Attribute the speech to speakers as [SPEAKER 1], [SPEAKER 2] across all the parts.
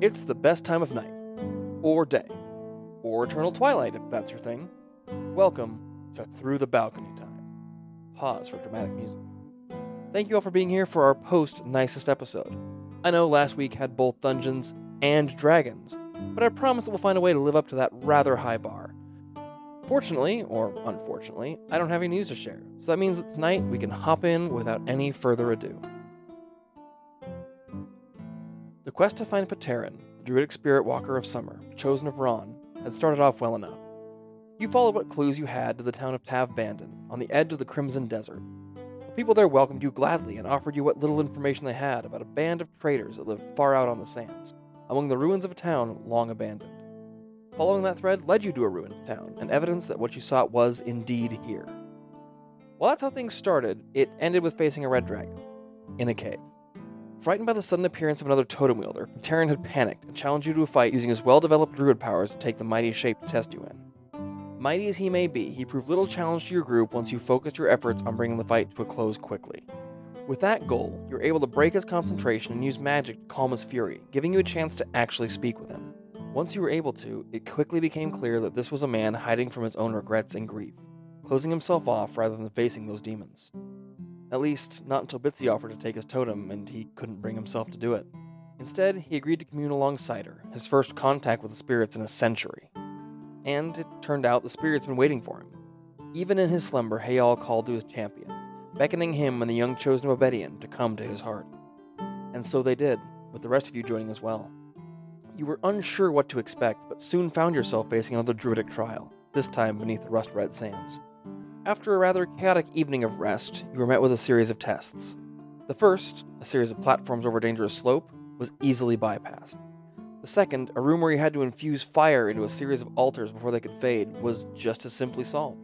[SPEAKER 1] It's the best time of night, or day, or eternal twilight if that's your thing. Welcome to Through the Balcony Time. Pause for dramatic music. Thank you all for being here for our post nicest episode. I know last week had both dungeons and dragons, but I promise that we'll find a way to live up to that rather high bar. Fortunately, or unfortunately, I don't have any news to share, so that means that tonight we can hop in without any further ado. The quest to find Pateran, the druidic spirit walker of summer, chosen of Ron, had started off well enough. You followed what clues you had to the town of Tav Bandon, on the edge of the Crimson Desert. The people there welcomed you gladly and offered you what little information they had about a band of traders that lived far out on the sands, among the ruins of a town long abandoned. Following that thread led you to a ruined town, and evidence that what you sought was indeed here. While that's how things started, it ended with facing a red dragon in a cave. Frightened by the sudden appearance of another totem wielder, Terran had panicked and challenged you to a fight using his well developed druid powers to take the mighty shape to test you in. Mighty as he may be, he proved little challenge to your group once you focused your efforts on bringing the fight to a close quickly. With that goal, you were able to break his concentration and use magic to calm his fury, giving you a chance to actually speak with him. Once you were able to, it quickly became clear that this was a man hiding from his own regrets and grief, closing himself off rather than facing those demons. At least, not until Bitsy offered to take his totem, and he couldn't bring himself to do it. Instead, he agreed to commune alongside her, his first contact with the spirits in a century. And it turned out the spirits had been waiting for him. Even in his slumber, Hayal called to his champion, beckoning him and the young chosen Obedian to come to his heart. And so they did, with the rest of you joining as well. You were unsure what to expect, but soon found yourself facing another druidic trial, this time beneath the rust red sands. After a rather chaotic evening of rest, you were met with a series of tests. The first, a series of platforms over a dangerous slope, was easily bypassed. The second, a room where you had to infuse fire into a series of altars before they could fade, was just as simply solved.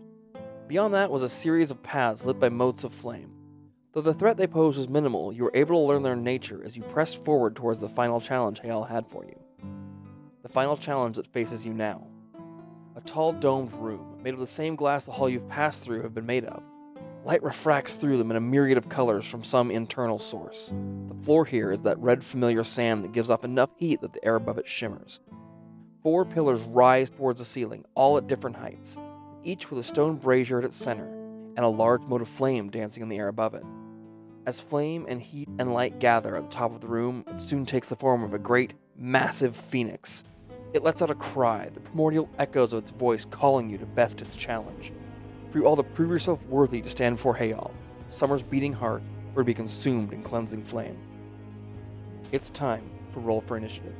[SPEAKER 1] Beyond that was a series of paths lit by motes of flame. Though the threat they posed was minimal, you were able to learn their nature as you pressed forward towards the final challenge Hale had for you. The final challenge that faces you now a tall domed room made of the same glass the hall you've passed through have been made of. Light refracts through them in a myriad of colors from some internal source. The floor here is that red familiar sand that gives off enough heat that the air above it shimmers. Four pillars rise towards the ceiling, all at different heights, each with a stone brazier at its center and a large mote of flame dancing in the air above it. As flame and heat and light gather at the top of the room, it soon takes the form of a great, massive phoenix it lets out a cry, the primordial echoes of its voice calling you to best its challenge. For you all to prove yourself worthy to stand before Hayal, Summer's beating heart, or to be consumed in cleansing flame. It's time to roll for initiative.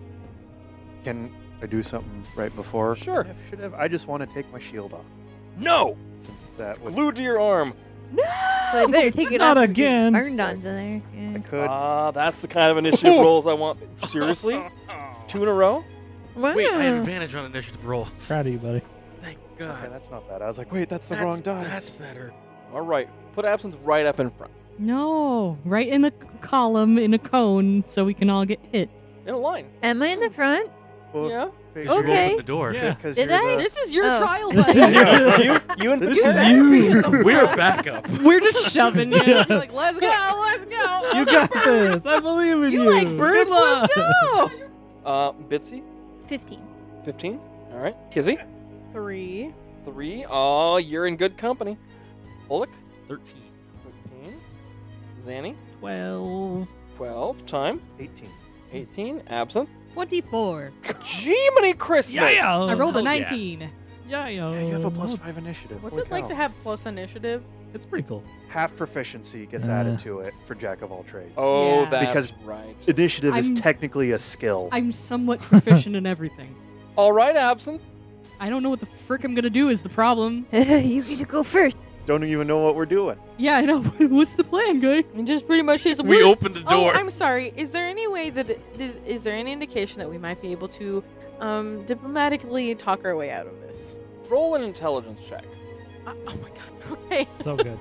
[SPEAKER 2] Can I do something right before?
[SPEAKER 1] Sure.
[SPEAKER 2] Should have, should have. I just want to take my shield off
[SPEAKER 1] No!
[SPEAKER 2] since that would,
[SPEAKER 1] Glued to your arm.
[SPEAKER 3] So I better take it
[SPEAKER 4] Not
[SPEAKER 3] off and get
[SPEAKER 4] again.
[SPEAKER 3] Burned onto there. Yeah.
[SPEAKER 2] I could.
[SPEAKER 1] Ah, that's the kind of initiative rolls I want. Seriously? Two in a row?
[SPEAKER 3] Wow.
[SPEAKER 5] Wait, I had advantage on initiative rolls.
[SPEAKER 4] Proud of you, buddy.
[SPEAKER 5] Thank
[SPEAKER 2] okay,
[SPEAKER 5] God.
[SPEAKER 2] that's not bad. I was like, wait, that's the
[SPEAKER 5] That's-
[SPEAKER 2] wrong dice.
[SPEAKER 5] That's better.
[SPEAKER 1] All right. Put absinthe right up in front.
[SPEAKER 6] No, right in a c- column in a cone so we can all get hit.
[SPEAKER 1] In a line.
[SPEAKER 3] Am I in the front?
[SPEAKER 2] Well,
[SPEAKER 1] yeah.
[SPEAKER 2] figure-
[SPEAKER 5] You opened
[SPEAKER 3] Okay.
[SPEAKER 5] the door.
[SPEAKER 4] Yeah.
[SPEAKER 2] Because
[SPEAKER 3] Did
[SPEAKER 2] you're
[SPEAKER 3] I?
[SPEAKER 2] the-
[SPEAKER 7] This is your
[SPEAKER 3] Oh.
[SPEAKER 7] trial,
[SPEAKER 4] This
[SPEAKER 7] buddy.
[SPEAKER 4] is-
[SPEAKER 1] you, you and
[SPEAKER 2] This is
[SPEAKER 1] Pateran.
[SPEAKER 4] you.
[SPEAKER 5] We're backup.
[SPEAKER 6] We're just shoving you.
[SPEAKER 7] You're like, let's go, let's go.
[SPEAKER 4] You got this. I believe in you.
[SPEAKER 7] You like
[SPEAKER 4] Good
[SPEAKER 7] birds,
[SPEAKER 4] luck.
[SPEAKER 7] let's go.
[SPEAKER 1] Uh, Bitsy,
[SPEAKER 3] 15.
[SPEAKER 1] 15. All right. Kizzy,
[SPEAKER 7] Three.
[SPEAKER 1] three. Aw, you're in good company. Olik,
[SPEAKER 5] 13.
[SPEAKER 1] 13. Zanny,
[SPEAKER 4] 12.
[SPEAKER 1] 12. Time,
[SPEAKER 2] 18.
[SPEAKER 1] 18. Absent.
[SPEAKER 6] 24.
[SPEAKER 1] Jiminy Christmas!
[SPEAKER 6] I rolled a
[SPEAKER 5] hell yeah.
[SPEAKER 6] 19.
[SPEAKER 4] Yeah, Oh,
[SPEAKER 6] Oh,
[SPEAKER 4] yeah.
[SPEAKER 2] Yeah, you have a plus
[SPEAKER 4] well,
[SPEAKER 2] five initiative.
[SPEAKER 7] What's
[SPEAKER 2] Holy
[SPEAKER 7] it like
[SPEAKER 2] cow.
[SPEAKER 7] to have plus initiative?
[SPEAKER 4] It's pretty cool.
[SPEAKER 2] half proficiency gets
[SPEAKER 4] Uh.
[SPEAKER 2] added to it for jack of all trades?
[SPEAKER 1] Oh,
[SPEAKER 6] Yeah.
[SPEAKER 1] that's
[SPEAKER 2] Because-
[SPEAKER 1] right.
[SPEAKER 2] Initiative is
[SPEAKER 6] I'm-
[SPEAKER 2] technically a skill.
[SPEAKER 6] I'm somewhat proficient in everything.
[SPEAKER 1] All right, Absent.
[SPEAKER 6] I don't know what the frick I'm gonna do is the problem.
[SPEAKER 3] you get to go first.
[SPEAKER 2] Don't even know what we're doing.
[SPEAKER 6] Yeah, I know. What's the plan, guy?
[SPEAKER 7] It just pretty much is.
[SPEAKER 5] We opened the
[SPEAKER 7] Oh,
[SPEAKER 5] door.
[SPEAKER 7] I'm sorry. Is there any way that it- is, is there any indication that we might be able to um, diplomatically talk our way out of this?
[SPEAKER 1] Roll an intelligence check.
[SPEAKER 7] Uh, oh my god. Okay.
[SPEAKER 4] So good.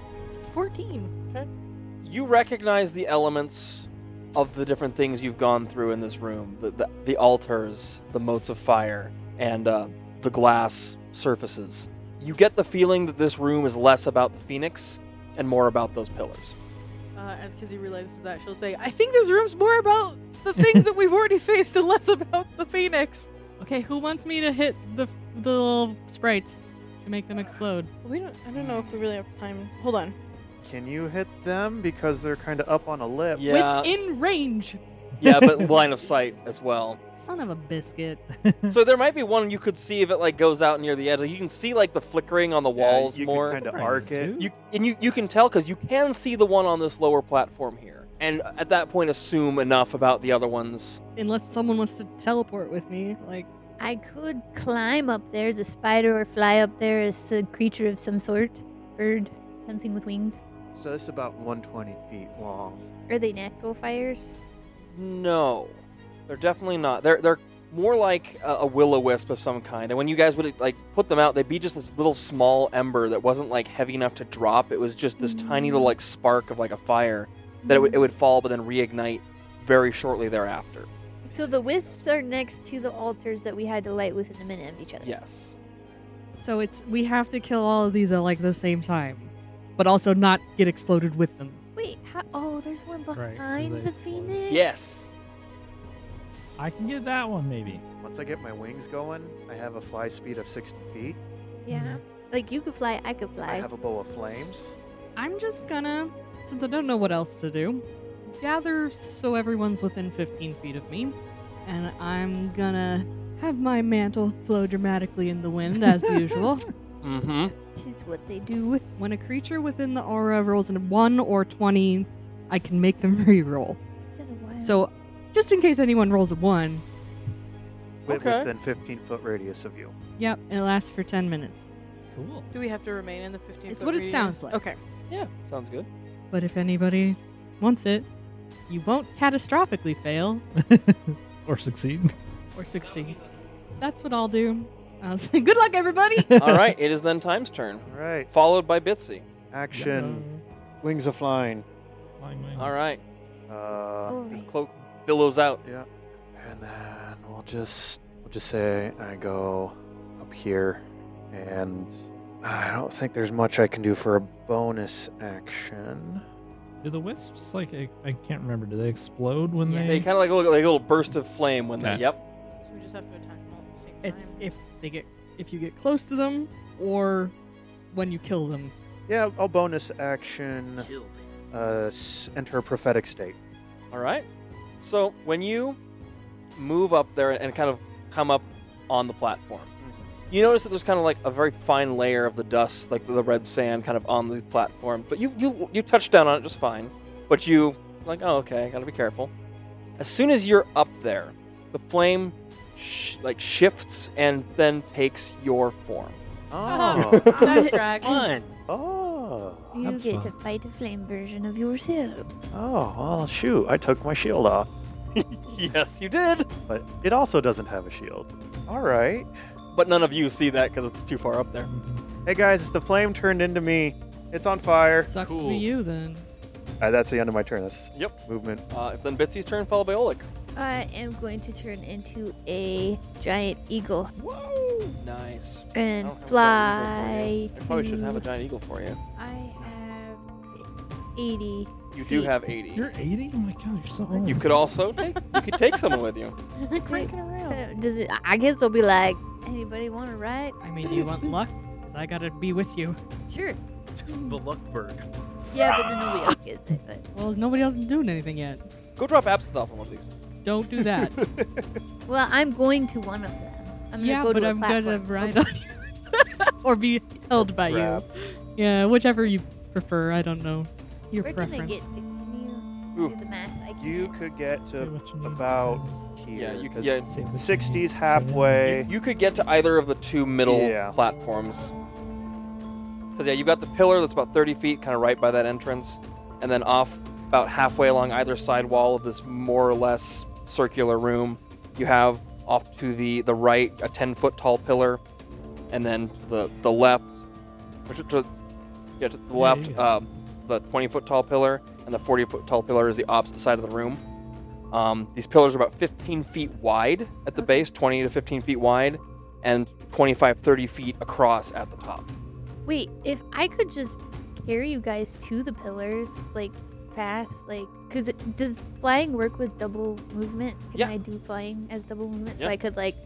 [SPEAKER 7] 14.
[SPEAKER 1] You recognize the elements of the different things you've gone through in this room the, the, the altars, the motes of fire, and uh, the glass surfaces. You get the feeling that this room is less about the phoenix and more about those pillars.
[SPEAKER 7] uh, as Kizzy realizes that, she'll say, I think this room's more about the things that we've already faced and less about the phoenix.
[SPEAKER 6] Okay, who wants me to hit the the little sprites to make them explode?
[SPEAKER 7] We don't, I don't know if we really have time. Hold on.
[SPEAKER 2] Can you hit them because they're kind of up on a lip?
[SPEAKER 1] Yeah,
[SPEAKER 6] Within range.
[SPEAKER 1] yeah, but line of sight as well.
[SPEAKER 6] Son of a biscuit.
[SPEAKER 1] So there might be one you could see if it like goes out near the edge. Like you can see like the flickering on the
[SPEAKER 2] Yeah,
[SPEAKER 1] walls
[SPEAKER 2] you
[SPEAKER 1] more.
[SPEAKER 2] can kind of
[SPEAKER 4] Right,
[SPEAKER 2] arc it.
[SPEAKER 4] dude.
[SPEAKER 1] You and you you can tell because you can see the one on this lower platform here, and at that point assume enough about the other ones.
[SPEAKER 6] Unless someone wants to teleport with me, like
[SPEAKER 3] I could climb up there as a spider or fly up there as a creature of some sort. Bird. Something with wings.
[SPEAKER 2] So it's about 120 feet long.
[SPEAKER 3] Are they natural fires?
[SPEAKER 1] No, they're definitely not. They're they're more like a, a will o wisp of some kind. And when you guys would like put them out, they'd be just this little small ember that wasn't like heavy enough to drop. It was just this tiny little like spark of like a fire that it, would it would fall, but then reignite very shortly thereafter.
[SPEAKER 3] So the wisps are next to the altars that we had to light within a minute of each other.
[SPEAKER 1] Yes.
[SPEAKER 6] so it's we have to kill all of these at like the same time. But also not get exploded with them.
[SPEAKER 3] Wait, how, oh, there's one
[SPEAKER 4] Right, 'cause
[SPEAKER 3] behind
[SPEAKER 4] they
[SPEAKER 3] the
[SPEAKER 4] explode.
[SPEAKER 3] phoenix.
[SPEAKER 1] Yes.
[SPEAKER 4] I can get that one maybe.
[SPEAKER 2] Once I get my wings going, I have a fly speed of 60 feet.
[SPEAKER 3] Yeah. Like you could fly, I could fly.
[SPEAKER 2] I have a bow of flames.
[SPEAKER 6] I'm just gonna, since I don't know what else to do, gather so everyone's within 15 feet of me, and I'm gonna have my mantle flow dramatically in the wind as usual.
[SPEAKER 1] Mm-hmm.
[SPEAKER 3] Tis what they do.
[SPEAKER 6] When a creature within the aura rolls in 1 or 20, I can make them re-roll.
[SPEAKER 3] Been a while.
[SPEAKER 6] So, just in case anyone rolls a 1,
[SPEAKER 2] wi-
[SPEAKER 1] Okay.
[SPEAKER 2] Within 15 foot radius of you.
[SPEAKER 6] yep, it lasts for 10 minutes.
[SPEAKER 4] Cool.
[SPEAKER 7] Do we have to remain in the 15
[SPEAKER 6] It's
[SPEAKER 7] foot
[SPEAKER 6] what it
[SPEAKER 7] radius?
[SPEAKER 6] sounds like.
[SPEAKER 7] Okay.
[SPEAKER 1] Yeah. Sounds good.
[SPEAKER 6] But if anybody wants it, you won't catastrophically fail
[SPEAKER 4] or succeed.
[SPEAKER 6] or succeed. That's what I'll do. I'll say, good luck, everybody!
[SPEAKER 1] All right. It is then Time's turn,
[SPEAKER 2] All right.
[SPEAKER 1] followed by Bitsy.
[SPEAKER 2] Action. Wings of flying.
[SPEAKER 4] Flying wings.
[SPEAKER 1] All right.
[SPEAKER 2] Uh,
[SPEAKER 3] All right.
[SPEAKER 1] Cloak billows out.
[SPEAKER 2] and then we'll just we'll just say I go up here, and I don't think there's much I can do for a bonus action.
[SPEAKER 4] Do the wisps like I, I can't remember? Do they explode when
[SPEAKER 6] Yeah.
[SPEAKER 4] they?
[SPEAKER 1] They kind of like look like a little burst of flame when they.
[SPEAKER 4] Yeah.
[SPEAKER 1] Yep.
[SPEAKER 7] So we just have to attack them all at the same time.
[SPEAKER 6] It's if they get if you get close to them or when you kill them.
[SPEAKER 2] Yeah, I'll bonus action.
[SPEAKER 5] Killed.
[SPEAKER 2] Uh, s- enter a prophetic state.
[SPEAKER 1] All right. So when you move up there and kind of come up on the platform, you notice that there's kind of like a very fine layer of the dust, like the red sand, kind of on the platform. But you you you touch down on it just fine. But you like, oh okay, gotta be careful. As soon as you're up there, the flame sh- like shifts and then takes your form.
[SPEAKER 2] Oh,
[SPEAKER 7] That drag.
[SPEAKER 5] Fun.
[SPEAKER 2] oh,
[SPEAKER 3] You
[SPEAKER 4] That's
[SPEAKER 3] get
[SPEAKER 4] fun.
[SPEAKER 3] to fight a flame version of yourself.
[SPEAKER 2] oh! Well, shoot! I took my shield off,
[SPEAKER 1] yes, you did.
[SPEAKER 2] but it also doesn't have a shield. All right.
[SPEAKER 1] But none of you see that because it's too far up there.
[SPEAKER 4] Mhm.
[SPEAKER 2] Hey guys, the flame turned into me. It's on fire.
[SPEAKER 6] Sucks
[SPEAKER 5] Cool.
[SPEAKER 6] for you then.
[SPEAKER 2] Uh, that's the end of my turn. That's
[SPEAKER 1] Yep.
[SPEAKER 2] movement.
[SPEAKER 1] Uh, it's then Bitsy's turn, followed by Oleg.
[SPEAKER 3] I am going to turn into a giant eagle
[SPEAKER 1] Whoa! Nice. I
[SPEAKER 3] and
[SPEAKER 1] don't have a giant
[SPEAKER 3] fly.
[SPEAKER 1] eagle for you. Oh, I probably should
[SPEAKER 3] to-
[SPEAKER 1] have a giant eagle for you.
[SPEAKER 3] I have 80.
[SPEAKER 1] You do
[SPEAKER 3] feet.
[SPEAKER 1] have 80.
[SPEAKER 4] You're 80. Oh my god, you're so old.
[SPEAKER 1] You could also take you could take someone with you.
[SPEAKER 3] Six, seven- does it? I- I guess they'll be like, anybody want to ride?
[SPEAKER 6] I mean, you want luck? 'Cause I gotta be with you.
[SPEAKER 3] Sure.
[SPEAKER 5] Just the luck bird.
[SPEAKER 3] Yeah, but then nobody else gets it. But
[SPEAKER 6] Well, nobody else is doing anything yet.
[SPEAKER 1] Go drop absinthe on one of these.
[SPEAKER 6] Don't do that.
[SPEAKER 3] well, I'm going to one of them. I'm gonna
[SPEAKER 6] yeah,
[SPEAKER 3] go
[SPEAKER 6] but
[SPEAKER 3] to a
[SPEAKER 6] I'm gonna
[SPEAKER 3] platform.
[SPEAKER 6] ride on you or be held by
[SPEAKER 2] Grab.
[SPEAKER 6] you. Yeah, whichever you prefer. I don't know your
[SPEAKER 3] Where can I
[SPEAKER 6] preference.
[SPEAKER 3] get? To, can you
[SPEAKER 1] Ooh.
[SPEAKER 3] do the math? I can't.
[SPEAKER 2] You could get
[SPEAKER 4] Say
[SPEAKER 2] to
[SPEAKER 4] what you need to
[SPEAKER 2] about
[SPEAKER 1] Yeah,
[SPEAKER 2] here.
[SPEAKER 1] you could
[SPEAKER 2] 'cause
[SPEAKER 1] get
[SPEAKER 4] say. Say what you
[SPEAKER 2] 60s
[SPEAKER 4] need.
[SPEAKER 1] you,
[SPEAKER 2] halfway.
[SPEAKER 1] you could get to either of the two middle
[SPEAKER 2] Yeah.
[SPEAKER 1] platforms. Cause yeah, you've got the pillar that's about 30 feet, kind of right by that entrance, and then off about halfway along either side wall of this more or less circular room, you have off to the the right a 10 foot tall pillar, and then to the the left, which to, yeah, to the
[SPEAKER 4] Yeah,
[SPEAKER 1] left,
[SPEAKER 4] you
[SPEAKER 1] uh, the 20 foot tall pillar and the 40 foot tall pillar is the opposite side of the room. Um, these pillars are about 15 feet wide at the base, 20 to 15 feet wide, and 25, 30 feet across at the top.
[SPEAKER 3] Wait, if I could just carry you guys to the pillars, like fast? Like, cause it, does flying work with double movement? Can
[SPEAKER 1] Yeah.
[SPEAKER 3] I do flying as double movement? So
[SPEAKER 1] Yeah.
[SPEAKER 3] I could like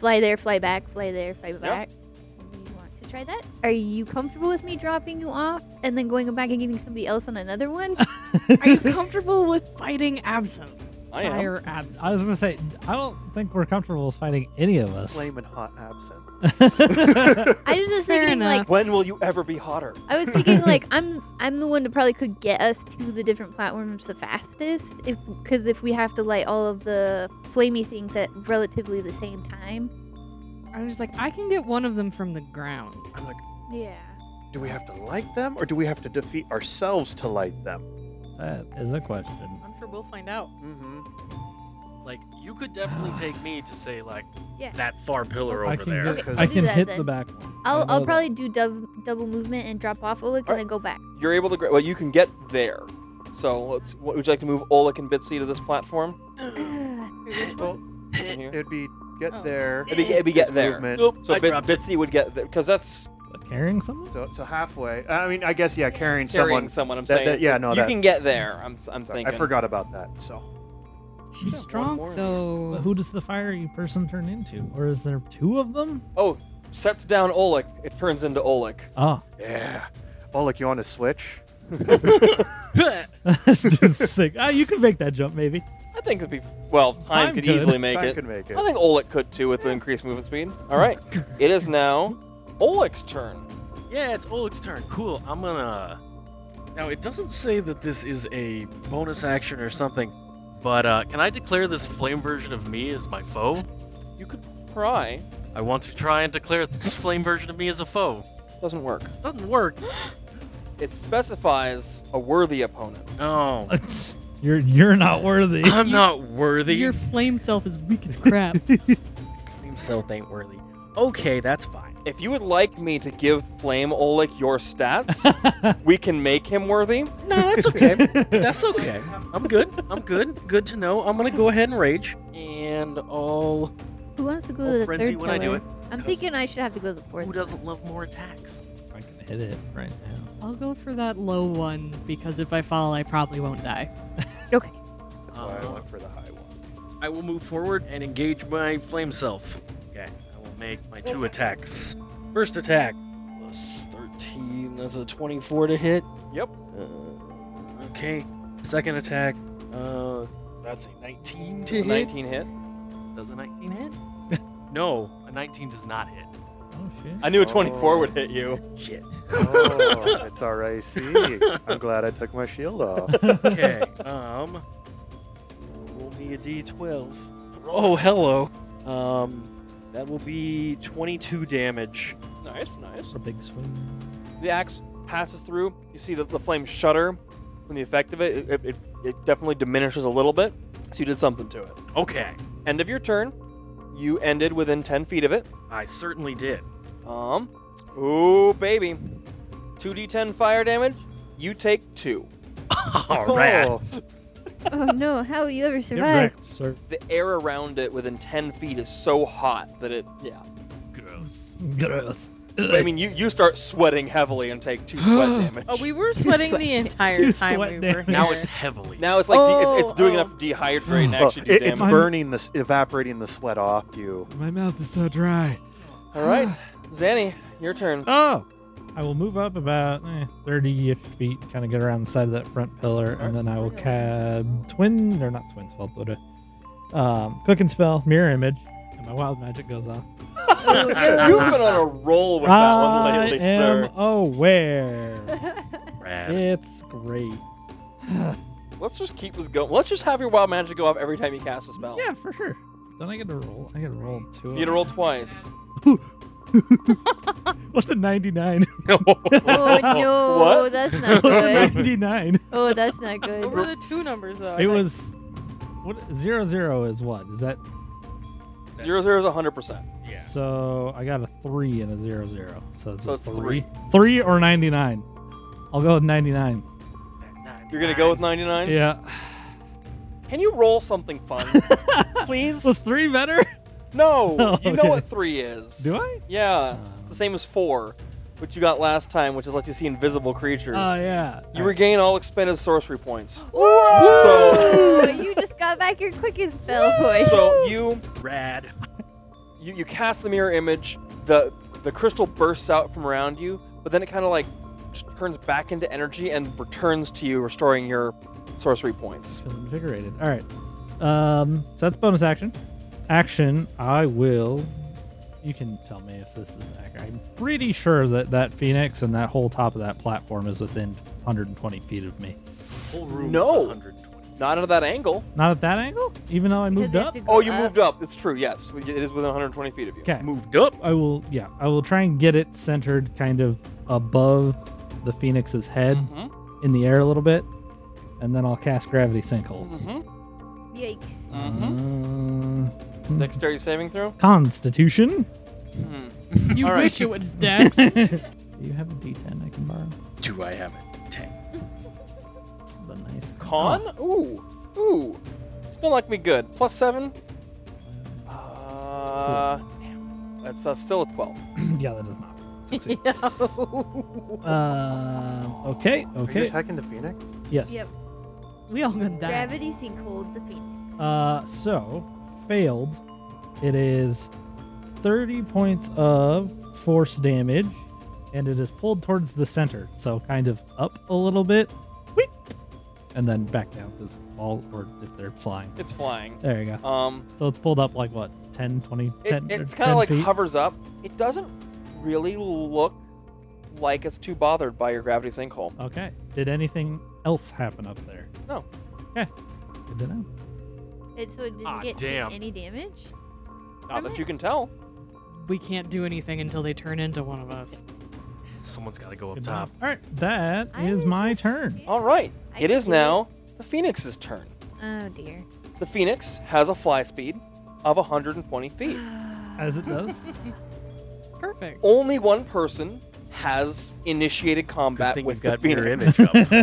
[SPEAKER 3] fly there, fly back, fly there, fly back. Do you want to try that? Are you comfortable with me dropping you off and then going back and getting somebody else on another one?
[SPEAKER 6] Are you comfortable with fighting absent?
[SPEAKER 1] I am.
[SPEAKER 6] Fire absent.
[SPEAKER 4] I was gonna say, I don't think we're comfortable fighting any of us.
[SPEAKER 2] Flaming hot absent.
[SPEAKER 3] I was just
[SPEAKER 6] Fair
[SPEAKER 3] thinking like
[SPEAKER 6] enough.
[SPEAKER 1] When will you ever be hotter?
[SPEAKER 3] I was thinking like I'm I'm the one that probably could get us to the different platforms the fastest if because if we have to light all of the flamey things at relatively the same time.
[SPEAKER 6] I was just like, I can get one of them from the ground.
[SPEAKER 2] I'm like,
[SPEAKER 3] Yeah.
[SPEAKER 2] do we have to light them or do we have to defeat ourselves to light them?
[SPEAKER 4] that is a question.
[SPEAKER 7] I'm sure we'll find out.
[SPEAKER 2] Mm-hmm.
[SPEAKER 5] Like you could definitely take me to say like
[SPEAKER 3] Yeah.
[SPEAKER 5] that far pillar
[SPEAKER 4] I
[SPEAKER 5] over
[SPEAKER 4] can,
[SPEAKER 5] there.
[SPEAKER 4] get-
[SPEAKER 3] Okay, we'll
[SPEAKER 4] I
[SPEAKER 3] do
[SPEAKER 4] can
[SPEAKER 3] that
[SPEAKER 4] hit
[SPEAKER 3] then.
[SPEAKER 4] the back one. I
[SPEAKER 3] I'll
[SPEAKER 4] know
[SPEAKER 3] I'll
[SPEAKER 4] that.
[SPEAKER 3] probably do dov- double movement and drop off Olik
[SPEAKER 1] Alright.
[SPEAKER 3] and then go back.
[SPEAKER 1] You're able to. Gra- well, you can get there. So let's. What, would you like to move Oleg and Bitsy to this platform?
[SPEAKER 2] Well,
[SPEAKER 1] From here?
[SPEAKER 2] it'd be get
[SPEAKER 7] Oh.
[SPEAKER 2] there.
[SPEAKER 1] It'd be, it'd be get
[SPEAKER 2] It's
[SPEAKER 1] there.
[SPEAKER 2] movement.
[SPEAKER 1] Nope. So
[SPEAKER 5] I
[SPEAKER 1] Bit-
[SPEAKER 5] dropped it.
[SPEAKER 1] Bitsy would get there because that's
[SPEAKER 4] Like carrying someone.
[SPEAKER 2] So so halfway. I mean, I guess yeah, carrying,
[SPEAKER 1] carrying someone.
[SPEAKER 2] someone.
[SPEAKER 1] I'm
[SPEAKER 2] That-
[SPEAKER 1] saying.
[SPEAKER 2] that- yeah, no,
[SPEAKER 1] You
[SPEAKER 2] that-
[SPEAKER 1] can get there. I'm. s- I'm
[SPEAKER 2] Sorry, I
[SPEAKER 1] thinking.
[SPEAKER 2] forgot about that. So
[SPEAKER 4] She's
[SPEAKER 6] She's strong though.
[SPEAKER 4] But who does the fiery person turn into? Or is there two of them?
[SPEAKER 1] Oh, sets down Oleg. It turns into Oleg.
[SPEAKER 4] Oh,
[SPEAKER 2] yeah. Oh, look, you want to switch?
[SPEAKER 4] that's just sick. Ah, you can make that jump, maybe.
[SPEAKER 1] I think it'd be. Well, time,
[SPEAKER 4] Time
[SPEAKER 1] could
[SPEAKER 4] could.
[SPEAKER 1] easily make
[SPEAKER 2] Time
[SPEAKER 1] it.
[SPEAKER 2] could make it.
[SPEAKER 1] I think Oleg could too with the increased movement speed. All right. it is now Oleg's turn.
[SPEAKER 5] Yeah, it's Oleg's turn. Cool. I'm gonna. Now it doesn't say that this is a bonus action or something, but uh, can I declare this flame version of me as my foe?
[SPEAKER 1] You could try.
[SPEAKER 5] I want to try and declare this flame version of me as a foe.
[SPEAKER 1] Doesn't work.
[SPEAKER 5] Doesn't work.
[SPEAKER 1] It specifies a worthy opponent.
[SPEAKER 5] No,
[SPEAKER 4] You're you're not worthy.
[SPEAKER 5] I'm
[SPEAKER 6] You-
[SPEAKER 5] not worthy.
[SPEAKER 6] Your flame self is weak as crap.
[SPEAKER 5] flame self ain't worthy. Okay, that's fine.
[SPEAKER 1] If you would like me to give Flame Oleg your stats, we can make him worthy.
[SPEAKER 5] No, that's okay. that's okay. I'm good. I'm good. Good to know. I'm gonna go ahead and rage, and I'll.
[SPEAKER 3] Who wants to go
[SPEAKER 5] I'll
[SPEAKER 3] to the
[SPEAKER 5] frenzy
[SPEAKER 3] third
[SPEAKER 5] when I do
[SPEAKER 3] pillar?
[SPEAKER 5] it.
[SPEAKER 3] I'm
[SPEAKER 5] 'cause
[SPEAKER 3] thinking I should have to go to the
[SPEAKER 5] Who
[SPEAKER 3] fourth.
[SPEAKER 5] doesn't love more attacks?
[SPEAKER 4] I can hit it right now.
[SPEAKER 6] I'll go for that low one because if I fall, I probably won't die.
[SPEAKER 3] Okay.
[SPEAKER 2] That's why I
[SPEAKER 5] Uh,
[SPEAKER 2] went for the high one.
[SPEAKER 5] I will move forward and engage my flame self. Okay, I will make my two attacks. First attack. Plus 13, that's a 24 to hit.
[SPEAKER 1] Yep.
[SPEAKER 5] Uh, okay. Second attack. Uh, that's a 19 to
[SPEAKER 1] Does a
[SPEAKER 5] hit.
[SPEAKER 1] 19 hit.
[SPEAKER 5] Does a 19 hit? no, a 19 does not hit.
[SPEAKER 4] Oh shit.
[SPEAKER 1] I knew a
[SPEAKER 2] Oh.
[SPEAKER 1] 24 would hit you.
[SPEAKER 5] Shit.
[SPEAKER 2] Oh, it's our IC. I'm glad I took my shield off.
[SPEAKER 5] Okay, um. Roll me a d12. Oh, hello. Um, that will be 22 damage.
[SPEAKER 1] Nice, nice.
[SPEAKER 4] A big swing.
[SPEAKER 1] The axe passes through. You see the, the flame shudder from the effect of it. It, it, it. it definitely diminishes a little bit. So you did something to it.
[SPEAKER 5] Okay,
[SPEAKER 1] End of your turn. You ended within 10 feet of it.
[SPEAKER 5] I certainly did.
[SPEAKER 1] Um. Ooh, baby. 2d10 fire damage. You take two.
[SPEAKER 5] All right.
[SPEAKER 2] Oh,
[SPEAKER 3] oh no! How will you ever
[SPEAKER 4] Get
[SPEAKER 3] survive?
[SPEAKER 4] wrecked, sir.
[SPEAKER 1] The air around it within 10 feet is so hot that it, yeah.
[SPEAKER 5] Gross.
[SPEAKER 4] Gross.
[SPEAKER 1] But, I mean, you, you start sweating heavily and take two sweat damage.
[SPEAKER 7] Oh, we were sweating the entire
[SPEAKER 4] Two
[SPEAKER 7] time we
[SPEAKER 4] sweat
[SPEAKER 7] were
[SPEAKER 4] damage.
[SPEAKER 7] here.
[SPEAKER 5] Now it's heavily.
[SPEAKER 1] now it's like de- it's,
[SPEAKER 7] Oh,
[SPEAKER 1] it's doing
[SPEAKER 7] oh.
[SPEAKER 1] enough to dehydrate and
[SPEAKER 2] Well,
[SPEAKER 1] actually do
[SPEAKER 2] Oh, it-
[SPEAKER 1] damage.
[SPEAKER 2] it's burning the s- evaporating the sweat off you.
[SPEAKER 4] My mouth is so dry.
[SPEAKER 1] All right, Zanny, your turn.
[SPEAKER 4] Oh! I will move up about eh, 30 ish feet, kind of get around the side of that front pillar, and then I will cab twin, or not twin spell, but a um, quick and spell, mirror image, and my wild magic goes off.
[SPEAKER 3] Oh, no.
[SPEAKER 1] You've been on a roll with that
[SPEAKER 4] I
[SPEAKER 1] one lately,
[SPEAKER 4] am
[SPEAKER 1] sir.
[SPEAKER 4] aware.
[SPEAKER 5] Rad.
[SPEAKER 4] it's great.
[SPEAKER 1] Let's just keep this going. Let's just have your wild magic go off every time you cast a spell.
[SPEAKER 4] Yeah, for sure. Don't I get to roll? I get to roll two.
[SPEAKER 1] Oh. You get to roll twice.
[SPEAKER 4] What's a 99?
[SPEAKER 3] oh no!
[SPEAKER 1] What?
[SPEAKER 3] That's not
[SPEAKER 4] What's a
[SPEAKER 3] good.
[SPEAKER 4] 99?
[SPEAKER 3] Oh, that's not
[SPEAKER 7] What
[SPEAKER 3] good.
[SPEAKER 7] were the two numbers though? I
[SPEAKER 4] It
[SPEAKER 7] think?
[SPEAKER 4] was. What zero zero is what? Is that
[SPEAKER 1] Zero zero is hundred percent.
[SPEAKER 5] Yeah.
[SPEAKER 4] so? I got a three and a zero zero. So it's
[SPEAKER 1] So
[SPEAKER 4] a
[SPEAKER 1] it's three.
[SPEAKER 4] three. Three or ninety nine. I'll go with ninety nine.
[SPEAKER 1] You're gonna go with ninety nine.
[SPEAKER 4] Yeah.
[SPEAKER 1] Can you roll something fun, please?
[SPEAKER 4] Was three better?
[SPEAKER 1] No,
[SPEAKER 4] Oh,
[SPEAKER 1] you know
[SPEAKER 4] okay.
[SPEAKER 1] what three is.
[SPEAKER 4] Do I?
[SPEAKER 1] Yeah,
[SPEAKER 4] Oh.
[SPEAKER 1] it's the same as four. which you got last time, which is let you see invisible creatures.
[SPEAKER 4] Oh yeah.
[SPEAKER 1] you regain all expended sorcery points.
[SPEAKER 3] Whoa! Oh, you just got back your quicken spell point.
[SPEAKER 1] So you,
[SPEAKER 5] Rad.
[SPEAKER 1] you you cast the mirror image. the The crystal bursts out from around you, but then it kind of like just turns back into energy and returns to you, restoring your sorcery points.
[SPEAKER 4] Feel invigorated. All right. Um, so that's bonus action. Action. I will. You can tell me if this is accurate. I'm pretty sure that that phoenix and that whole top of that platform is within 120 feet of me.
[SPEAKER 5] Whole room
[SPEAKER 1] No.
[SPEAKER 5] is 120.
[SPEAKER 1] Not at that angle.
[SPEAKER 4] Not at that angle, even though I
[SPEAKER 3] Because
[SPEAKER 4] moved
[SPEAKER 3] they have
[SPEAKER 4] up.
[SPEAKER 3] to go
[SPEAKER 1] Oh, you
[SPEAKER 3] up.
[SPEAKER 1] moved up. It's true. Yes, it is within 120 feet of you.
[SPEAKER 4] Okay.
[SPEAKER 5] Moved up.
[SPEAKER 4] I will. Yeah, I will try and get it centered, kind of above the phoenix's head
[SPEAKER 5] Mm-hmm.
[SPEAKER 1] Mhm,
[SPEAKER 4] in the air a little bit, and then I'll cast gravity sinkhole.
[SPEAKER 1] mhm,
[SPEAKER 3] Yikes.
[SPEAKER 1] mhm.
[SPEAKER 5] Mm-hmm.
[SPEAKER 4] Uh,
[SPEAKER 1] Dexterity saving throw.
[SPEAKER 4] Constitution.
[SPEAKER 1] Hmm.
[SPEAKER 6] You
[SPEAKER 1] All right.
[SPEAKER 6] wish it was Dex.
[SPEAKER 4] Do you have a D10 I can borrow?
[SPEAKER 5] Do I have it? Tank.
[SPEAKER 4] The nice
[SPEAKER 1] Con? Ooh. Ooh. Still not gonna be good. Plus seven. Uh, damn. That's uh, still a 12.
[SPEAKER 4] yeah, that does not succeed.
[SPEAKER 7] Yo.
[SPEAKER 4] Um. okay.
[SPEAKER 2] Are you
[SPEAKER 4] Okay.
[SPEAKER 2] attacking the phoenix?
[SPEAKER 4] Yes.
[SPEAKER 3] Yep.
[SPEAKER 6] we all gonna die.
[SPEAKER 3] Gravity sinkhole the phoenix.
[SPEAKER 4] Uh. So failed. It is thirty points of force damage, and it is pulled towards the center, so kind of up a little bit, Wheep. and then back down because all or if they're flying.
[SPEAKER 1] It's flying.
[SPEAKER 4] There you go.
[SPEAKER 1] Um,
[SPEAKER 4] So it's pulled up like what 10, 20,
[SPEAKER 1] it,
[SPEAKER 4] 10,
[SPEAKER 1] it's
[SPEAKER 4] or
[SPEAKER 1] kind
[SPEAKER 4] 10
[SPEAKER 1] of like
[SPEAKER 4] feet?
[SPEAKER 1] hovers up. It doesn't really look like it's too bothered by your gravity sinkhole.
[SPEAKER 4] Okay. Did anything else happen up there?
[SPEAKER 1] No.
[SPEAKER 4] Okay. Good to know.
[SPEAKER 3] It, so it didn't
[SPEAKER 5] Ah,
[SPEAKER 3] get to
[SPEAKER 5] damn.
[SPEAKER 3] any damage?
[SPEAKER 1] Not that you can tell.
[SPEAKER 6] We can't do anything until they turn into one of us.
[SPEAKER 5] Someone's got to go up
[SPEAKER 4] Good
[SPEAKER 5] top.
[SPEAKER 4] All right. That is
[SPEAKER 3] I was
[SPEAKER 4] my
[SPEAKER 3] just
[SPEAKER 4] turn.
[SPEAKER 3] scared.
[SPEAKER 1] All right.
[SPEAKER 3] I
[SPEAKER 1] It
[SPEAKER 3] can
[SPEAKER 1] is
[SPEAKER 3] do
[SPEAKER 1] now the Phoenix's turn.
[SPEAKER 3] Oh dear.
[SPEAKER 1] The Phoenix has a fly speed of 120 feet.
[SPEAKER 4] As it does.
[SPEAKER 6] Perfect.
[SPEAKER 1] Only one person has initiated combat
[SPEAKER 5] thing
[SPEAKER 1] with
[SPEAKER 5] you've
[SPEAKER 1] the
[SPEAKER 5] got mirror
[SPEAKER 1] Phoenix.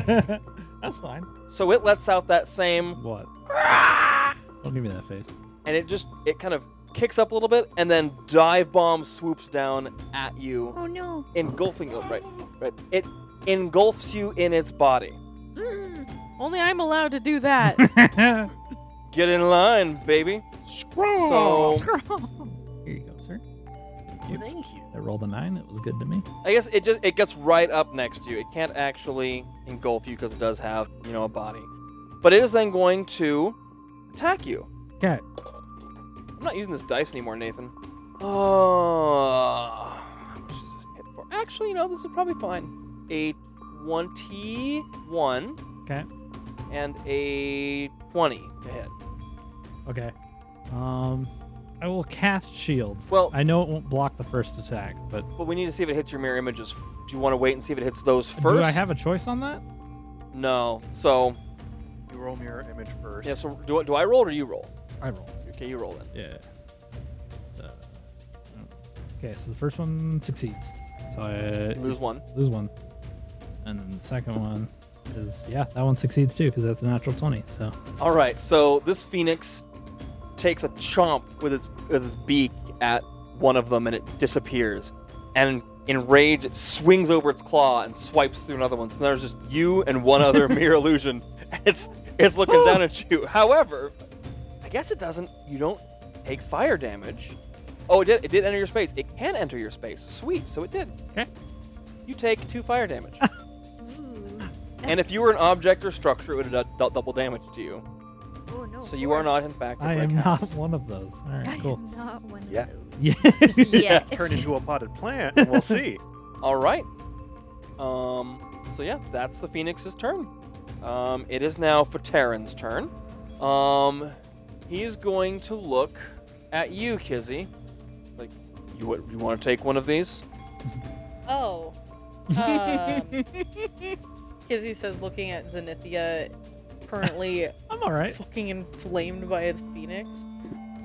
[SPEAKER 5] image.
[SPEAKER 4] That's fine.
[SPEAKER 1] So it lets out that same,
[SPEAKER 4] What? Don't give me that face.
[SPEAKER 1] and it just it kind of kicks up a little bit, and then dive bomb swoops down at you,
[SPEAKER 3] Oh no.
[SPEAKER 1] engulfing you. Right, right. It engulfs you in its body.
[SPEAKER 7] Only I'm allowed to do that.
[SPEAKER 4] Here
[SPEAKER 1] Get in line, baby. So
[SPEAKER 4] you go, sir. Yep.
[SPEAKER 5] Thank you.
[SPEAKER 4] I rolled a nine. It was good to me.
[SPEAKER 1] I guess it just it gets right up next to you. It can't actually engulf you because it does have you know a body, but it is then going to attack you.
[SPEAKER 4] Okay.
[SPEAKER 1] I'm not using this dice anymore, Nathan. Oh, how much does this hit for? Actually, no, this is probably fine. A 21.
[SPEAKER 4] 'Kay.
[SPEAKER 1] And a 20 to hit.
[SPEAKER 4] Okay. Um, I will cast shield.
[SPEAKER 1] Well,
[SPEAKER 4] I know it won't block the first attack, but
[SPEAKER 1] but we need to see if it hits your mirror images. f- Do you want to wait and see if it hits those first?
[SPEAKER 4] do I have a choice on that?
[SPEAKER 1] No. So,
[SPEAKER 2] You roll mirror image first.
[SPEAKER 1] yeah, so do, I- do I roll or you roll?
[SPEAKER 4] I roll.
[SPEAKER 1] Okay, you roll then.
[SPEAKER 4] Yeah. So, okay, so the first one succeeds. So I
[SPEAKER 1] You lose one.
[SPEAKER 4] lose one. And then the second one is, yeah, that one succeeds too because that's a natural 20. So,
[SPEAKER 1] All right, so this phoenix takes a chomp with its with its beak at one of them, and it disappears. And in rage, it swings over its claw and swipes through another one. So there's just you and one other mere illusion. And It's it's looking down at you. However, I guess it doesn't. You don't take fire damage. Oh, it did. It did enter your space. It can enter your space. Sweet. So it did.
[SPEAKER 4] Okay.
[SPEAKER 1] You take two fire damage. and if you were an object or structure, it would have done double damage to you.
[SPEAKER 3] Oh no.
[SPEAKER 1] So you are not, in fact, a
[SPEAKER 4] I
[SPEAKER 1] brick
[SPEAKER 4] am
[SPEAKER 1] house.
[SPEAKER 4] not one of those. All
[SPEAKER 3] I
[SPEAKER 4] right,
[SPEAKER 3] am
[SPEAKER 4] cool.
[SPEAKER 3] not one of
[SPEAKER 2] Yeah.
[SPEAKER 3] those.
[SPEAKER 4] Yeah.
[SPEAKER 3] Yeah.
[SPEAKER 2] Turn into a potted plant, and we'll see.
[SPEAKER 1] All right. Um. So yeah, that's the phoenix's turn. Um. It is now Fateran's turn. Um. He is going to look at you, Kizzy. Like, you wa- you want to take one of these?
[SPEAKER 7] Oh. Um, Kizzy says, looking at Zenithia, currently
[SPEAKER 4] I'm all right.
[SPEAKER 7] fucking inflamed by a phoenix.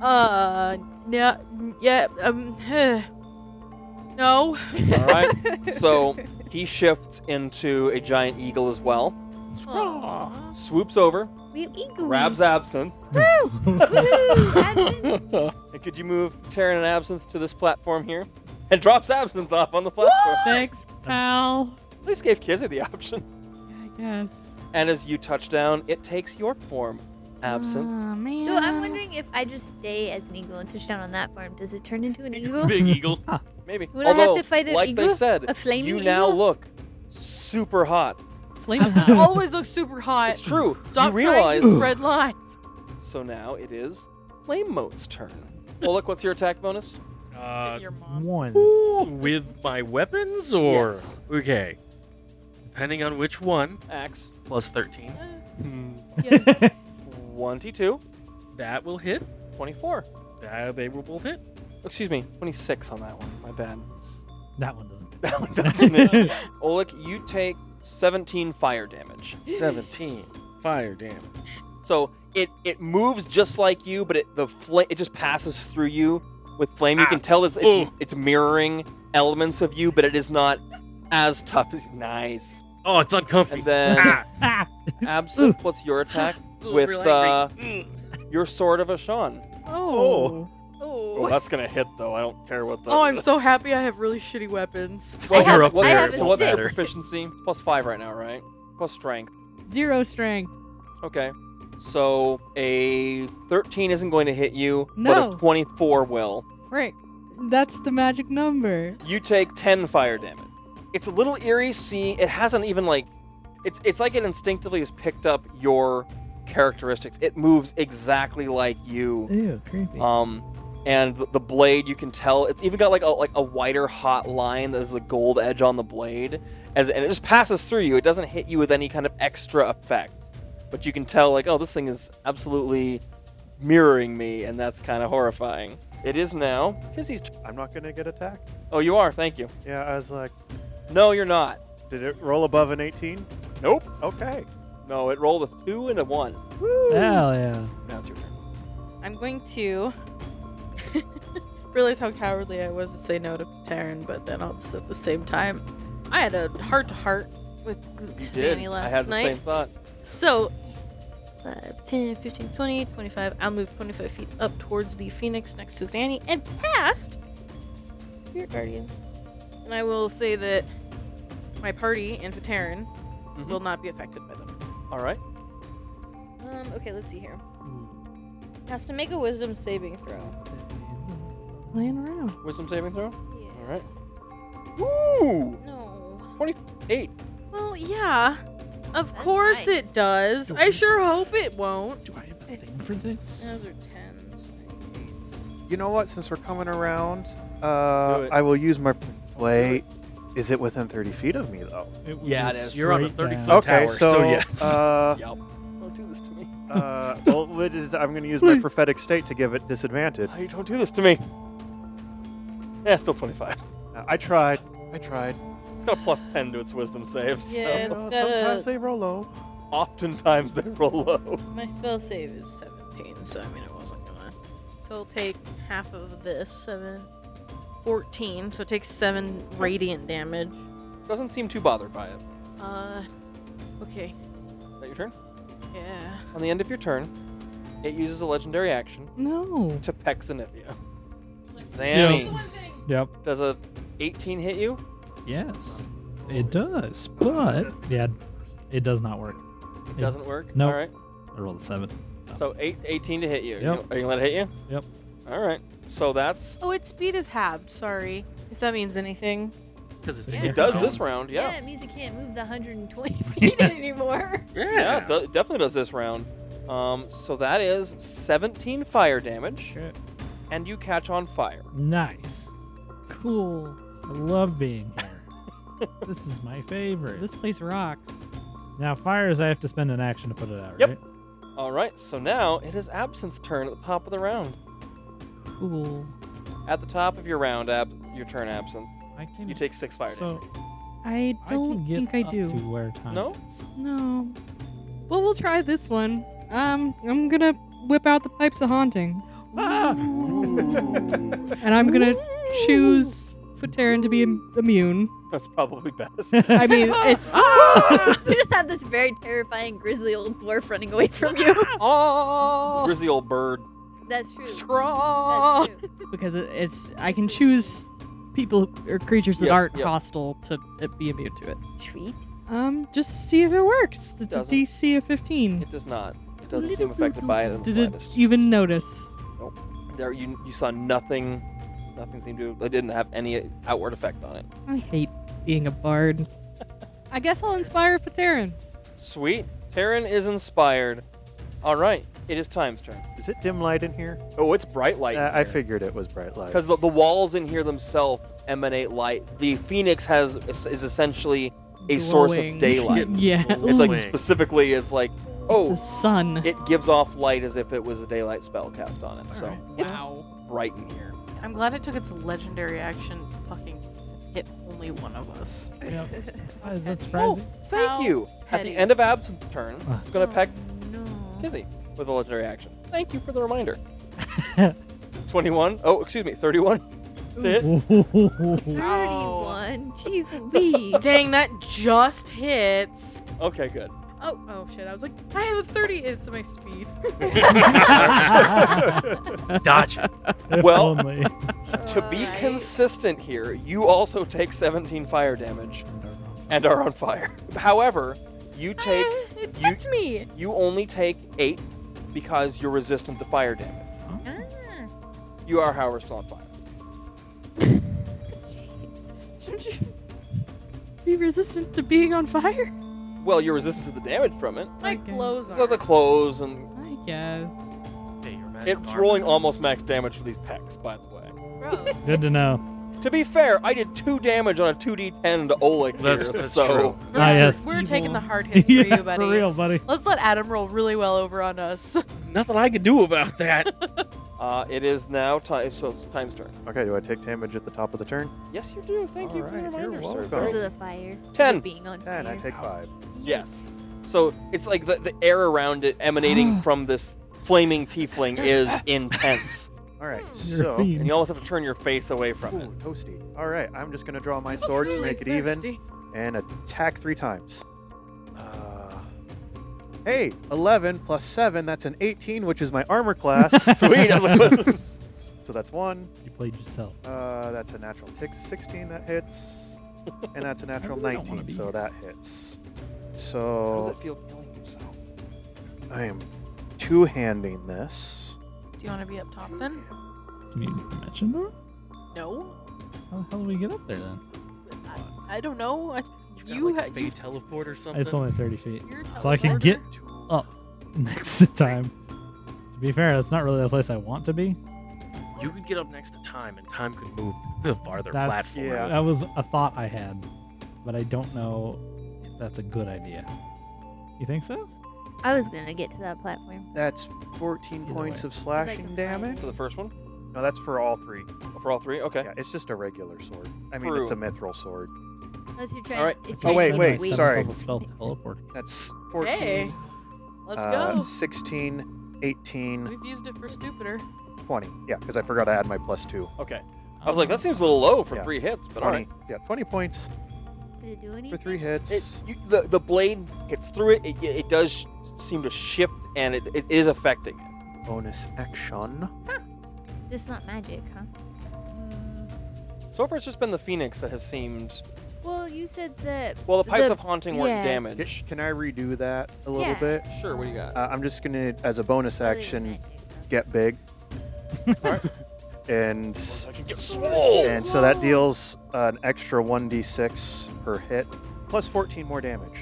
[SPEAKER 7] Uh, no, yeah, um,
[SPEAKER 1] All
[SPEAKER 7] no.
[SPEAKER 1] right. So he shifts into a giant eagle as well.
[SPEAKER 7] Aw.
[SPEAKER 1] Swoops over,
[SPEAKER 3] We eagle.
[SPEAKER 1] grabs Absinthe.
[SPEAKER 3] Woohoo! Absinthe.
[SPEAKER 1] And could you move Terran and Absinthe to this platform here? and drops Absinthe off on the platform.
[SPEAKER 6] Thanks, pal.
[SPEAKER 1] At least gave Kizzy the option.
[SPEAKER 6] I guess.
[SPEAKER 1] And as you touch down, it takes your form, Absinthe.
[SPEAKER 6] Aw, man.
[SPEAKER 3] So I'm wondering if I just stay as an eagle and touch down on that farm, does it turn into an eagle?
[SPEAKER 5] Big eagle.
[SPEAKER 1] Maybe.
[SPEAKER 3] Ah. Would I have
[SPEAKER 1] Although,
[SPEAKER 3] to fight an
[SPEAKER 1] like they
[SPEAKER 3] eagle?
[SPEAKER 1] said,
[SPEAKER 3] A flaming
[SPEAKER 1] you
[SPEAKER 3] eagle?
[SPEAKER 1] now look super hot.
[SPEAKER 6] Flame of
[SPEAKER 7] You
[SPEAKER 6] that.
[SPEAKER 7] always look super hot.
[SPEAKER 1] It's true.
[SPEAKER 7] Stop
[SPEAKER 1] you
[SPEAKER 7] trying
[SPEAKER 1] realize.
[SPEAKER 7] to spread lines.
[SPEAKER 1] So now it is Flame Mote's turn. well, look, what's your attack bonus?
[SPEAKER 5] Uh,
[SPEAKER 7] Your mom.
[SPEAKER 4] One.
[SPEAKER 5] with my weapons or
[SPEAKER 1] Yes.
[SPEAKER 5] okay, depending on which one.
[SPEAKER 1] Axe.
[SPEAKER 5] Plus thirteen.
[SPEAKER 7] Yeah.
[SPEAKER 1] 22,
[SPEAKER 5] That will hit.
[SPEAKER 1] 24.
[SPEAKER 5] That they will both hit.
[SPEAKER 1] Excuse me, 26 on that one. My bad.
[SPEAKER 4] that one doesn't.
[SPEAKER 1] That one doesn't hit. Olik, you take 17 fire damage.
[SPEAKER 5] Seventeen fire damage.
[SPEAKER 1] So it it moves just like you, but it the flame it just passes through you with flame. You
[SPEAKER 5] Ah.
[SPEAKER 1] can tell it's it's,
[SPEAKER 5] Ooh.
[SPEAKER 1] it's mirroring elements of you, but it is not as tough as nice.
[SPEAKER 5] Oh, it's uncomfy.
[SPEAKER 1] And then
[SPEAKER 5] ah,
[SPEAKER 4] Ah!
[SPEAKER 1] absent. What's your attack?
[SPEAKER 5] ooh,
[SPEAKER 1] With,
[SPEAKER 5] real
[SPEAKER 1] uh,
[SPEAKER 5] angry. Mm.
[SPEAKER 1] Your sword of Ashan.
[SPEAKER 6] Oh.
[SPEAKER 1] Oh,
[SPEAKER 7] Oh.
[SPEAKER 1] that's gonna hit though. I don't care what the.
[SPEAKER 7] oh, I'm so happy I have really shitty weapons.
[SPEAKER 1] Well,
[SPEAKER 3] I have-
[SPEAKER 5] you're up
[SPEAKER 3] I
[SPEAKER 5] there.
[SPEAKER 3] have a
[SPEAKER 1] so what's your
[SPEAKER 3] stick.
[SPEAKER 1] proficiency? Plus five right now, right? Plus strength.
[SPEAKER 6] Zero strength.
[SPEAKER 1] Okay. So a 13 isn't going to hit you, but
[SPEAKER 6] No.
[SPEAKER 1] a 24 will.
[SPEAKER 6] Frick. That's the magic number.
[SPEAKER 1] you take 10 fire damage. It's a little eerie seeing it hasn't even like it's it's like it instinctively has picked up your characteristics. It moves exactly like you.
[SPEAKER 4] Ew, creepy.
[SPEAKER 1] Um and th- the blade you can tell it's even got like a like a wider hot line that is the gold edge on the blade as and it just passes through you. It doesn't hit you with any kind of extra effect. But you can tell like oh this thing is absolutely mirroring me and that's kind of horrifying. It is now cuz he's
[SPEAKER 2] I'm not gonna get attacked.
[SPEAKER 1] Oh, you are. Thank you.
[SPEAKER 2] Yeah, I was like,
[SPEAKER 1] No, you're not.
[SPEAKER 2] did it roll above an 18?
[SPEAKER 1] Nope.
[SPEAKER 2] Okay.
[SPEAKER 1] No, it rolled a two and a one.
[SPEAKER 4] Hell yeah.
[SPEAKER 1] Now it's your turn.
[SPEAKER 7] I'm going to realize how cowardly I was to say no to Taryn, but then also at the same time, I had a heart to heart with Zanny last
[SPEAKER 1] I had
[SPEAKER 7] night.
[SPEAKER 1] the same thought.
[SPEAKER 7] So, 5, 10, 15, 20, 25. I'll move 25 feet up towards the phoenix next to Zanny and past Spirit Guardians. And I will say that my party and Fataran
[SPEAKER 1] Mm-hmm.
[SPEAKER 7] will not be affected by them.
[SPEAKER 1] All right.
[SPEAKER 7] Um, okay, let's see here. Has to make a wisdom saving throw.
[SPEAKER 6] Playing around.
[SPEAKER 1] Wisdom saving throw.
[SPEAKER 7] Yeah.
[SPEAKER 1] All right. Woo!
[SPEAKER 7] No.
[SPEAKER 1] Eight.
[SPEAKER 7] Well, yeah. Of
[SPEAKER 3] That's
[SPEAKER 7] course
[SPEAKER 3] nice.
[SPEAKER 7] it does. I sure hope it won't.
[SPEAKER 4] Do I have a thing for this?
[SPEAKER 7] Those are tens. eights.
[SPEAKER 2] You know what? Since we're coming around,
[SPEAKER 1] Do
[SPEAKER 2] uh,
[SPEAKER 1] it.
[SPEAKER 2] I will use my play. Is it within 30 feet of me though?
[SPEAKER 4] It was
[SPEAKER 1] Yeah, it
[SPEAKER 4] just
[SPEAKER 1] is.
[SPEAKER 5] You're on a
[SPEAKER 4] straight
[SPEAKER 5] 30
[SPEAKER 4] down.
[SPEAKER 5] The foot- tower, so yes.
[SPEAKER 2] Uh,
[SPEAKER 1] Yup. Don't do this to me.
[SPEAKER 2] uh, well, what is- I'm going to use my prophetic state to give it disadvantage.
[SPEAKER 1] Hey, don't do this to me. Yeah, still 25.
[SPEAKER 2] Uh, I tried. I tried.
[SPEAKER 1] It's got a plus 10 to its wisdom save. So
[SPEAKER 7] Yeah, it's
[SPEAKER 2] Uh,
[SPEAKER 7] got
[SPEAKER 2] sometimes
[SPEAKER 7] a-
[SPEAKER 2] they roll low.
[SPEAKER 1] oftentimes they roll low.
[SPEAKER 7] My spell save is 17, so I mean, I wasn't gonna. So I'll take half of this. 7. 14, so it takes 7 radiant damage.
[SPEAKER 1] Doesn't seem too bothered by it.
[SPEAKER 7] Uh. Okay.
[SPEAKER 1] Is that your turn?
[SPEAKER 7] Yeah.
[SPEAKER 1] On the end of your turn, it uses a legendary action
[SPEAKER 6] No.
[SPEAKER 1] to peck Zenithia. Zanny,
[SPEAKER 4] Yep.
[SPEAKER 1] does a 18 hit you?
[SPEAKER 4] Yes. It does. But, yeah, it does not work.
[SPEAKER 1] It doesn't work.
[SPEAKER 4] Nope.
[SPEAKER 1] All right.
[SPEAKER 4] I rolled a seven.
[SPEAKER 1] So eight, 18 to hit you. You
[SPEAKER 4] Yep.
[SPEAKER 1] gonna- Are you gonna let it hit you?
[SPEAKER 4] Yep.
[SPEAKER 1] All right. So that's
[SPEAKER 7] Oh, its speed is halved, sorry. If that means anything.
[SPEAKER 5] 'Cause it's a
[SPEAKER 3] It
[SPEAKER 1] it.
[SPEAKER 5] different
[SPEAKER 1] Does
[SPEAKER 5] zone.
[SPEAKER 1] this round? Yeah.
[SPEAKER 3] it means it can't move the 120 feet anymore.
[SPEAKER 1] Yeah. it do- definitely does this round. Um, so that is 17 fire damage,
[SPEAKER 4] Shit.
[SPEAKER 1] and you catch on fire.
[SPEAKER 4] Nice. Cool. I love being here. this is my favorite.
[SPEAKER 6] This place rocks.
[SPEAKER 4] Now, fires, I have to spend an action to put it out,
[SPEAKER 1] Yep.
[SPEAKER 4] right?
[SPEAKER 1] All right. So now it is Absinthe's turn at the top of the round.
[SPEAKER 6] Cool.
[SPEAKER 1] At the top of your round, Ab- your turn, Absinthe,
[SPEAKER 4] I can
[SPEAKER 1] you take six fire
[SPEAKER 4] so
[SPEAKER 6] I
[SPEAKER 4] I
[SPEAKER 6] don't
[SPEAKER 4] can get
[SPEAKER 6] think I
[SPEAKER 4] up
[SPEAKER 6] do.
[SPEAKER 4] to where time
[SPEAKER 1] No?
[SPEAKER 4] is.
[SPEAKER 6] No. Well, we'll try this one. Um, I'm gonna whip out the pipes of haunting,
[SPEAKER 4] Ah!
[SPEAKER 1] damage.
[SPEAKER 6] and I'm gonna choose Fatarin to be Im- immune.
[SPEAKER 1] That's probably best.
[SPEAKER 6] I mean, it's
[SPEAKER 3] you just have this very terrifying grizzly old dwarf running away from you.
[SPEAKER 1] oh, the old bird.
[SPEAKER 3] That's true.
[SPEAKER 1] Scrawl.
[SPEAKER 3] That's true.
[SPEAKER 6] because it, it's I can choose people or creatures that
[SPEAKER 1] Yep,
[SPEAKER 6] aren't
[SPEAKER 1] yep.
[SPEAKER 6] hostile to uh, be immune to it.
[SPEAKER 3] Treat.
[SPEAKER 6] Um, just see if it works. It's a
[SPEAKER 1] Doesn't.
[SPEAKER 6] DC of 15.
[SPEAKER 1] It does not. It doesn't seem affected by it in the
[SPEAKER 6] Did it
[SPEAKER 1] slightest.
[SPEAKER 6] even notice?
[SPEAKER 1] There, you, you saw nothing. Nothing seemed to. It didn't have any outward effect on it.
[SPEAKER 6] I hate being a bard. I guess I'll inspire Pateran.
[SPEAKER 1] Sweet. Terran is inspired. All right. It is time's turn.
[SPEAKER 2] Is it dim light in here?
[SPEAKER 1] Oh, it's bright light.
[SPEAKER 2] Uh, I figured it was bright light.
[SPEAKER 1] Because the, the walls in here themselves emanate light. The phoenix has is essentially a source of
[SPEAKER 6] Glowing.
[SPEAKER 1] daylight.
[SPEAKER 6] Yeah.
[SPEAKER 1] It's like
[SPEAKER 5] Glowing.
[SPEAKER 1] specifically, it's like, oh,
[SPEAKER 6] It's a sun.
[SPEAKER 1] it gives off light as if it was a daylight spell cast on it. So
[SPEAKER 5] Alright.
[SPEAKER 1] it's
[SPEAKER 6] wow.
[SPEAKER 1] bright in here.
[SPEAKER 7] I'm glad it took its legendary action to fucking hit only one of us.
[SPEAKER 4] Yep. Why is that surprising?
[SPEAKER 1] Thank
[SPEAKER 7] How
[SPEAKER 1] you. At
[SPEAKER 7] petty.
[SPEAKER 1] the end of Absinthe's turn,
[SPEAKER 4] Ah.
[SPEAKER 1] it's gonna peck
[SPEAKER 7] No.
[SPEAKER 1] Kizzy with a legendary action. Thank you for the reminder. 21. Oh, excuse me, 31. To hit.
[SPEAKER 7] Wow.
[SPEAKER 3] 31. Jeez Louise.
[SPEAKER 7] Dang, that just hits.
[SPEAKER 1] Okay, good.
[SPEAKER 7] Oh, oh shit! I was like, I have a 30. It's my speed.
[SPEAKER 5] Dodge.
[SPEAKER 4] If
[SPEAKER 1] Well-
[SPEAKER 4] only.
[SPEAKER 1] Uh, To be
[SPEAKER 7] Alright.
[SPEAKER 1] consistent here, you also take 17 fire damage and are on fire. However, you take
[SPEAKER 7] Eh, it
[SPEAKER 1] you-
[SPEAKER 7] hits me.
[SPEAKER 1] you only take 8 because you're resistant to fire damage.
[SPEAKER 7] Ah.
[SPEAKER 1] You are however still on fire.
[SPEAKER 6] Be resistant to being on fire?
[SPEAKER 1] Well, you're resistant to the damage from it.
[SPEAKER 7] My
[SPEAKER 6] Okay.
[SPEAKER 7] clothes
[SPEAKER 1] So
[SPEAKER 7] are.
[SPEAKER 1] the clothes and
[SPEAKER 6] I guess.
[SPEAKER 5] Hey, your magic
[SPEAKER 1] it's
[SPEAKER 5] armor.
[SPEAKER 1] rolling almost max damage for these packs, by the way.
[SPEAKER 7] Gross.
[SPEAKER 4] Good to know.
[SPEAKER 1] To be fair, I did two damage on a 2d10 to Oleg here,
[SPEAKER 5] That's, that's
[SPEAKER 1] so
[SPEAKER 5] true.
[SPEAKER 7] We're,
[SPEAKER 4] Ah, yes.
[SPEAKER 7] we're
[SPEAKER 6] Evil.
[SPEAKER 7] taking the hard hits for
[SPEAKER 4] Yeah,
[SPEAKER 7] you, buddy.
[SPEAKER 4] for real, buddy.
[SPEAKER 7] Let's let Adam roll really well over on us.
[SPEAKER 5] Nothing I can do about that.
[SPEAKER 1] uh, it is now time. So it's time's turn.
[SPEAKER 2] okay, do I take damage at the top of the turn?
[SPEAKER 1] Yes, you do. Thank you for the
[SPEAKER 2] Alright, you're
[SPEAKER 1] reminder, sir.
[SPEAKER 2] welcome.
[SPEAKER 1] Very-
[SPEAKER 3] Because of the fire.
[SPEAKER 1] Ten.
[SPEAKER 3] It Being on
[SPEAKER 2] Ten. I
[SPEAKER 3] fire.
[SPEAKER 2] take five.
[SPEAKER 1] Yes. So it's like the, the air around it emanating from this flaming tiefling is intense.
[SPEAKER 2] All right,
[SPEAKER 4] You're a
[SPEAKER 2] so.
[SPEAKER 4] fiend.
[SPEAKER 1] And you almost have to turn your face away from it.
[SPEAKER 2] Ooh, toasty. All right, I'm just gonna draw my sword to make it even and attack three times. Uh, hey, 11 plus seven. That's an 18, which is my armor class.
[SPEAKER 1] Sweet. I was like,
[SPEAKER 2] so that's one.
[SPEAKER 4] You played yourself.
[SPEAKER 2] Uh, that's a natural tick 16 that hits, and that's a natural
[SPEAKER 4] really don't wanna
[SPEAKER 2] 19,
[SPEAKER 4] be
[SPEAKER 2] so
[SPEAKER 4] here.
[SPEAKER 2] that hits.
[SPEAKER 1] How
[SPEAKER 2] So
[SPEAKER 1] does it feel killing yourself?
[SPEAKER 2] I am two-handing this.
[SPEAKER 7] Do you want to be up top then?
[SPEAKER 4] Can you mention her?
[SPEAKER 7] No.
[SPEAKER 4] How the hell do we get up there then?
[SPEAKER 7] I don't know. I,
[SPEAKER 5] You
[SPEAKER 7] you,
[SPEAKER 5] got, like,
[SPEAKER 7] ha-
[SPEAKER 5] a
[SPEAKER 7] you
[SPEAKER 5] fey teleport or something.
[SPEAKER 4] It's only 30 feet.
[SPEAKER 7] You're
[SPEAKER 4] So I can get
[SPEAKER 2] Two.
[SPEAKER 4] up next time. To be fair, that's not really the place I want to be.
[SPEAKER 5] You could get up next to time, and time could move the farther
[SPEAKER 4] That's-
[SPEAKER 5] platform.
[SPEAKER 2] Yeah.
[SPEAKER 4] That was a thought I had, but I don't know if that's a good idea. You think so?
[SPEAKER 3] I was gonna get to that platform.
[SPEAKER 2] That's 14
[SPEAKER 4] Either
[SPEAKER 2] points
[SPEAKER 4] way.
[SPEAKER 2] of slashing
[SPEAKER 3] fight.
[SPEAKER 2] damage.
[SPEAKER 1] For the first one?
[SPEAKER 2] No, that's for all three.
[SPEAKER 1] For all three? Okay.
[SPEAKER 2] Yeah, it's just a regular sword. I mean, it's a
[SPEAKER 1] True.
[SPEAKER 2] mithril sword.
[SPEAKER 3] Unless you're trying.
[SPEAKER 1] Alright.
[SPEAKER 3] if
[SPEAKER 4] Just
[SPEAKER 3] you're
[SPEAKER 2] Oh, wait,
[SPEAKER 3] trying
[SPEAKER 2] wait,
[SPEAKER 3] to
[SPEAKER 4] spend my
[SPEAKER 3] wait.
[SPEAKER 4] seventh
[SPEAKER 2] sorry.
[SPEAKER 4] level Spell teleport.
[SPEAKER 2] That's 14.
[SPEAKER 7] Hey, let's
[SPEAKER 2] uh,
[SPEAKER 7] go.
[SPEAKER 2] 16, 18,
[SPEAKER 7] We've used it for stupider.
[SPEAKER 2] 20. Yeah, because I forgot I had my plus two.
[SPEAKER 1] Okay. I was like, that seems a little low for
[SPEAKER 2] Yeah.
[SPEAKER 1] three hits, but
[SPEAKER 2] 20.
[SPEAKER 1] all right.
[SPEAKER 2] Yeah, 20 points
[SPEAKER 3] Did it do anything?
[SPEAKER 2] for three
[SPEAKER 1] It,
[SPEAKER 2] hits.
[SPEAKER 1] you, the, the blade hits through it. It, it does sh- seem to shift, and it, it is affecting it.
[SPEAKER 2] Bonus action.
[SPEAKER 3] Just not magic, huh?
[SPEAKER 7] Mm.
[SPEAKER 1] So far, it's just been the phoenix that has seemed.
[SPEAKER 3] Well, you said that.
[SPEAKER 1] Well, the pipes
[SPEAKER 3] The-
[SPEAKER 1] of haunting weren't
[SPEAKER 3] yeah.
[SPEAKER 2] Can,
[SPEAKER 1] damaged.
[SPEAKER 2] can I redo that a little
[SPEAKER 3] Yeah.
[SPEAKER 2] bit?
[SPEAKER 1] Sure. What do you got?
[SPEAKER 2] Uh, I'm just gonna, as a bonus
[SPEAKER 3] other than
[SPEAKER 2] action,
[SPEAKER 3] magic, so-
[SPEAKER 2] get big,
[SPEAKER 1] Alright.
[SPEAKER 2] and
[SPEAKER 1] I can get swole.
[SPEAKER 2] and so that deals an extra 1d6 per hit, plus 14 more damage.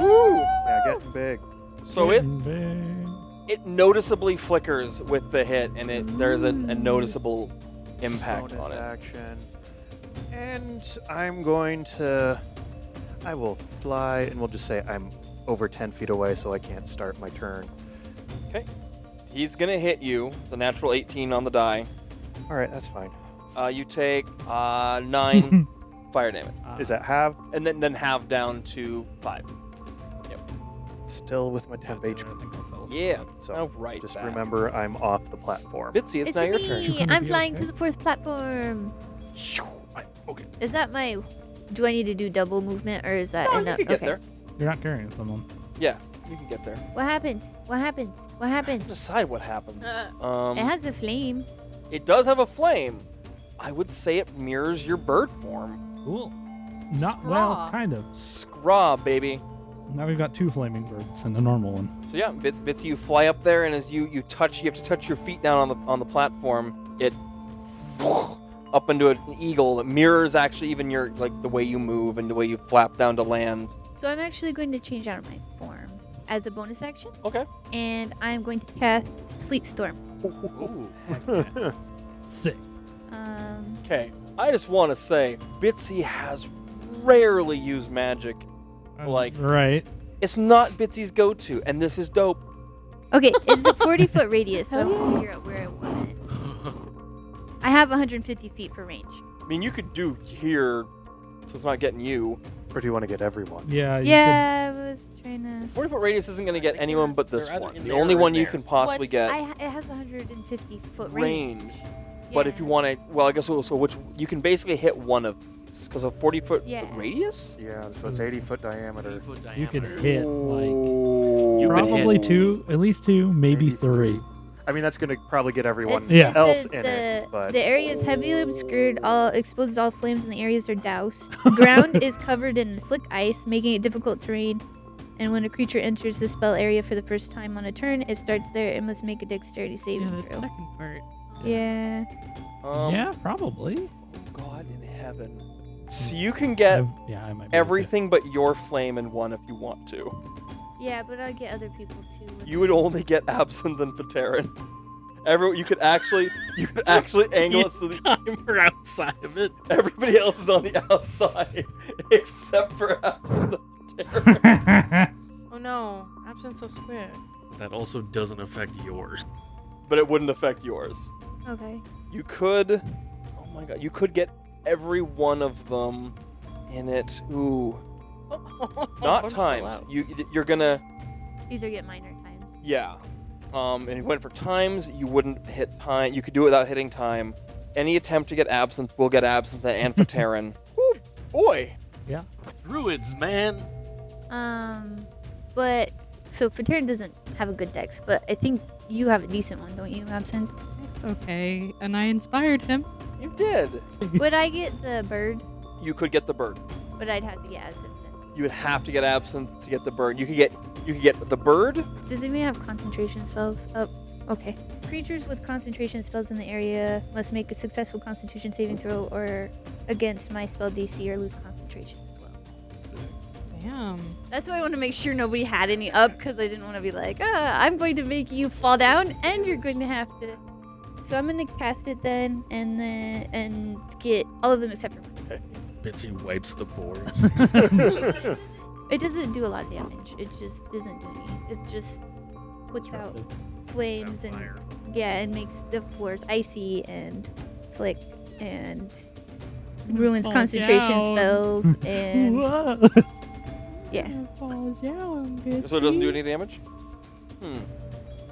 [SPEAKER 1] Woo!
[SPEAKER 2] Yeah, getting big.
[SPEAKER 1] So it
[SPEAKER 4] Getting big.
[SPEAKER 1] it noticeably flickers with the hit, and it there's a, a noticeable impact
[SPEAKER 2] bonus
[SPEAKER 1] on it.
[SPEAKER 2] action. And I'm going to. I will fly, and we'll just say I'm over 10 feet away, so I can't start my turn.
[SPEAKER 1] He's gonna hit you. It's a natural 18 on the die.
[SPEAKER 2] All right, that's fine.
[SPEAKER 1] Uh, you take uh, nine fire damage,
[SPEAKER 4] Ah,
[SPEAKER 2] Is that half?
[SPEAKER 1] and then then halve down to five.
[SPEAKER 2] Still with my 10
[SPEAKER 4] I think
[SPEAKER 2] HP.
[SPEAKER 4] I'll teleport.
[SPEAKER 1] Yeah.
[SPEAKER 2] So
[SPEAKER 1] All right.
[SPEAKER 2] just
[SPEAKER 1] that.
[SPEAKER 2] remember, I'm off the platform.
[SPEAKER 1] Bitsy, it's,
[SPEAKER 3] It's
[SPEAKER 1] now your
[SPEAKER 3] me.
[SPEAKER 1] turn.
[SPEAKER 4] You're gonna
[SPEAKER 3] I'm
[SPEAKER 4] be
[SPEAKER 3] flying
[SPEAKER 4] okay.
[SPEAKER 3] to the fourth platform.
[SPEAKER 1] I- Okay.
[SPEAKER 3] Is that my? Do I need to do double movement or is that
[SPEAKER 1] No, you
[SPEAKER 3] enough?
[SPEAKER 1] can get
[SPEAKER 3] okay.
[SPEAKER 1] there.
[SPEAKER 4] You're not carrying someone.
[SPEAKER 1] You can get there.
[SPEAKER 3] What happens? What happens? What happens?
[SPEAKER 1] Decide what happens.
[SPEAKER 7] Uh,
[SPEAKER 1] um,
[SPEAKER 3] it has a flame.
[SPEAKER 1] It does have a flame. I would say it mirrors your bird form.
[SPEAKER 4] Cool. Not well,
[SPEAKER 6] Straw.
[SPEAKER 4] kind of.
[SPEAKER 1] Scraw, baby.
[SPEAKER 4] Now we've got two flaming birds and a normal one.
[SPEAKER 1] So yeah, Bits, Bits, you fly up there, and as you you touch, you have to touch your feet down on the on the platform. It up into an eagle that mirrors actually even your like the way you move and the way you flap down to land.
[SPEAKER 3] So I'm actually going to change out of my form as a bonus action.
[SPEAKER 1] Okay.
[SPEAKER 3] And I'm going to cast Sleet Storm.
[SPEAKER 4] Sick.
[SPEAKER 3] Um,
[SPEAKER 1] Okay. I just want to say, Bitsy has rarely used magic. Like-
[SPEAKER 4] right.
[SPEAKER 1] It's not Bitsy's go-to, and this is dope.
[SPEAKER 3] okay, it's a 40 foot radius, so I
[SPEAKER 7] Hell
[SPEAKER 3] have to figure out where I want it. I have 150 feet per range.
[SPEAKER 1] I mean, you could do here, so it's not getting you.
[SPEAKER 2] Or do you want to get everyone?
[SPEAKER 4] Yeah. you
[SPEAKER 3] yeah, I was trying to.
[SPEAKER 1] 40 foot radius isn't going to get
[SPEAKER 5] They're
[SPEAKER 1] anyone
[SPEAKER 5] either-
[SPEAKER 1] but this
[SPEAKER 5] they're either
[SPEAKER 1] one.
[SPEAKER 5] in
[SPEAKER 1] The
[SPEAKER 5] there
[SPEAKER 1] only
[SPEAKER 5] or
[SPEAKER 1] one
[SPEAKER 5] in
[SPEAKER 1] you
[SPEAKER 5] there.
[SPEAKER 1] can possibly
[SPEAKER 7] What?
[SPEAKER 1] get.
[SPEAKER 3] I, ha- it has 150 foot range.
[SPEAKER 1] Range. But if you want to, well, I guess so. so Which you can basically hit one of these because a 40 foot
[SPEAKER 3] Yeah.
[SPEAKER 1] radius.
[SPEAKER 2] Yeah, so it's 80 foot diameter.
[SPEAKER 4] could- you could hit like
[SPEAKER 1] Ooh.
[SPEAKER 5] You could hit-
[SPEAKER 4] probably two, at least two, maybe
[SPEAKER 2] Maybe
[SPEAKER 4] three.
[SPEAKER 2] I mean, that's gonna probably get everyone.
[SPEAKER 3] It,
[SPEAKER 4] Yeah.
[SPEAKER 3] it
[SPEAKER 2] else
[SPEAKER 3] says
[SPEAKER 2] in it,
[SPEAKER 3] the,
[SPEAKER 2] but-
[SPEAKER 3] the area is heavily obscured, all exposed to all flames, and the areas are doused. Ground is covered in slick ice, making it difficult terrain. And when a creature enters the spell area for the first time on a turn, it starts there and must make a dexterity
[SPEAKER 6] Yeah,
[SPEAKER 3] saving
[SPEAKER 6] that
[SPEAKER 3] throw.
[SPEAKER 6] second part.
[SPEAKER 3] Yeah.
[SPEAKER 1] Um,
[SPEAKER 4] yeah, probably.
[SPEAKER 1] God in heaven. So you can get
[SPEAKER 4] Mm. I've- yeah, I might. be able to.
[SPEAKER 1] everything but your flame in one if you want to.
[SPEAKER 3] Yeah, but I'll get other people too. with
[SPEAKER 1] You
[SPEAKER 3] it.
[SPEAKER 1] would only get absinthe and Pateran. Every you could actually you could actually angle it so that
[SPEAKER 5] timer outside of it.
[SPEAKER 1] everybody else is on the outside except for absinthe and Pateran.
[SPEAKER 7] Oh no, absence so square.
[SPEAKER 5] That also doesn't affect yours.
[SPEAKER 1] but it wouldn't affect yours.
[SPEAKER 3] Okay.
[SPEAKER 1] You could. Oh my god. You could get every one of them in it. Ooh. Not times. You you're gonna
[SPEAKER 3] Either get minor times.
[SPEAKER 1] yeah. Um, and you went for times. You wouldn't hit time. You could do it without hitting time. Any attempt to get absinthe will get absinthe and for Terran. Ooh, boy.
[SPEAKER 5] Druids, man.
[SPEAKER 3] Um, but so Fateran doesn't have a good dex, but I think you have a decent one, don't you, Absinthe?
[SPEAKER 6] It's okay. And I inspired him.
[SPEAKER 1] You did.
[SPEAKER 3] would I get the bird?
[SPEAKER 1] You could get the bird.
[SPEAKER 3] But I'd have to get Absinthe. then.
[SPEAKER 1] You would have to get absinthe to get the bird. You could get you could get the bird.
[SPEAKER 3] Does anyone have concentration spells up? Okay. Creatures with concentration spells in the area must make a successful Constitution saving throw, or against my spell DC, or lose concentration as well.
[SPEAKER 6] Damn.
[SPEAKER 3] That's why I want to make sure nobody had any up because I didn't want to be like, ah, I'm going to make you fall down and you're going to have to. So I'm going to cast it then and then and get all of them except for one.
[SPEAKER 5] Bitsy wipes the board.
[SPEAKER 3] It doesn't do a lot of damage. It just doesn't do any. It just puts out flames and
[SPEAKER 5] Sapphire.
[SPEAKER 3] yeah, and makes the floors icy and slick and
[SPEAKER 6] Mm,
[SPEAKER 3] ruins
[SPEAKER 6] Fall
[SPEAKER 3] concentration
[SPEAKER 6] down.
[SPEAKER 3] spells and
[SPEAKER 4] Whoa.
[SPEAKER 3] yeah.
[SPEAKER 6] Falls down, bitch.
[SPEAKER 1] So it doesn't do any damage? Hmm.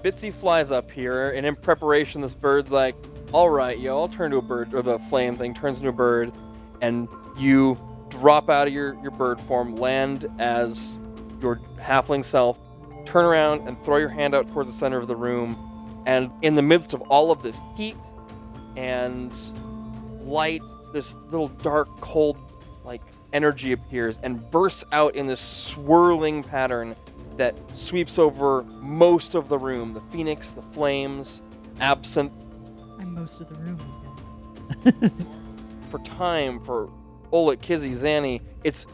[SPEAKER 1] Bitsy flies up here, and in preparation, this bird's like, alright, yo, I'll turn to a bird, or the flame thing turns into a bird, and you drop out of your, your bird form, land as your halfling self, turn around and throw your hand out towards the center of the room, and in the midst of all of this heat and light, this little dark, cold, like, energy appears and bursts out in this swirling pattern that sweeps over most of the room the phoenix, the flames, absinthe
[SPEAKER 6] I'm most of the room. okay.
[SPEAKER 1] for time, for Olet, Kizzy, Zanny. It's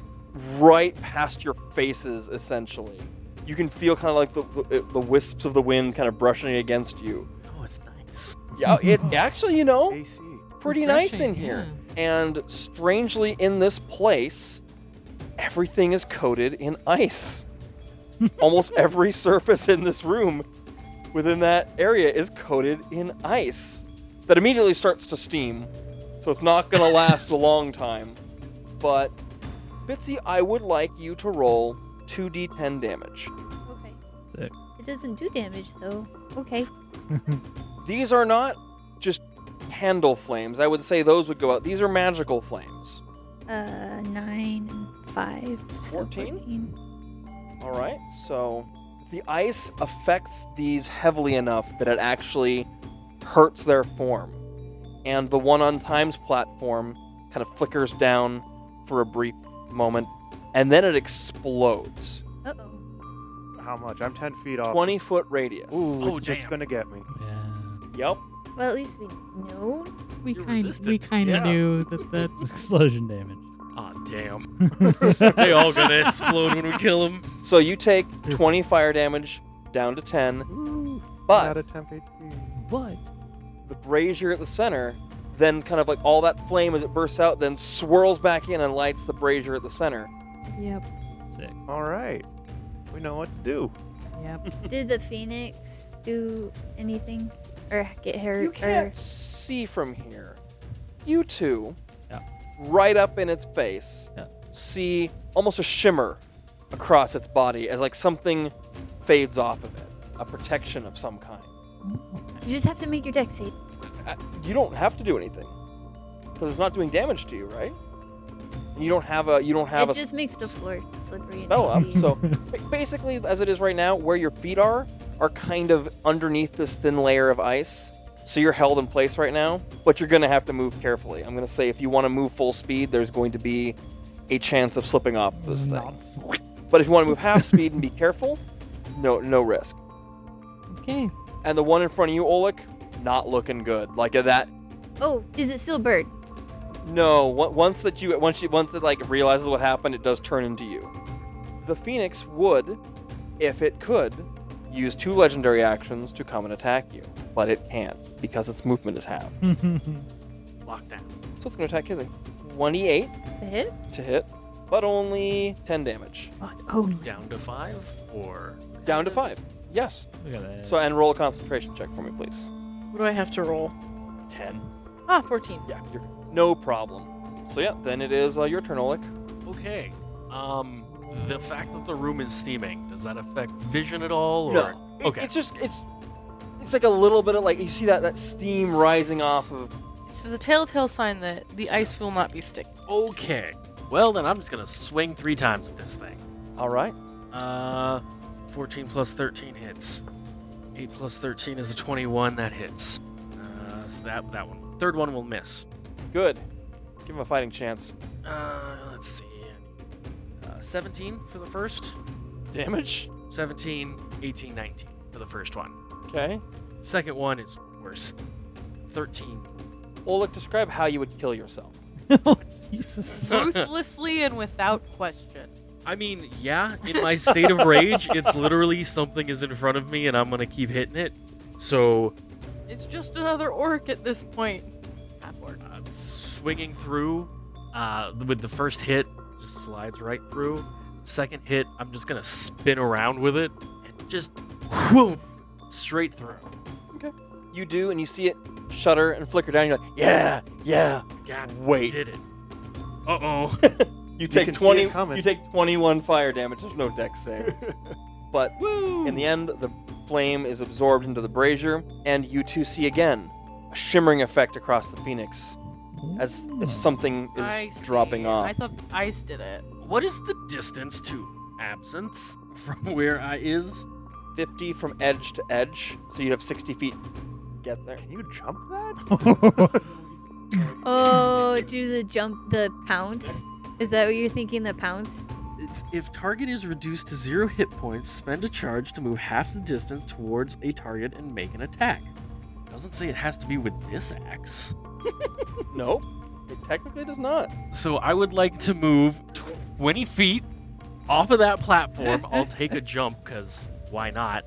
[SPEAKER 1] right past your faces, essentially. You can feel kind of like the, the, the wisps of the wind kind of brushing against you.
[SPEAKER 5] Oh, it's nice.
[SPEAKER 1] Yeah, it actually, you know,
[SPEAKER 2] AC.
[SPEAKER 1] pretty nice in
[SPEAKER 6] Refreshing,
[SPEAKER 1] here. And strangely, in this place, everything is coated in ice. Almost every surface in this room within that area is coated in ice that immediately starts to steam. So it's not going to last a long time. But, Bitsy, I would like you to roll 2d10 damage.
[SPEAKER 3] Okay.
[SPEAKER 4] Sick.
[SPEAKER 3] It doesn't do damage though. Okay.
[SPEAKER 1] These are not just candle flames. I would say those would go out. These are magical flames.
[SPEAKER 3] Uh, nine and five. so
[SPEAKER 1] 14? All right, so the ice affects these heavily enough that it actually hurts their form. and the one on time's platform kind of flickers down for a brief moment, and then it explodes.
[SPEAKER 3] Uh oh.
[SPEAKER 2] How much? I'm 10 feet off.
[SPEAKER 1] 20 foot radius.
[SPEAKER 2] Ooh,
[SPEAKER 5] Oh,
[SPEAKER 2] it's just
[SPEAKER 5] damn.
[SPEAKER 2] going to get me.
[SPEAKER 4] Yeah.
[SPEAKER 1] Yep.
[SPEAKER 3] Well, at least we know.
[SPEAKER 6] We
[SPEAKER 5] You're
[SPEAKER 6] kind we
[SPEAKER 5] resistant.
[SPEAKER 6] kind of
[SPEAKER 2] Yeah.
[SPEAKER 6] knew that that
[SPEAKER 4] Explosion damage.
[SPEAKER 5] Aw, damn. they all gonna explode when we kill them.
[SPEAKER 1] So you take 20 fire damage down to 10,
[SPEAKER 2] Ooh, out
[SPEAKER 1] but
[SPEAKER 2] of 10 HP.
[SPEAKER 4] What?
[SPEAKER 1] the brazier at the center then kind of like all that flame as it bursts out then swirls back in and lights the brazier at the center.
[SPEAKER 6] yep
[SPEAKER 4] Sick.
[SPEAKER 2] All right. We know what to do.
[SPEAKER 6] yep.
[SPEAKER 3] Did the phoenix do anything or get hurt?
[SPEAKER 1] You
[SPEAKER 3] or...
[SPEAKER 1] can't see from here. You two,
[SPEAKER 4] Yeah.
[SPEAKER 1] right up in its face,
[SPEAKER 4] Yeah.
[SPEAKER 1] see almost a shimmer across its body as like something fades off of it, a protection of some kind.
[SPEAKER 3] You just have to make your deck save.
[SPEAKER 1] Uh, You don't have to do anything because it's not doing damage to you, right? And you don't have a you don't have
[SPEAKER 3] it
[SPEAKER 1] a
[SPEAKER 3] just makes the floor slippery. and
[SPEAKER 1] spell up.
[SPEAKER 3] icy.
[SPEAKER 1] So ba- basically, as it is right now, where your feet are are kind of underneath this thin layer of ice. So you're held in place right now, but you're going to have to move carefully. I'm going to say if you want to move full speed, there's going to be a chance of slipping off this thing. But if you want to move half speed and be careful, no no risk.
[SPEAKER 6] okay
[SPEAKER 1] And the one in front of you, Oleg, not looking good. Like uh, that.
[SPEAKER 3] Oh, is it still bird?
[SPEAKER 1] No, on- once that you once you once it like realizes what happened, it does turn into you. The phoenix would, if it could, use two legendary actions to come and attack you, but it can't because its movement is half.
[SPEAKER 5] Lockdown.
[SPEAKER 1] So it's going to attack Kizzy. 28
[SPEAKER 7] hit?
[SPEAKER 1] to hit, but only 10 damage.
[SPEAKER 6] Oh,
[SPEAKER 5] Down to five or
[SPEAKER 1] Down to five. Yes.
[SPEAKER 4] Look at that.
[SPEAKER 1] So and roll a concentration check for me, please.
[SPEAKER 7] What do I have to roll?
[SPEAKER 1] 10.
[SPEAKER 7] Ah, 14.
[SPEAKER 1] Yeah, you're, no problem. So yeah, then it is uh, your turn, Oleg.
[SPEAKER 5] Okay. Um, the fact that the room is steaming does that affect vision at all? Or...
[SPEAKER 1] No. It-
[SPEAKER 5] Okay.
[SPEAKER 1] It's just it's it's like a little bit of like you see that that steam rising off of
[SPEAKER 7] It's the telltale sign that the ice will not be sticky.
[SPEAKER 5] Okay. Well, then I'm just gonna swing three times at this thing.
[SPEAKER 1] All right.
[SPEAKER 5] Uh, 14 plus 13 hits. 8 plus 13 is a 21. That hits. Uh, so that that one. Third one will miss.
[SPEAKER 1] Good. Give him a fighting chance.
[SPEAKER 5] Uh, let's see. Uh, 17 for the first.
[SPEAKER 1] Damage?
[SPEAKER 5] 17, 18, 19 for the first one.
[SPEAKER 1] Okay.
[SPEAKER 5] Second one is worse. 13.
[SPEAKER 1] Oleg, describe how you would kill yourself.
[SPEAKER 4] oh, Jesus.
[SPEAKER 7] Ruthlessly and without question.
[SPEAKER 5] I mean, yeah, in my state of rage, it's literally something is in front of me and I'm going to keep hitting it. So,
[SPEAKER 7] It's just another orc at this point. Half orc.
[SPEAKER 5] uh, swinging through uh, with the first hit, just slides right through. Second hit, I'm just going to spin around with it and just whoom, straight through.
[SPEAKER 1] You do, and you see it shudder and flicker down. You're like, yeah, yeah.
[SPEAKER 5] God,
[SPEAKER 1] Wait.
[SPEAKER 5] did it. Uh oh.
[SPEAKER 1] You
[SPEAKER 2] can see it coming.
[SPEAKER 1] You take 21 fire damage. There's no dex save. but
[SPEAKER 5] Woo!
[SPEAKER 1] in the end, the flame is absorbed into the brazier, and you two see again a shimmering effect across the phoenix as if something is
[SPEAKER 7] I
[SPEAKER 1] dropping
[SPEAKER 7] see.
[SPEAKER 1] off.
[SPEAKER 7] I thought ice did it.
[SPEAKER 5] What is the distance to absence from where I is?
[SPEAKER 1] 50 from edge to edge, so you'd have 60 feet. Get there.
[SPEAKER 2] Can you jump that?
[SPEAKER 3] Oh, do the jump, the pounce? Is that what you're thinking? The pounce?
[SPEAKER 5] It's if target is reduced to zero hit points, spend a charge to move half the distance towards a target and make an attack. Doesn't say it has to be with this axe.
[SPEAKER 1] No, it technically does not.
[SPEAKER 5] So I would like to move 20 feet off of that platform. I'll take a jump because why not?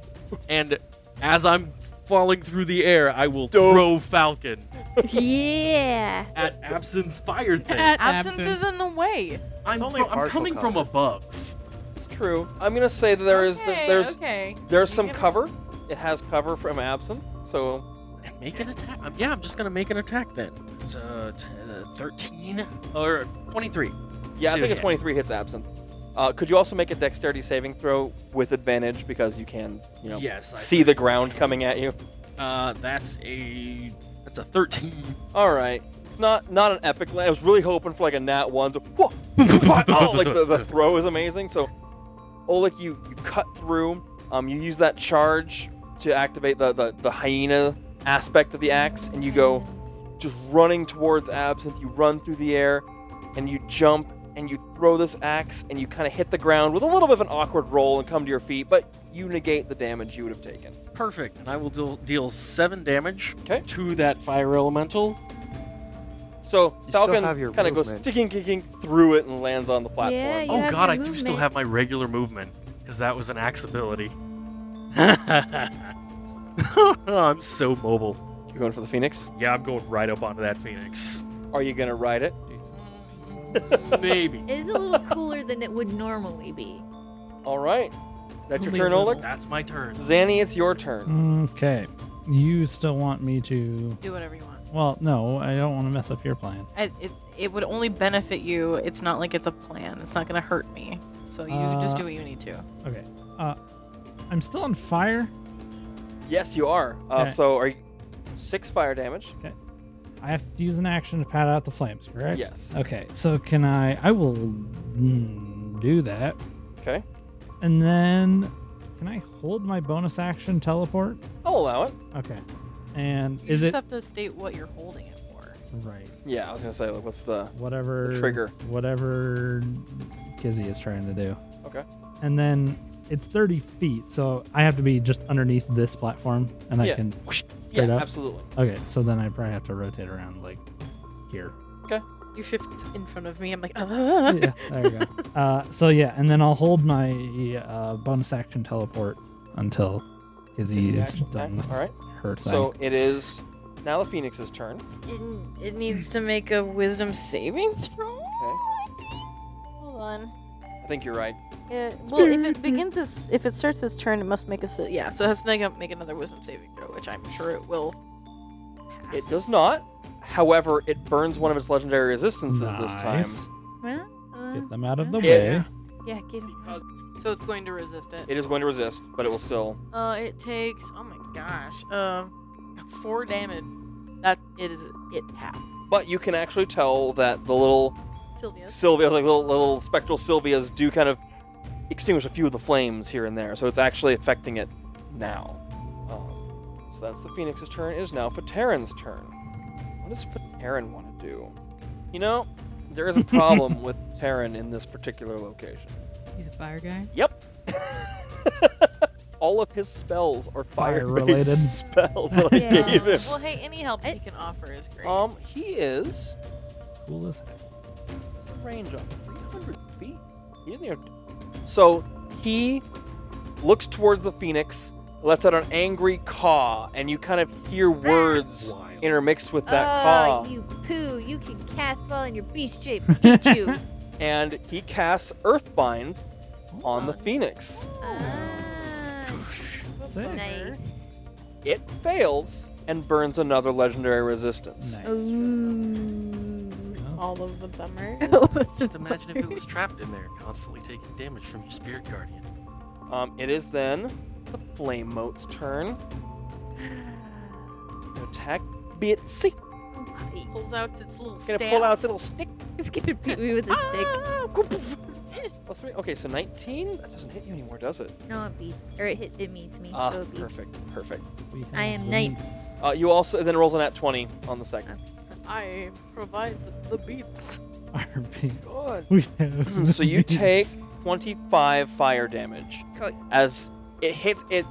[SPEAKER 5] And as I'm falling through the air, I will
[SPEAKER 1] Dope.
[SPEAKER 5] throw Falcon
[SPEAKER 3] yeah.
[SPEAKER 5] at Absint's fire thing.
[SPEAKER 7] Absinthe is in the way.
[SPEAKER 5] I'm,
[SPEAKER 2] only
[SPEAKER 5] fro- I'm
[SPEAKER 2] partial
[SPEAKER 5] coming from
[SPEAKER 2] cover.
[SPEAKER 5] above.
[SPEAKER 1] It's true. I'm gonna say that there is
[SPEAKER 7] okay,
[SPEAKER 1] there's
[SPEAKER 7] okay.
[SPEAKER 1] there's some
[SPEAKER 7] Make it-
[SPEAKER 1] cover. It has cover from absinthe, so
[SPEAKER 5] And make an attack. Um, yeah, I'm just gonna make an attack then. It's uh, t- uh, 13 or 23.
[SPEAKER 1] yeah, I
[SPEAKER 5] Two
[SPEAKER 1] think a
[SPEAKER 5] hit.
[SPEAKER 1] 23 hits absinthe. Uh, could you also make a dexterity saving throw with advantage because you can, you know,
[SPEAKER 5] Yes. I
[SPEAKER 1] see the ground coming at you?
[SPEAKER 5] Uh, that's a that's a 13.
[SPEAKER 1] All right, it's not not an epic. la- I was really hoping for like a nat one. So, whoa, oh, like the, the throw is amazing. So, Oleg, you you cut through. Um, you use that charge to activate the the, the hyena aspect of the axe, and you go just running towards Absinthe. You run through the air and you jump and you throw this axe and you kind of hit the ground with a little bit of an awkward roll and come to your feet, but you negate the damage you would have taken.
[SPEAKER 5] Perfect. And I will deal, deal seven damage
[SPEAKER 1] 'Kay.
[SPEAKER 5] to that fire elemental.
[SPEAKER 1] So
[SPEAKER 2] You still
[SPEAKER 1] Falcon
[SPEAKER 2] have your
[SPEAKER 1] kind of goes
[SPEAKER 2] movement.
[SPEAKER 1] ticking, kicking through it and lands on the platform.
[SPEAKER 3] Yeah, you-
[SPEAKER 5] oh
[SPEAKER 3] have
[SPEAKER 5] god, I
[SPEAKER 3] your
[SPEAKER 5] do still
[SPEAKER 3] movement.
[SPEAKER 5] have my regular movement because that was an axe ability. I'm so mobile.
[SPEAKER 1] You're going for the Phoenix.
[SPEAKER 5] Yeah, I'm going right up onto that phoenix.
[SPEAKER 1] Are you gonna ride it?
[SPEAKER 5] Maybe.
[SPEAKER 3] It is a little cooler than it would normally be.
[SPEAKER 1] All right. That's your
[SPEAKER 6] Only
[SPEAKER 1] turn,
[SPEAKER 6] a
[SPEAKER 1] Oleg.
[SPEAKER 6] little.
[SPEAKER 5] That's my turn.
[SPEAKER 1] Zanny, it's your
[SPEAKER 4] Mm.
[SPEAKER 1] turn.
[SPEAKER 4] Okay. You still want me to.
[SPEAKER 7] Do whatever you want.
[SPEAKER 4] Well, no, I don't want to mess up your plan.
[SPEAKER 7] I, it, it would only benefit you. It's not like it's a plan. It's not gonna hurt me. So you just
[SPEAKER 4] Uh,
[SPEAKER 7] do what you need to.
[SPEAKER 4] Okay. Uh, I'm still on fire.
[SPEAKER 1] Yes, you are. Uh,
[SPEAKER 4] Okay.
[SPEAKER 1] So are you six fire damage?
[SPEAKER 4] I have to use an action to pat out the flames, correct?
[SPEAKER 1] Yes.
[SPEAKER 4] Okay, so can I? I will mm, do that,
[SPEAKER 1] Okay.
[SPEAKER 4] and then can I hold my bonus action teleport?
[SPEAKER 1] I'll allow it.
[SPEAKER 4] Okay, and
[SPEAKER 7] You
[SPEAKER 4] is
[SPEAKER 7] just
[SPEAKER 4] it
[SPEAKER 7] have to state what you're holding it for.
[SPEAKER 4] right?
[SPEAKER 1] Yeah, I was gonna say, like, what's the?
[SPEAKER 4] Whatever
[SPEAKER 1] trigger.
[SPEAKER 4] whatever Kizzy is trying to do.
[SPEAKER 1] Okay.
[SPEAKER 4] and then it's thirty feet, so I have to be just underneath this platform, and I
[SPEAKER 1] Yeah.
[SPEAKER 4] can.
[SPEAKER 1] Yeah,
[SPEAKER 4] Straight up?
[SPEAKER 1] absolutely.
[SPEAKER 4] Okay, so then I probably have to rotate around like here.
[SPEAKER 7] You shift in front of me. I'm like,
[SPEAKER 4] yeah, there you go. Uh, so yeah, and then I'll hold my uh, bonus action teleport until Izzy
[SPEAKER 1] Fifty
[SPEAKER 4] is
[SPEAKER 1] action
[SPEAKER 4] done
[SPEAKER 1] attacks.
[SPEAKER 4] with
[SPEAKER 1] All right.
[SPEAKER 4] her thing.
[SPEAKER 1] So it is now the Phoenix's turn.
[SPEAKER 7] It, it needs to make a wisdom saving throw. Hold on.
[SPEAKER 1] I think you're right.
[SPEAKER 7] Yeah, well, if it begins its, if it starts its turn, it must make a sa- yeah. So it has to make, a- make another wisdom saving throw, which I'm sure it will.
[SPEAKER 1] It
[SPEAKER 7] pass.
[SPEAKER 1] does not. However, it burns one of its legendary resistances this time.
[SPEAKER 4] Nice.
[SPEAKER 3] Well, uh,
[SPEAKER 4] Get them out of the
[SPEAKER 3] uh,
[SPEAKER 4] way.
[SPEAKER 3] yeah, get him.
[SPEAKER 7] So it's going to resist it.
[SPEAKER 1] It is going to resist, but it will still.
[SPEAKER 7] Uh, it takes. Oh my gosh. Um, four damage. That it is it half.
[SPEAKER 1] But you can actually tell that the little
[SPEAKER 7] Sylvia.
[SPEAKER 1] Sylvia's, like little little spectral Sylvia's, do kind of extinguish a few of the flames here and there. So it's actually affecting it now. Um, so that's the Phoenix's turn. It is now Fataran's turn. What does Fataran want to do? You know, there is a problem with Terran in this particular location.
[SPEAKER 6] He's a fire guy.
[SPEAKER 1] All of his spells are fire
[SPEAKER 4] Fire-related.
[SPEAKER 1] spells that I
[SPEAKER 3] Yeah.
[SPEAKER 1] gave him.
[SPEAKER 7] Well, hey, any help
[SPEAKER 3] I-
[SPEAKER 7] you can offer is great.
[SPEAKER 1] Um, he is
[SPEAKER 4] Cool as heck.
[SPEAKER 1] It's a range of 300 feet. He doesn't even. So he looks towards the phoenix, lets out an angry caw, and you kind of hear words
[SPEAKER 5] Wild.
[SPEAKER 1] intermixed with that
[SPEAKER 3] Oh,
[SPEAKER 1] caw.
[SPEAKER 3] you poo! You can cast while in your beast shape. Get you.
[SPEAKER 1] And he casts Earthbind on the phoenix.
[SPEAKER 3] Ah,
[SPEAKER 4] Sick.
[SPEAKER 3] nice.
[SPEAKER 1] It fails and burns another legendary resistance.
[SPEAKER 4] Nice.
[SPEAKER 7] Ooh.
[SPEAKER 4] Oh.
[SPEAKER 7] All of the bummer.
[SPEAKER 5] Just imagine if it was trapped in there, constantly taking damage from your spirit guardian.
[SPEAKER 1] Um, it is then the flame mote's turn. Attack Bitsy.
[SPEAKER 7] Pulls out its little
[SPEAKER 1] Gonna
[SPEAKER 7] staff.
[SPEAKER 1] pull out its little stick.
[SPEAKER 3] It's gonna beat me with a stick.
[SPEAKER 1] Ah, whoop. Plus three. Okay, so 19? That doesn't hit you anymore, does it?
[SPEAKER 3] No, it beats. Or it hit. It meets me.
[SPEAKER 1] Ah,
[SPEAKER 3] so it beats.
[SPEAKER 1] perfect, perfect.
[SPEAKER 4] We
[SPEAKER 3] I
[SPEAKER 4] have
[SPEAKER 3] am knight.
[SPEAKER 4] blades.
[SPEAKER 1] Uh, you also it then rolls an at 20 on the second.
[SPEAKER 7] I provide the, the beats.
[SPEAKER 4] RP.
[SPEAKER 1] Good.
[SPEAKER 4] We have
[SPEAKER 1] so you
[SPEAKER 4] blades.
[SPEAKER 1] take 25 fire damage
[SPEAKER 3] Okay.
[SPEAKER 1] as it hits it.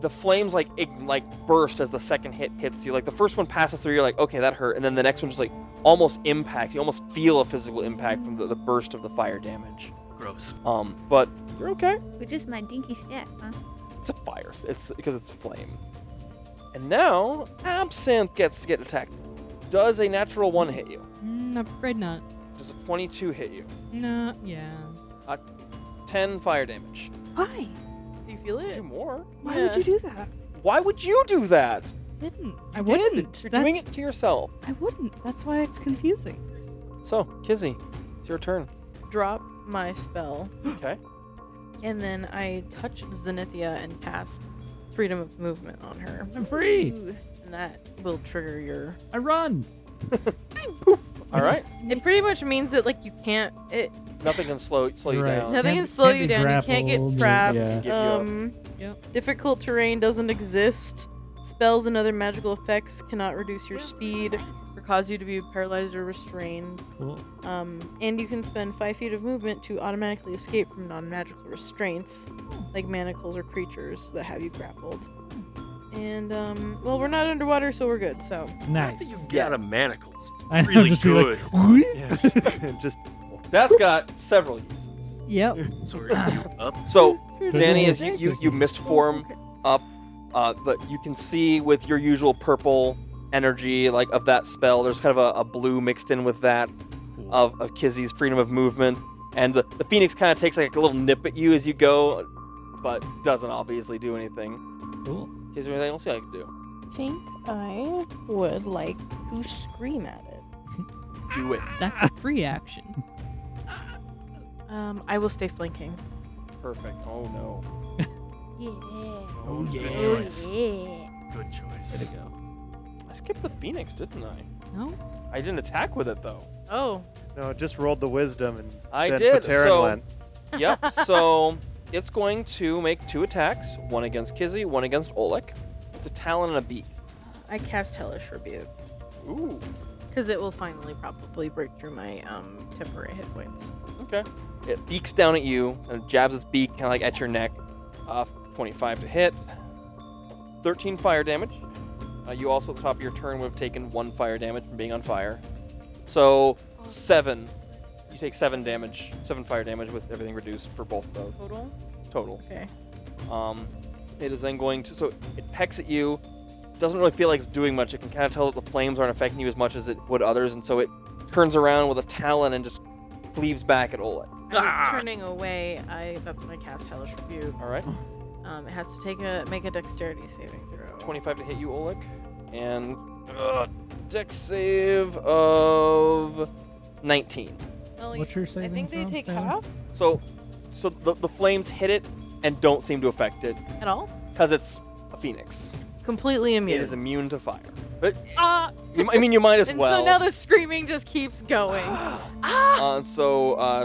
[SPEAKER 1] The flames like ign- like burst as the second hit hits you. Like the first one passes through, you're like, okay, that hurt, and then the next one just like almost impacts. You almost feel a physical impact from the, the burst of the fire damage.
[SPEAKER 5] Gross.
[SPEAKER 1] Um, but you're okay.
[SPEAKER 3] With just my dinky stack, huh?
[SPEAKER 1] It's a fire. It's because it's flame. And now Absinthe gets to get attacked. Does a natural one hit you?
[SPEAKER 6] Mm, I'm afraid not.
[SPEAKER 1] Does a 22 hit you?
[SPEAKER 6] No, yeah.
[SPEAKER 1] 10 fire damage.
[SPEAKER 3] Why?
[SPEAKER 7] Do you feel
[SPEAKER 1] Do
[SPEAKER 7] it?
[SPEAKER 1] more.
[SPEAKER 7] Why would you
[SPEAKER 6] do that?
[SPEAKER 1] Why would you do that?
[SPEAKER 6] Didn't. I
[SPEAKER 1] You didn't.
[SPEAKER 6] wouldn't.
[SPEAKER 1] You're
[SPEAKER 6] That's,
[SPEAKER 1] doing it to yourself.
[SPEAKER 6] I wouldn't. That's why it's confusing.
[SPEAKER 1] So, Kizzy, it's your turn.
[SPEAKER 7] Drop my spell,
[SPEAKER 1] Okay.
[SPEAKER 7] and then I touch Zenithia and cast freedom of movement on her,
[SPEAKER 4] I'm free.
[SPEAKER 3] Ooh.
[SPEAKER 7] and that will trigger your.
[SPEAKER 4] I run.
[SPEAKER 1] All right.
[SPEAKER 7] It pretty much means that like you can't. It
[SPEAKER 1] Nothing can slow slow you
[SPEAKER 4] Right.
[SPEAKER 1] down.
[SPEAKER 7] nothing
[SPEAKER 4] Uh, Can't-
[SPEAKER 7] can slow
[SPEAKER 4] can't
[SPEAKER 7] you
[SPEAKER 4] be
[SPEAKER 7] down. You can't
[SPEAKER 4] grappled,
[SPEAKER 7] get
[SPEAKER 4] or-
[SPEAKER 7] trapped.
[SPEAKER 4] yeah.
[SPEAKER 1] Give you up.
[SPEAKER 7] um,
[SPEAKER 6] Yep.
[SPEAKER 7] difficult terrain doesn't exist. Spells and other magical effects cannot reduce your speed. Your cause you to be paralyzed or restrained.
[SPEAKER 4] Cool.
[SPEAKER 7] Um, and you can spend five feet of movement to automatically escape from non magical restraints, like manacles or creatures that have you grappled. And, um, well, we're not underwater, so we're good, so.
[SPEAKER 4] Nice.
[SPEAKER 5] After you get out of manacles,
[SPEAKER 4] I
[SPEAKER 5] it's
[SPEAKER 4] know,
[SPEAKER 5] really
[SPEAKER 4] just be like,
[SPEAKER 5] good.
[SPEAKER 2] just
[SPEAKER 1] That's got several uses.
[SPEAKER 6] Yep.
[SPEAKER 5] so are you up?
[SPEAKER 1] So
[SPEAKER 4] Zanny,
[SPEAKER 1] Zanny, as you, you, you mist form up, uh, but you can see with your usual purple energy, like of that spell, there's kind of a, a blue mixed in with that of, of Kizzy's freedom of movement. And the, the Phoenix kind of takes like a little nip at you as you go, but doesn't obviously do anything.
[SPEAKER 4] Cool.
[SPEAKER 1] Kizzy, anything else I can do?
[SPEAKER 7] I think I would like to scream at it.
[SPEAKER 1] Do it.
[SPEAKER 6] That's a free action.
[SPEAKER 7] Um, I will stay flanking.
[SPEAKER 1] Perfect. Oh no.
[SPEAKER 3] Yeah.
[SPEAKER 1] Oh
[SPEAKER 5] Good
[SPEAKER 1] yeah.
[SPEAKER 5] choice. Good choice.
[SPEAKER 1] go. I skipped the Phoenix, didn't I?
[SPEAKER 6] No?
[SPEAKER 1] I didn't attack with it though.
[SPEAKER 7] Oh.
[SPEAKER 2] no, just rolled the wisdom and
[SPEAKER 1] I
[SPEAKER 2] then
[SPEAKER 1] did,
[SPEAKER 2] Patarin
[SPEAKER 1] so-
[SPEAKER 2] went.
[SPEAKER 1] Yep. So it's going to make two attacks: one against Kizzy, one against Oleg. It's a talon and a beak.
[SPEAKER 7] I cast Hellish Rebuke.
[SPEAKER 1] Ooh.
[SPEAKER 7] Because it will finally probably break through my um, temporary hit points.
[SPEAKER 1] Okay. It beaks down at you and jabs its beak kind of like at your neck. Uh, 25 to hit. 13 fire damage. Uh, you also, at the top of your turn, would have taken one fire damage from being on fire. So seven. You take seven damage, seven fire damage with everything reduced for both of those
[SPEAKER 7] Total?
[SPEAKER 1] total.
[SPEAKER 7] Okay.
[SPEAKER 1] Um, it is then going to. So it pecks at you. Doesn't really feel like it's doing much. It can kind of tell that the flames aren't affecting you as much as it would others, and so it turns around with a talon and just cleaves back at Oleg.
[SPEAKER 7] I was
[SPEAKER 5] Ah!
[SPEAKER 7] turning away. I That's when I cast Hellish Rebuke.
[SPEAKER 1] All right.
[SPEAKER 7] Um, it has to take a make a dexterity saving throw.
[SPEAKER 1] 25 to hit you, Oleg. And uh, deck save of 19.
[SPEAKER 7] Well,
[SPEAKER 4] What's your
[SPEAKER 7] I
[SPEAKER 4] saving
[SPEAKER 7] think they
[SPEAKER 4] throw,
[SPEAKER 7] take
[SPEAKER 4] Taylor?
[SPEAKER 7] half
[SPEAKER 1] So, so the, the flames hit it and don't seem to affect it
[SPEAKER 7] at all.
[SPEAKER 1] because it's a phoenix.
[SPEAKER 7] Completely immune.
[SPEAKER 1] It is immune to fire. But
[SPEAKER 7] Ah!
[SPEAKER 1] you, mi- I mean, you might as
[SPEAKER 7] and
[SPEAKER 1] well.
[SPEAKER 7] so now the screaming just keeps going. ah!
[SPEAKER 1] uh, so uh,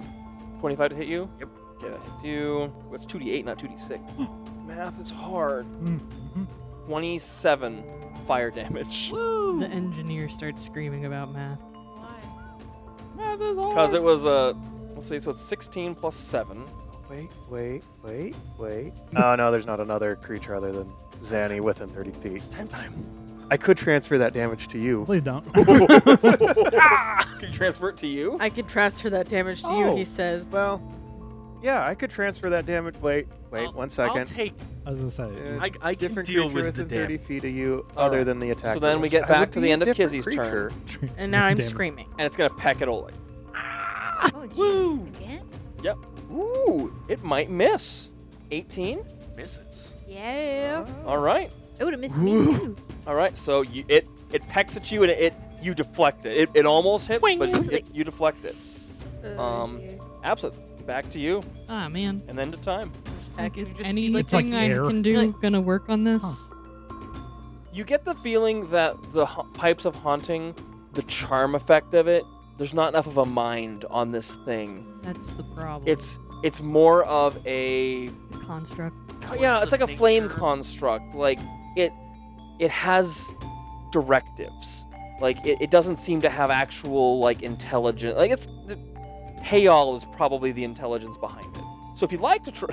[SPEAKER 1] 25 to hit you.
[SPEAKER 5] Yep.
[SPEAKER 1] Okay, that hits you. It's 2d8, not 2d6. Math is hard.
[SPEAKER 4] Mm, mhm.
[SPEAKER 1] 27 fire damage.
[SPEAKER 6] The engineer starts screaming about math.
[SPEAKER 1] Because it was a. Let's see, so it's 16 plus 7.
[SPEAKER 2] Wait, wait, wait, wait. Oh no, there's not another creature other than Zanny within 30 feet.
[SPEAKER 1] It's time time.
[SPEAKER 2] I could transfer that damage to you.
[SPEAKER 4] Please don't.
[SPEAKER 1] Can you transfer it to you?
[SPEAKER 7] I could transfer that damage to you,
[SPEAKER 2] Oh.
[SPEAKER 7] he says.
[SPEAKER 2] Well, yeah, I could transfer that damage. Wait, wait,
[SPEAKER 5] I'll-
[SPEAKER 2] one
[SPEAKER 5] I'll
[SPEAKER 2] second.
[SPEAKER 5] take.
[SPEAKER 4] I was gonna say.
[SPEAKER 2] Uh,
[SPEAKER 5] I, I can
[SPEAKER 2] different
[SPEAKER 5] deal
[SPEAKER 2] creature
[SPEAKER 5] with the
[SPEAKER 2] within
[SPEAKER 5] damage.
[SPEAKER 2] 30 feet of you,
[SPEAKER 1] All
[SPEAKER 2] other
[SPEAKER 1] right.
[SPEAKER 2] than the attack.
[SPEAKER 1] then we
[SPEAKER 2] damage.
[SPEAKER 1] get
[SPEAKER 2] I
[SPEAKER 1] back
[SPEAKER 2] would
[SPEAKER 1] to the
[SPEAKER 2] be a
[SPEAKER 1] end of
[SPEAKER 2] different
[SPEAKER 1] Kizzy's
[SPEAKER 2] creature.
[SPEAKER 7] And now I'm
[SPEAKER 4] Damn it.
[SPEAKER 7] screaming.
[SPEAKER 1] And it's gonna peck at Oleg.
[SPEAKER 3] Oh,
[SPEAKER 5] Woo.
[SPEAKER 3] jeez. Again?
[SPEAKER 1] Ooh, it might miss. 18.
[SPEAKER 5] Misses.
[SPEAKER 3] Yeah.
[SPEAKER 1] All right,
[SPEAKER 3] It would have missed me too.
[SPEAKER 1] all right. So you, it it pecks at you and it you deflect it. It, it almost hits, but
[SPEAKER 3] It's
[SPEAKER 1] it,
[SPEAKER 3] like-
[SPEAKER 1] you deflect it.
[SPEAKER 3] Oh,
[SPEAKER 1] Um,
[SPEAKER 3] dear.
[SPEAKER 1] Absolutely. Back to you,
[SPEAKER 6] Ah, man.
[SPEAKER 1] and then to time.
[SPEAKER 6] It's
[SPEAKER 7] Heck,
[SPEAKER 6] like,
[SPEAKER 7] you
[SPEAKER 6] is
[SPEAKER 7] just see,
[SPEAKER 6] anything
[SPEAKER 7] like,
[SPEAKER 4] the
[SPEAKER 6] I
[SPEAKER 4] air.
[SPEAKER 6] can do
[SPEAKER 7] Like-
[SPEAKER 6] gonna work on this?
[SPEAKER 1] You get the feeling that the ha- pipes of haunting, the charm effect of it. There's not enough of a mind on this thing.
[SPEAKER 6] That's the problem.
[SPEAKER 1] It's it's more of a
[SPEAKER 6] the construct.
[SPEAKER 1] Co- yeah,
[SPEAKER 5] Force
[SPEAKER 1] it's like a
[SPEAKER 5] of
[SPEAKER 1] flame
[SPEAKER 5] nature.
[SPEAKER 1] construct. Like it, it has directives. Like it, it doesn't seem to have actual like intelligent. Like it's, the, Hayal is probably the intelligence behind it. So if you'd like to try,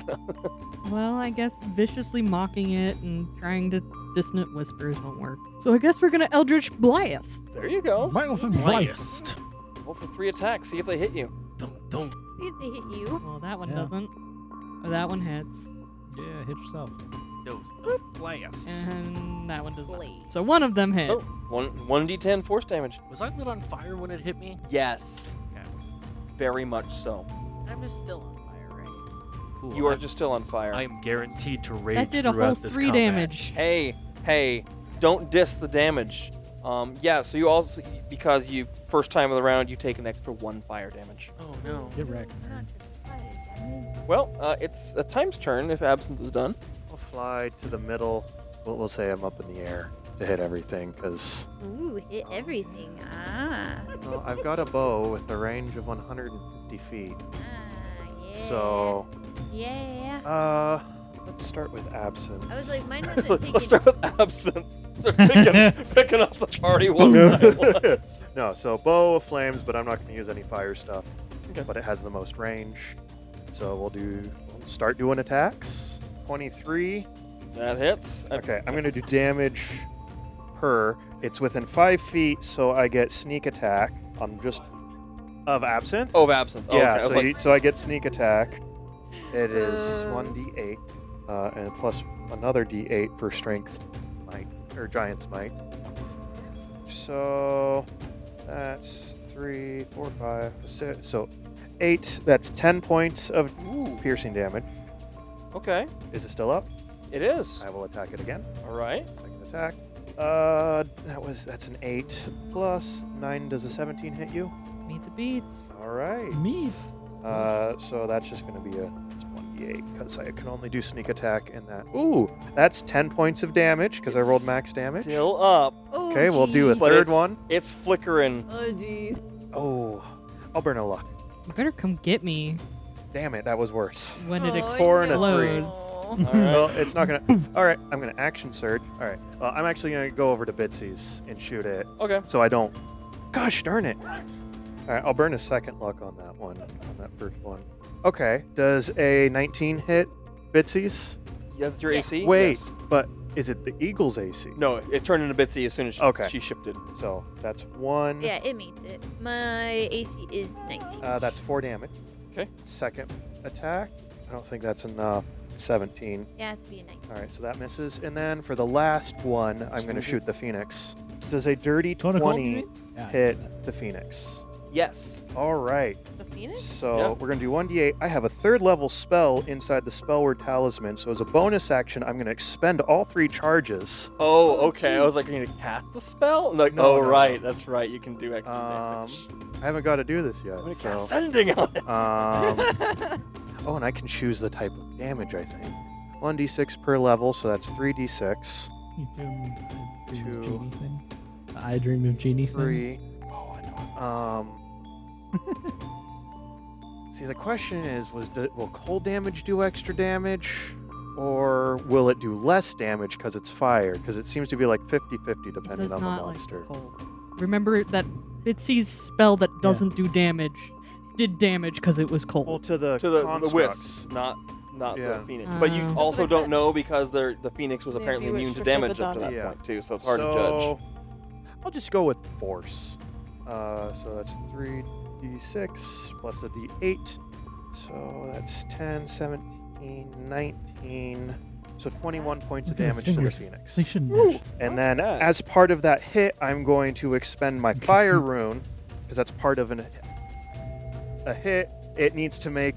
[SPEAKER 6] Well, I guess viciously mocking it and trying to dissonant whispers won't work. So I guess we're gonna Eldritch Blast.
[SPEAKER 1] there you go.
[SPEAKER 4] Michael from Life.
[SPEAKER 5] Highest.
[SPEAKER 1] Roll for three attacks. See if they hit you.
[SPEAKER 5] Don't, don't.
[SPEAKER 3] See if they hit you.
[SPEAKER 6] Well, that one
[SPEAKER 4] Yeah.
[SPEAKER 6] doesn't. Oh, that one hits,
[SPEAKER 4] Yeah, hit yourself.
[SPEAKER 5] Those. Blast.
[SPEAKER 6] and that one doesn't.
[SPEAKER 3] Blade.
[SPEAKER 6] So one of them hits.
[SPEAKER 1] So one one d10 force damage.
[SPEAKER 5] Was I lit on fire when it hit me?
[SPEAKER 1] Yes.
[SPEAKER 5] Okay.
[SPEAKER 1] Very much so.
[SPEAKER 7] I'm just still on fire, right?
[SPEAKER 5] Cool.
[SPEAKER 1] You are
[SPEAKER 5] I'm-
[SPEAKER 1] just still on fire.
[SPEAKER 5] I am guaranteed to rage
[SPEAKER 6] that did a whole
[SPEAKER 5] throughout this
[SPEAKER 6] three
[SPEAKER 5] combat.
[SPEAKER 6] damage.
[SPEAKER 1] hey, hey, don't diss the damage. Um, yeah, so you also because you first time of the round you take an extra one fire damage.
[SPEAKER 5] Oh no.
[SPEAKER 4] Get wrecked.
[SPEAKER 3] Not to fight, I mean,
[SPEAKER 1] Well, uh, it's a time's turn if absinthe is done.
[SPEAKER 2] I'll fly to the middle. We'll, we'll say I'm up in the air to hit everything because
[SPEAKER 3] Ooh, hit everything. Ah.
[SPEAKER 2] well, I've got a bow with a range of 150 feet.
[SPEAKER 3] Ah, yeah.
[SPEAKER 2] So,
[SPEAKER 3] Yeah.
[SPEAKER 2] uh, Let's start with absence.
[SPEAKER 3] I was like, mine
[SPEAKER 1] Let's
[SPEAKER 3] wasn't taken.
[SPEAKER 1] start with absent. Start picking, picking off the party
[SPEAKER 2] Oh,
[SPEAKER 1] one
[SPEAKER 4] Boom.
[SPEAKER 1] by one.
[SPEAKER 2] no, so bow of flames, but I'm not going to use any fire stuff.
[SPEAKER 1] Okay.
[SPEAKER 2] But it has the most range, so we'll do. We'll start doing attacks. Twenty-three.
[SPEAKER 1] That hits. I-
[SPEAKER 2] Okay, I'm going to do damage per. It's within five feet, so I get sneak attack. I'm just of absinthe.
[SPEAKER 1] Oh, of absinthe. Oh, okay.
[SPEAKER 2] yeah.
[SPEAKER 1] I
[SPEAKER 2] So,
[SPEAKER 1] was like,
[SPEAKER 2] you, so I get sneak attack. It is
[SPEAKER 7] Uh.
[SPEAKER 2] one d8, uh, and plus another d8 for strength, might or giant's might. So that's three, four, five, six. So eight. That's ten points of
[SPEAKER 1] ooh,
[SPEAKER 2] piercing damage.
[SPEAKER 1] okay.
[SPEAKER 2] Is it still up?
[SPEAKER 1] It is.
[SPEAKER 2] I will attack it again.
[SPEAKER 1] All right.
[SPEAKER 2] Second attack. Uh, that was that's an eight plus nine. Does a seventeen hit you?
[SPEAKER 6] Meets it beats.
[SPEAKER 2] All right.
[SPEAKER 4] Me.
[SPEAKER 2] Uh, so that's just going to be a 1d8 because I can only do sneak attack in that. Ooh, that's 10 points of damage because I rolled max damage.
[SPEAKER 1] Still up.
[SPEAKER 3] Oh,
[SPEAKER 2] Okay, we'll do a
[SPEAKER 3] geez.
[SPEAKER 1] But
[SPEAKER 2] third
[SPEAKER 1] it's-
[SPEAKER 2] one.
[SPEAKER 1] It's flickering.
[SPEAKER 7] Oh jeez.
[SPEAKER 2] Oh, I'll burn a luck.
[SPEAKER 6] You better come get me
[SPEAKER 2] Damn it, that was worse.
[SPEAKER 6] when it
[SPEAKER 7] Oh,
[SPEAKER 6] explodes.
[SPEAKER 2] Four and a three.
[SPEAKER 7] no.
[SPEAKER 1] All right.
[SPEAKER 2] Well, it's not going to. All right, I'm going to action surge. All right, well, I'm actually going to go over to Bitsy's and shoot it
[SPEAKER 1] Okay.
[SPEAKER 2] so I don't. Gosh darn it. All right, I'll burn a second luck on that one, on that first one. Okay, does a 19 hit Bitsy's?
[SPEAKER 1] Yeah, that's your
[SPEAKER 7] Yeah.
[SPEAKER 1] AC?
[SPEAKER 2] Wait,
[SPEAKER 1] Yes.
[SPEAKER 2] but is it the Eagles AC?
[SPEAKER 1] No, it turned into Bitsy as soon as she,
[SPEAKER 2] Okay.
[SPEAKER 1] she shifted.
[SPEAKER 2] So that's one.
[SPEAKER 3] Yeah, it meets it. My AC is 19.
[SPEAKER 2] Uh, that's four damage.
[SPEAKER 1] Okay.
[SPEAKER 2] Second attack. I don't think that's enough. 17.
[SPEAKER 3] it has to be a 19.
[SPEAKER 2] All right, so that misses. And then for the last one, I'm going to
[SPEAKER 1] Shoot it.
[SPEAKER 2] shoot the Phoenix. Does a dirty
[SPEAKER 4] Total gold,
[SPEAKER 2] 20
[SPEAKER 4] you Yeah.
[SPEAKER 2] hit the Phoenix?
[SPEAKER 1] Yes.
[SPEAKER 2] All right.
[SPEAKER 7] The phoenix?
[SPEAKER 2] So
[SPEAKER 1] Yeah.
[SPEAKER 2] we're going to do 1d8. I have a third level spell inside the spell word talisman. So as a bonus action, I'm going to expend all three charges.
[SPEAKER 1] Oh,
[SPEAKER 7] Oh,
[SPEAKER 1] okay. I
[SPEAKER 7] geez.
[SPEAKER 1] was like, I need to cast the spell? And like,
[SPEAKER 2] No,
[SPEAKER 1] oh,
[SPEAKER 2] no, no.
[SPEAKER 1] right. That's right. You can do extra
[SPEAKER 2] Um,
[SPEAKER 1] damage.
[SPEAKER 2] I haven't got to do this yet.
[SPEAKER 1] I'm going to
[SPEAKER 2] so.
[SPEAKER 1] cast Sending on it.
[SPEAKER 2] Um, oh, and I can choose the type of damage, I think. 1d6 per level, so that's 3d6.
[SPEAKER 4] You can- I dream of
[SPEAKER 2] Two.
[SPEAKER 4] Genie thing. The I dream of genie thing.
[SPEAKER 2] Three. Oh, I know. it. Um. see, the question is was do, will cold damage do extra damage? Or will it do less damage because it's fire? Because it seems to be like 50 50
[SPEAKER 6] It
[SPEAKER 2] depending
[SPEAKER 6] does
[SPEAKER 2] on the
[SPEAKER 6] not like
[SPEAKER 2] monster.
[SPEAKER 6] cold. Remember that Bitsy's spell that doesn't do damage did damage because it was
[SPEAKER 2] well,
[SPEAKER 6] cold.
[SPEAKER 2] to the,
[SPEAKER 1] to the, the
[SPEAKER 2] constructs.
[SPEAKER 1] wisps, not not
[SPEAKER 2] Yeah.
[SPEAKER 1] the phoenix. but you
[SPEAKER 6] Um.
[SPEAKER 1] also
[SPEAKER 7] Mm. That's what I
[SPEAKER 1] don't
[SPEAKER 7] said.
[SPEAKER 1] know because they're, the phoenix was
[SPEAKER 7] Maybe
[SPEAKER 1] apparently
[SPEAKER 7] we
[SPEAKER 1] immune to
[SPEAKER 7] should flip
[SPEAKER 1] damage
[SPEAKER 7] it
[SPEAKER 1] up to
[SPEAKER 7] on.
[SPEAKER 1] that
[SPEAKER 2] Yeah.
[SPEAKER 1] point too, so it's hard to
[SPEAKER 2] So, I'll just go with force. Uh, so that's 3d6 plus a d8. So that's 10, 17, 19. So 21 points of
[SPEAKER 4] Look at his
[SPEAKER 2] damage to the
[SPEAKER 4] fingers.
[SPEAKER 2] phoenix.
[SPEAKER 4] They shouldn't.
[SPEAKER 1] Woo!
[SPEAKER 4] have-
[SPEAKER 2] And then
[SPEAKER 1] Okay.
[SPEAKER 2] as part of that hit, I'm going to expend my fire rune because that's part of an a hit. It needs to make,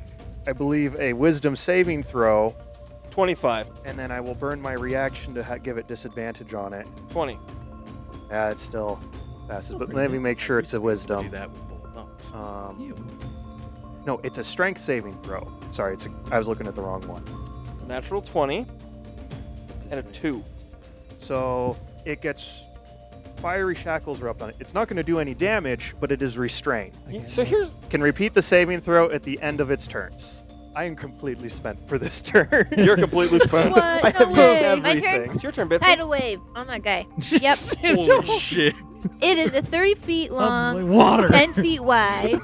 [SPEAKER 2] I believe, a wisdom saving throw,
[SPEAKER 1] judge. 25,
[SPEAKER 2] and then I will burn my reaction to ha- give it disadvantage on it.
[SPEAKER 1] 20.
[SPEAKER 2] Yeah, it still passes,
[SPEAKER 5] Still
[SPEAKER 2] but
[SPEAKER 5] pretty
[SPEAKER 2] let me
[SPEAKER 5] good.
[SPEAKER 2] make sure
[SPEAKER 5] I
[SPEAKER 2] it's a
[SPEAKER 5] used to be
[SPEAKER 2] wisdom.
[SPEAKER 5] able to Do that with both thumbs.
[SPEAKER 2] Um,
[SPEAKER 4] You.
[SPEAKER 2] no, it's a strength saving throw. Sorry, it's a, I was looking at the wrong one.
[SPEAKER 1] Natural 20 and a 2.
[SPEAKER 2] So it gets fiery shackles are up on it. It's not going to do any damage, but it is restrained.
[SPEAKER 4] Okay.
[SPEAKER 1] So here's
[SPEAKER 2] Can repeat the saving throw at the end of its turns. I am completely spent for this turn.
[SPEAKER 1] You're completely spent.
[SPEAKER 3] What?
[SPEAKER 2] I have
[SPEAKER 3] No
[SPEAKER 2] used
[SPEAKER 3] way. My turn?
[SPEAKER 2] everything.
[SPEAKER 1] it's your turn, Bitsy.
[SPEAKER 3] Tidal wave on that guy. Yep.
[SPEAKER 5] Holy shit.
[SPEAKER 3] it is a 30 feet
[SPEAKER 6] Uh,
[SPEAKER 3] long,
[SPEAKER 4] Oh, water.
[SPEAKER 3] 10 feet wide.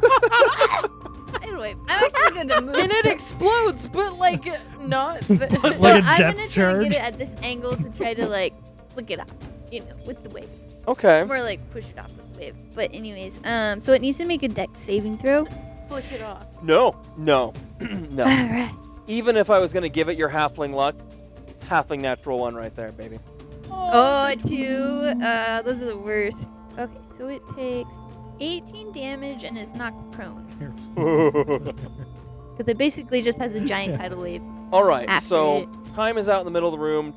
[SPEAKER 3] Tidal wave. I'm actually going to move.
[SPEAKER 7] and it explodes, but like not. The-
[SPEAKER 3] so
[SPEAKER 4] Like a
[SPEAKER 3] I'm gonna
[SPEAKER 4] depth
[SPEAKER 3] try to
[SPEAKER 4] charge?
[SPEAKER 3] get it at this angle to try to like flick it off, you know, with the wave.
[SPEAKER 1] Okay.
[SPEAKER 3] More like push it off with the wave. But anyways, um, so it needs to make a deck saving throw.
[SPEAKER 7] flick it off.
[SPEAKER 1] No, no,
[SPEAKER 3] All
[SPEAKER 1] no.
[SPEAKER 3] right.
[SPEAKER 1] Even if I was going to give it your halfling luck, halfling natural one right there, baby.
[SPEAKER 3] Oh, two. Uh, those are the worst. Okay, so it takes 18 damage and is knocked prone because it basically just has a giant
[SPEAKER 4] Yeah.
[SPEAKER 3] tidal wave.
[SPEAKER 1] All right,
[SPEAKER 3] After
[SPEAKER 1] so
[SPEAKER 3] it.
[SPEAKER 1] time is out in the middle of the room,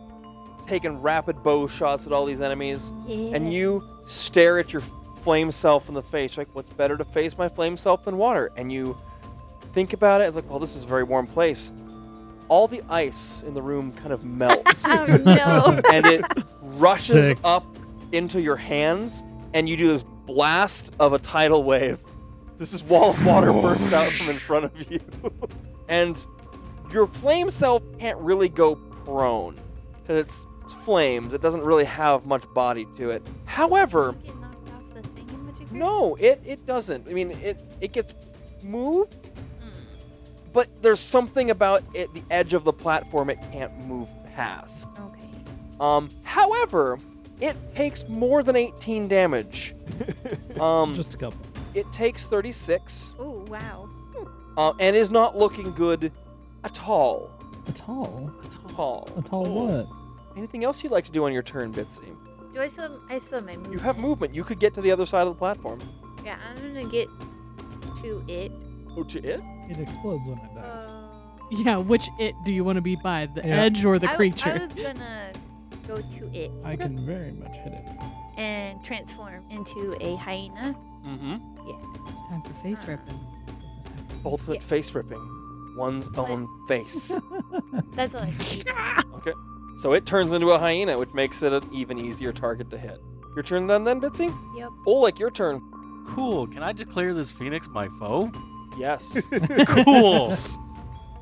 [SPEAKER 1] taking rapid bow shots at all these enemies,
[SPEAKER 3] Yeah.
[SPEAKER 1] and you stare at your f- flame self in the face. Like, what's better to face my flame self than water? And you think about it. It's like, well, this is a very warm place. All the ice in the room kind of melts.
[SPEAKER 3] Oh no.
[SPEAKER 1] and it rushes
[SPEAKER 4] Sick.
[SPEAKER 1] up into your hands, and you do this blast of a tidal wave. This is wall of water bursts out from in front of you, and Your flame self can't really go prone because it's, it's flames. It doesn't really have much body to it. However,
[SPEAKER 3] Get knocked off the thingamajigger?
[SPEAKER 1] no, it, it doesn't. I mean, it it gets moved,
[SPEAKER 3] Mm.
[SPEAKER 1] but there's something about it, the edge of the platform, it can't move past.
[SPEAKER 3] Okay.
[SPEAKER 1] Um, however, it takes more than 18 damage. um,
[SPEAKER 4] Just a couple.
[SPEAKER 1] it takes 36
[SPEAKER 3] Oh wow.
[SPEAKER 1] uh, and is not looking good at all.
[SPEAKER 4] A tall.
[SPEAKER 1] At all.
[SPEAKER 4] A tall what?
[SPEAKER 1] Anything else you'd like to do on your turn, Bitsy?
[SPEAKER 3] Do I still? I still have my movement.
[SPEAKER 1] You have movement. You could get to the other side of the platform.
[SPEAKER 3] Yeah, I'm gonna get to it.
[SPEAKER 1] Oh, to it?
[SPEAKER 4] It explodes when it dies.
[SPEAKER 3] Uh,
[SPEAKER 6] Yeah, which it do you want to be by? The
[SPEAKER 4] Yeah.
[SPEAKER 6] edge or the
[SPEAKER 3] I w-
[SPEAKER 6] creature?
[SPEAKER 3] I was gonna go to it
[SPEAKER 4] I can very much hit it.
[SPEAKER 3] and transform into a hyena.
[SPEAKER 1] Mm-hmm.
[SPEAKER 6] It's time for face
[SPEAKER 3] Uh.
[SPEAKER 6] ripping.
[SPEAKER 1] Ultimate face ripping. One's
[SPEAKER 3] What?
[SPEAKER 1] own face.
[SPEAKER 3] That's all I can do.
[SPEAKER 1] okay. So it turns into a hyena, which makes it an even easier target to hit. Your turn then, then, Bitsy?
[SPEAKER 3] Yep.
[SPEAKER 1] Oleg, your turn.
[SPEAKER 5] Cool. Can I declare this phoenix my foe?
[SPEAKER 1] Yes.
[SPEAKER 5] Cool.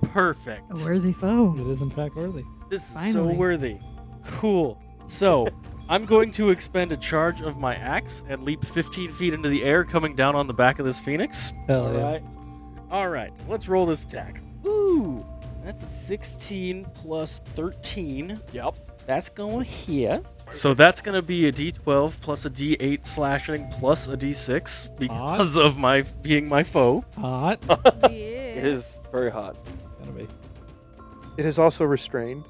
[SPEAKER 5] Perfect.
[SPEAKER 6] A worthy foe.
[SPEAKER 4] It is in fact worthy.
[SPEAKER 5] This is
[SPEAKER 6] Finally.
[SPEAKER 5] so worthy. Cool. So, I'm going to expend a charge of my axe and leap 15 feet into the air, coming down on the back of this phoenix.
[SPEAKER 4] Hell
[SPEAKER 5] All
[SPEAKER 4] yeah.
[SPEAKER 5] right. All right. Let's roll this attack. Ooh. That's a 16 plus 13.
[SPEAKER 1] yep.
[SPEAKER 5] That's going here. So that's going to be a d12 plus a d8 slashing plus a d6 because of my being my foe.
[SPEAKER 4] Hot.
[SPEAKER 1] It is very hot.
[SPEAKER 4] Gotta be.
[SPEAKER 2] It is also restrained.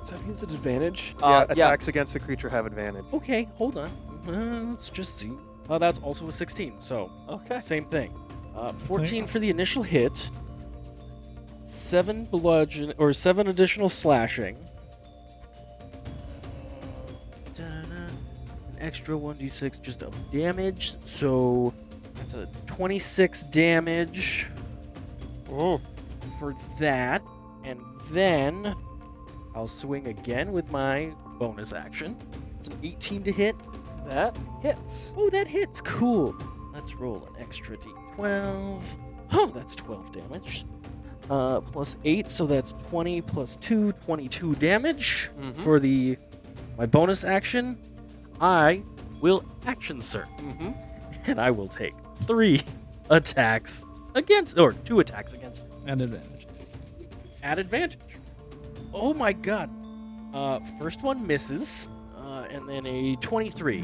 [SPEAKER 1] Does that mean it's an advantage?
[SPEAKER 2] yeah,
[SPEAKER 1] Uh, yeah.
[SPEAKER 2] attacks against the creature have advantage.
[SPEAKER 5] Okay, hold on. Uh, let's just see. Uh, that's also a 16, so
[SPEAKER 1] Okay.
[SPEAKER 5] same thing. Uh, 14 for the initial hit. Seven bludgeon or seven additional slashing. An extra 1d6 just of damage, so that's a 26 damage
[SPEAKER 1] Oh.
[SPEAKER 5] for that, and then I'll swing again with my bonus action. It's an 18 to hit.
[SPEAKER 1] That hits.
[SPEAKER 5] Oh, that hits. Cool. Let's roll an extra d12. Oh, that's 12 damage. Uh, plus 8, so that's 20 plus 2, 22 damage
[SPEAKER 1] Mm-hmm.
[SPEAKER 5] for the my bonus action. I will action search,
[SPEAKER 1] Mm-hmm.
[SPEAKER 5] and I will take 3 attacks against or 2 attacks against
[SPEAKER 4] And advantage.
[SPEAKER 5] at advantage. Oh my god. Uh, first one misses, uh, and then a 23.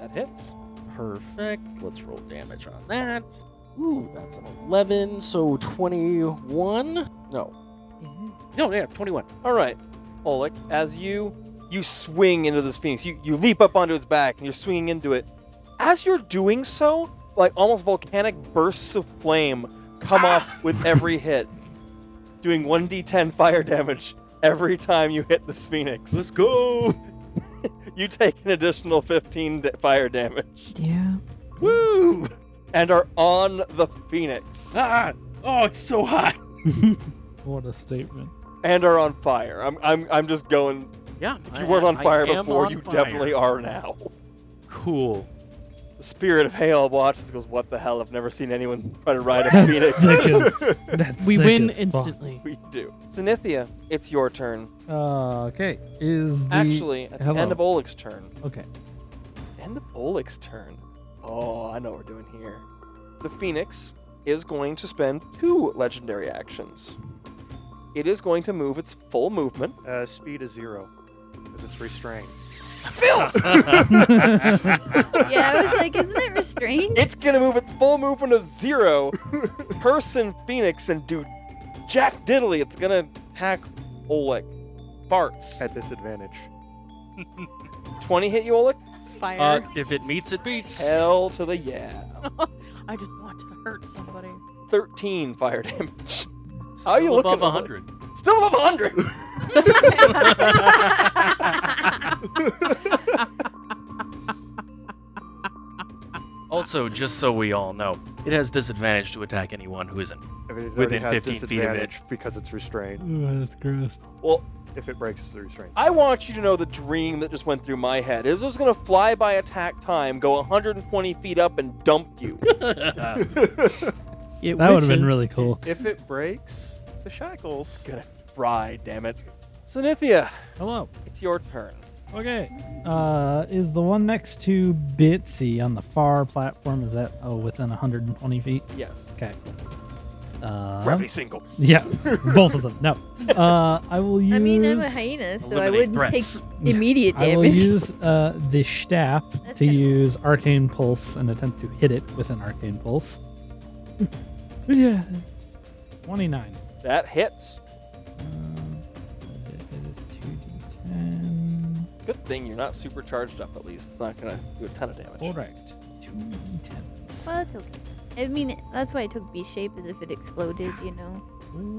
[SPEAKER 1] That hits.
[SPEAKER 5] Perfect. Let's roll damage on that. Ooh, that's an 11, so 21. No. No, yeah, 21.
[SPEAKER 1] All right, Oleg, as you you swing into this phoenix, you, you leap up onto its back and you're swinging into it. As you're doing so, like almost volcanic bursts of flame come off with every hit, doing 1d10 fire damage every time you hit this phoenix.
[SPEAKER 5] go.
[SPEAKER 1] You take an additional 15 da- fire damage
[SPEAKER 6] Yeah.
[SPEAKER 5] Woo!
[SPEAKER 1] and are on the phoenix
[SPEAKER 5] Ah! Oh, it's so hot.
[SPEAKER 4] What a statement.
[SPEAKER 1] and are on fire. I'm, I'm, I'm just going.
[SPEAKER 5] Yeah.
[SPEAKER 1] If you weren't on fire before, you definitely are now.
[SPEAKER 5] Cool.
[SPEAKER 1] The spirit of Hail watches goes, What the hell? I've never seen anyone try to ride a phoenix.
[SPEAKER 4] Sick as- that's
[SPEAKER 6] We
[SPEAKER 4] sick
[SPEAKER 6] win
[SPEAKER 4] as fuck.
[SPEAKER 6] instantly.
[SPEAKER 1] we do. Zenithia, it's your turn.
[SPEAKER 4] Uh, okay. Is the
[SPEAKER 1] Actually, at the
[SPEAKER 4] hello.
[SPEAKER 1] end of Oleg's turn.
[SPEAKER 4] okay?
[SPEAKER 1] End of Oleg's turn. Oh, I know what we're doing here. The phoenix is going to spend two legendary actions. It is going to move its full movement.
[SPEAKER 2] Uh, speed is zero because it's restrained.
[SPEAKER 3] yeah, I was like, isn't it restrained?
[SPEAKER 1] It's going to move its full movement of zero, person phoenix, and do jack diddly. It's going to attack Oleg. Farts.
[SPEAKER 2] At disadvantage.
[SPEAKER 1] 20 hit you, Oleg?
[SPEAKER 7] Fire.
[SPEAKER 5] Uh, if it meets, it beats.
[SPEAKER 1] Hell to the yeah.
[SPEAKER 7] I just want to hurt somebody.
[SPEAKER 1] 13 fire damage.
[SPEAKER 5] Still
[SPEAKER 1] How are you looking
[SPEAKER 5] above
[SPEAKER 1] on it?
[SPEAKER 5] 100?
[SPEAKER 1] Still above 100!
[SPEAKER 5] Also, just so we all know, it has disadvantage to attack anyone who isn't.
[SPEAKER 2] If it already
[SPEAKER 5] Within
[SPEAKER 2] has
[SPEAKER 5] 15 feet of it.
[SPEAKER 2] disadvantage because it's restrained.
[SPEAKER 4] Ooh, that's gross.
[SPEAKER 1] well,
[SPEAKER 2] If it breaks the restraint.
[SPEAKER 1] I want you to know the dream that just went through my head. Is just gonna fly by attack time, go 120 feet up, and dump you.
[SPEAKER 6] It
[SPEAKER 4] That would have been
[SPEAKER 6] wishes.
[SPEAKER 4] really cool.
[SPEAKER 2] if it breaks, the shackles.
[SPEAKER 1] Good. Fry, damn it. Synithia,
[SPEAKER 4] Hello.
[SPEAKER 1] it's your turn.
[SPEAKER 4] Okay. Uh, is the one next to Bitsy on the far platform? Is that oh within 120 feet?
[SPEAKER 1] Yes.
[SPEAKER 4] Okay. Uh,
[SPEAKER 1] For every single.
[SPEAKER 4] Yeah, both of them. No. Uh, I will use.
[SPEAKER 3] I mean, I'm a hyena, so I
[SPEAKER 5] Eliminate
[SPEAKER 3] wouldn't
[SPEAKER 5] threats.
[SPEAKER 3] take immediate
[SPEAKER 4] I will
[SPEAKER 3] damage.
[SPEAKER 4] use uh, the staff
[SPEAKER 3] That's
[SPEAKER 4] to
[SPEAKER 3] kinda cool.
[SPEAKER 4] use arcane pulse and attempt to hit it with an arcane pulse. yeah, twenty-nine. Uh,
[SPEAKER 1] That hits.
[SPEAKER 4] Um, is it- it is 2d10.
[SPEAKER 1] Good thing you're not super charged up, at least. It's not going to do a ton of damage.
[SPEAKER 4] Correct. Two d10s.
[SPEAKER 3] Well, that's okay. I mean, that's why I took B shape, is if it exploded, you know.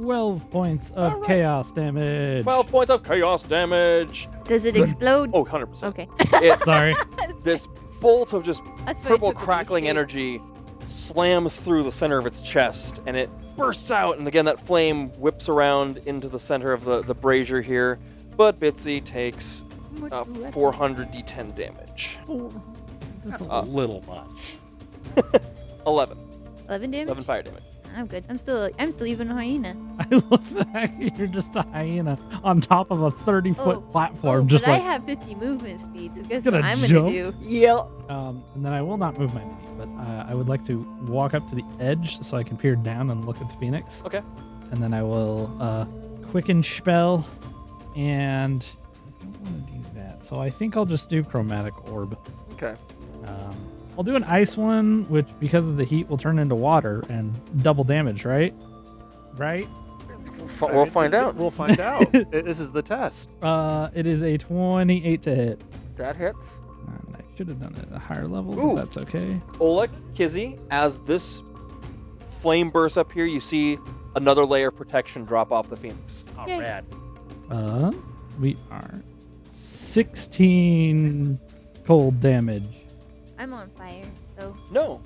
[SPEAKER 4] Twelve points of
[SPEAKER 1] Alright.
[SPEAKER 4] chaos damage.
[SPEAKER 1] 12 points of chaos damage.
[SPEAKER 3] Does it
[SPEAKER 4] Good.
[SPEAKER 3] explode?
[SPEAKER 1] Oh, 100%.
[SPEAKER 3] Okay.
[SPEAKER 1] It,
[SPEAKER 4] Sorry.
[SPEAKER 1] this bolt of just
[SPEAKER 3] That's why I
[SPEAKER 1] purple
[SPEAKER 3] took a B
[SPEAKER 1] crackling
[SPEAKER 3] shape.
[SPEAKER 1] energy slams through the center of its chest and it bursts out and again that flame whips around into the center of the, the brazier here but bitsy takes uh, 400 d10 damage
[SPEAKER 5] That's a
[SPEAKER 1] Uh,
[SPEAKER 5] little much.
[SPEAKER 1] 11
[SPEAKER 3] 11 damage?
[SPEAKER 1] 11 fire damage
[SPEAKER 3] I'm good. I'm still I'm still even a hyena.
[SPEAKER 4] I love the fact that you're just a hyena on top of a 30 foot
[SPEAKER 3] Oh,
[SPEAKER 4] platform,
[SPEAKER 3] Oh,
[SPEAKER 4] just
[SPEAKER 3] but
[SPEAKER 4] like.
[SPEAKER 3] I have 50 movement speed, so guess
[SPEAKER 4] Gonna
[SPEAKER 3] what I'm
[SPEAKER 4] jump?
[SPEAKER 3] gonna do? Yep.
[SPEAKER 4] Um, and then I will not move my mini, but uh, I would like to walk up to the edge so I can peer down and look at the phoenix.
[SPEAKER 1] Okay.
[SPEAKER 4] And then I will uh, quicken spell, and I don't want to do that, so I think I'll just do chromatic orb.
[SPEAKER 1] okay
[SPEAKER 4] Um, I'll do an ice one, which because of the heat will turn into water and double damage, right? Right.
[SPEAKER 1] F- we'll find out
[SPEAKER 2] We'll find out. I- this is the test.
[SPEAKER 4] Uh, it is a twenty-eight to hit.
[SPEAKER 1] that hits
[SPEAKER 4] Um, I should have done it at a higher level,
[SPEAKER 1] Ooh.
[SPEAKER 4] but that's okay.
[SPEAKER 1] Oleg, Kizzy, as this flame bursts up here, you see another layer of protection drop off the Phoenix.
[SPEAKER 5] Oh,
[SPEAKER 7] Yay.
[SPEAKER 5] rad.
[SPEAKER 4] Uh, we are 16 cold damage.
[SPEAKER 3] I'm on fire, so
[SPEAKER 1] No.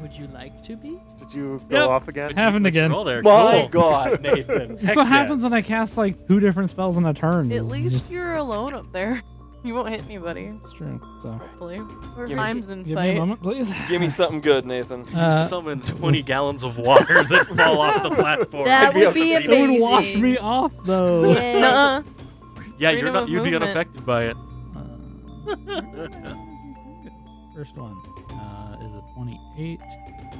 [SPEAKER 8] Would you like to be?
[SPEAKER 2] Did you go
[SPEAKER 4] Yep.
[SPEAKER 2] off again?
[SPEAKER 4] Good. Happened
[SPEAKER 5] What'd you
[SPEAKER 4] again.
[SPEAKER 5] roll there?
[SPEAKER 1] My
[SPEAKER 5] Cool.
[SPEAKER 1] God, Nathan.
[SPEAKER 4] That's
[SPEAKER 5] Heck
[SPEAKER 4] what happens
[SPEAKER 5] yes.
[SPEAKER 4] when I cast like two different spells in a turn.
[SPEAKER 7] At
[SPEAKER 4] is-
[SPEAKER 7] least you're alone up there. You won't hit anybody,
[SPEAKER 4] It's true. So,
[SPEAKER 7] hopefully.
[SPEAKER 3] we're
[SPEAKER 1] Give me-
[SPEAKER 3] fine.
[SPEAKER 7] Time's in
[SPEAKER 4] give me a
[SPEAKER 7] sight.
[SPEAKER 4] moment, please.
[SPEAKER 1] Give me something good, Nathan.
[SPEAKER 5] You
[SPEAKER 4] Uh,
[SPEAKER 5] summon 20 gallons of water that fall off the platform.
[SPEAKER 3] That
[SPEAKER 1] would
[SPEAKER 3] be
[SPEAKER 4] it would wash
[SPEAKER 3] amazing.
[SPEAKER 4] me off though.
[SPEAKER 3] Yes.
[SPEAKER 7] Nuh-uh.
[SPEAKER 5] Yeah,
[SPEAKER 7] Freedom
[SPEAKER 5] you're not.
[SPEAKER 7] of
[SPEAKER 5] You'd be
[SPEAKER 7] movement.
[SPEAKER 5] unaffected by it.
[SPEAKER 4] Uh, First one uh, is a 28,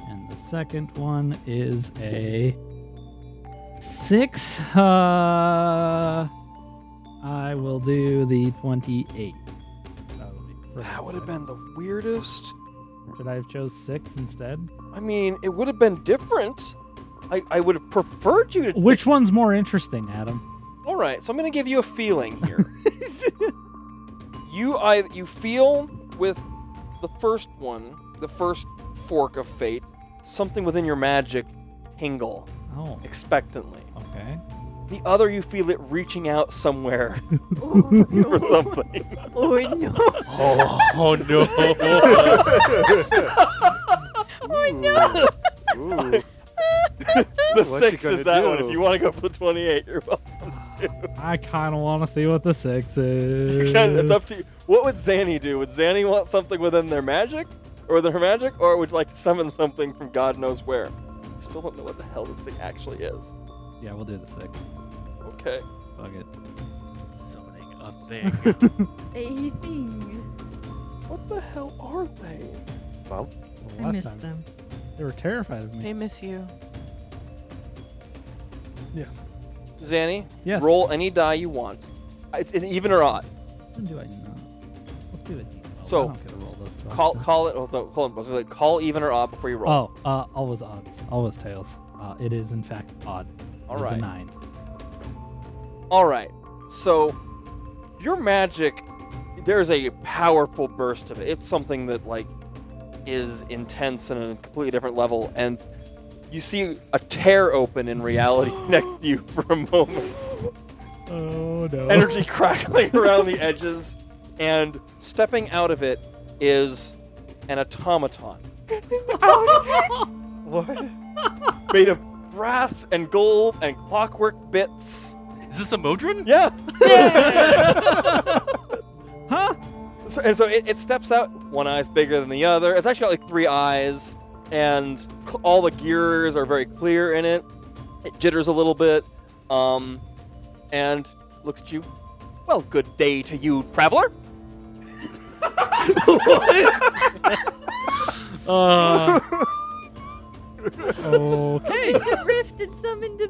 [SPEAKER 4] and the second one is a 6. Uh, I will do the 28. That'll be for
[SPEAKER 1] That
[SPEAKER 4] that
[SPEAKER 1] would have
[SPEAKER 4] side.
[SPEAKER 1] been the weirdest.
[SPEAKER 4] Should I have chose 6 instead?
[SPEAKER 1] I mean, it would have been different. I, I would have preferred you to.
[SPEAKER 4] Which one's more interesting, Adam?
[SPEAKER 1] All right, so I'm going to give you a feeling here. you I you feel with the first one, the first fork of fate, something within your magic tingle
[SPEAKER 4] Oh,
[SPEAKER 1] expectantly.
[SPEAKER 4] okay.
[SPEAKER 1] The other, you feel it reaching out somewhere for something.
[SPEAKER 3] Or no.
[SPEAKER 5] Oh, oh no!
[SPEAKER 2] Oh no! Ooh.
[SPEAKER 1] The
[SPEAKER 2] What's she
[SPEAKER 1] six
[SPEAKER 2] gonna
[SPEAKER 1] is that one.
[SPEAKER 2] do?
[SPEAKER 1] If you want to go for the 28, you're welcome.
[SPEAKER 4] I kind of want to see what the 6
[SPEAKER 1] You
[SPEAKER 4] is.
[SPEAKER 1] can- it's up to you. What would Zanny do? Would Zanny want something within their magic? Or within her magic? Or would you like to summon something from God knows where? I still don't know what the hell this thing actually is.
[SPEAKER 4] Yeah, we'll do the 6.
[SPEAKER 1] Okay.
[SPEAKER 4] Fuck it.
[SPEAKER 5] Summoning a thing.
[SPEAKER 1] What the hell are they?
[SPEAKER 4] Well,
[SPEAKER 6] I
[SPEAKER 4] last
[SPEAKER 6] missed
[SPEAKER 4] time,
[SPEAKER 6] them.
[SPEAKER 4] They were terrified of me.
[SPEAKER 7] They miss you.
[SPEAKER 1] Zanny,
[SPEAKER 4] Yes.
[SPEAKER 1] roll any die you want. It's it's even or odd.
[SPEAKER 4] When do I not? Let's do the D12.
[SPEAKER 1] So,
[SPEAKER 4] I don't get to roll those dice.
[SPEAKER 1] Call, call it. Hold on, hold on. I was like, Call even or odd before you roll.
[SPEAKER 4] Oh, uh, always odds, always tails. Uh, it is in fact odd.
[SPEAKER 1] All
[SPEAKER 4] it is a
[SPEAKER 1] right.
[SPEAKER 4] nine.
[SPEAKER 1] All right. So your magic there's a powerful burst of it. It's something that like is intense and a completely different level and you see a tear open in reality next to you for a moment.
[SPEAKER 4] Oh no.
[SPEAKER 1] Energy crackling around the edges and stepping out of it is an automaton
[SPEAKER 2] What?
[SPEAKER 1] made of brass and gold and clockwork bits.
[SPEAKER 5] Is this a Modron?
[SPEAKER 1] Yeah.
[SPEAKER 4] Huh?
[SPEAKER 1] So, and so it, it steps out. One eye's bigger than the other. It's actually got like three eyes, and cl- all the gears are very clear in it. It jitters a little bit, um, and looks at you. Well, good day to you, traveler.
[SPEAKER 5] Uh,
[SPEAKER 4] Okay.
[SPEAKER 3] The rift and summoned a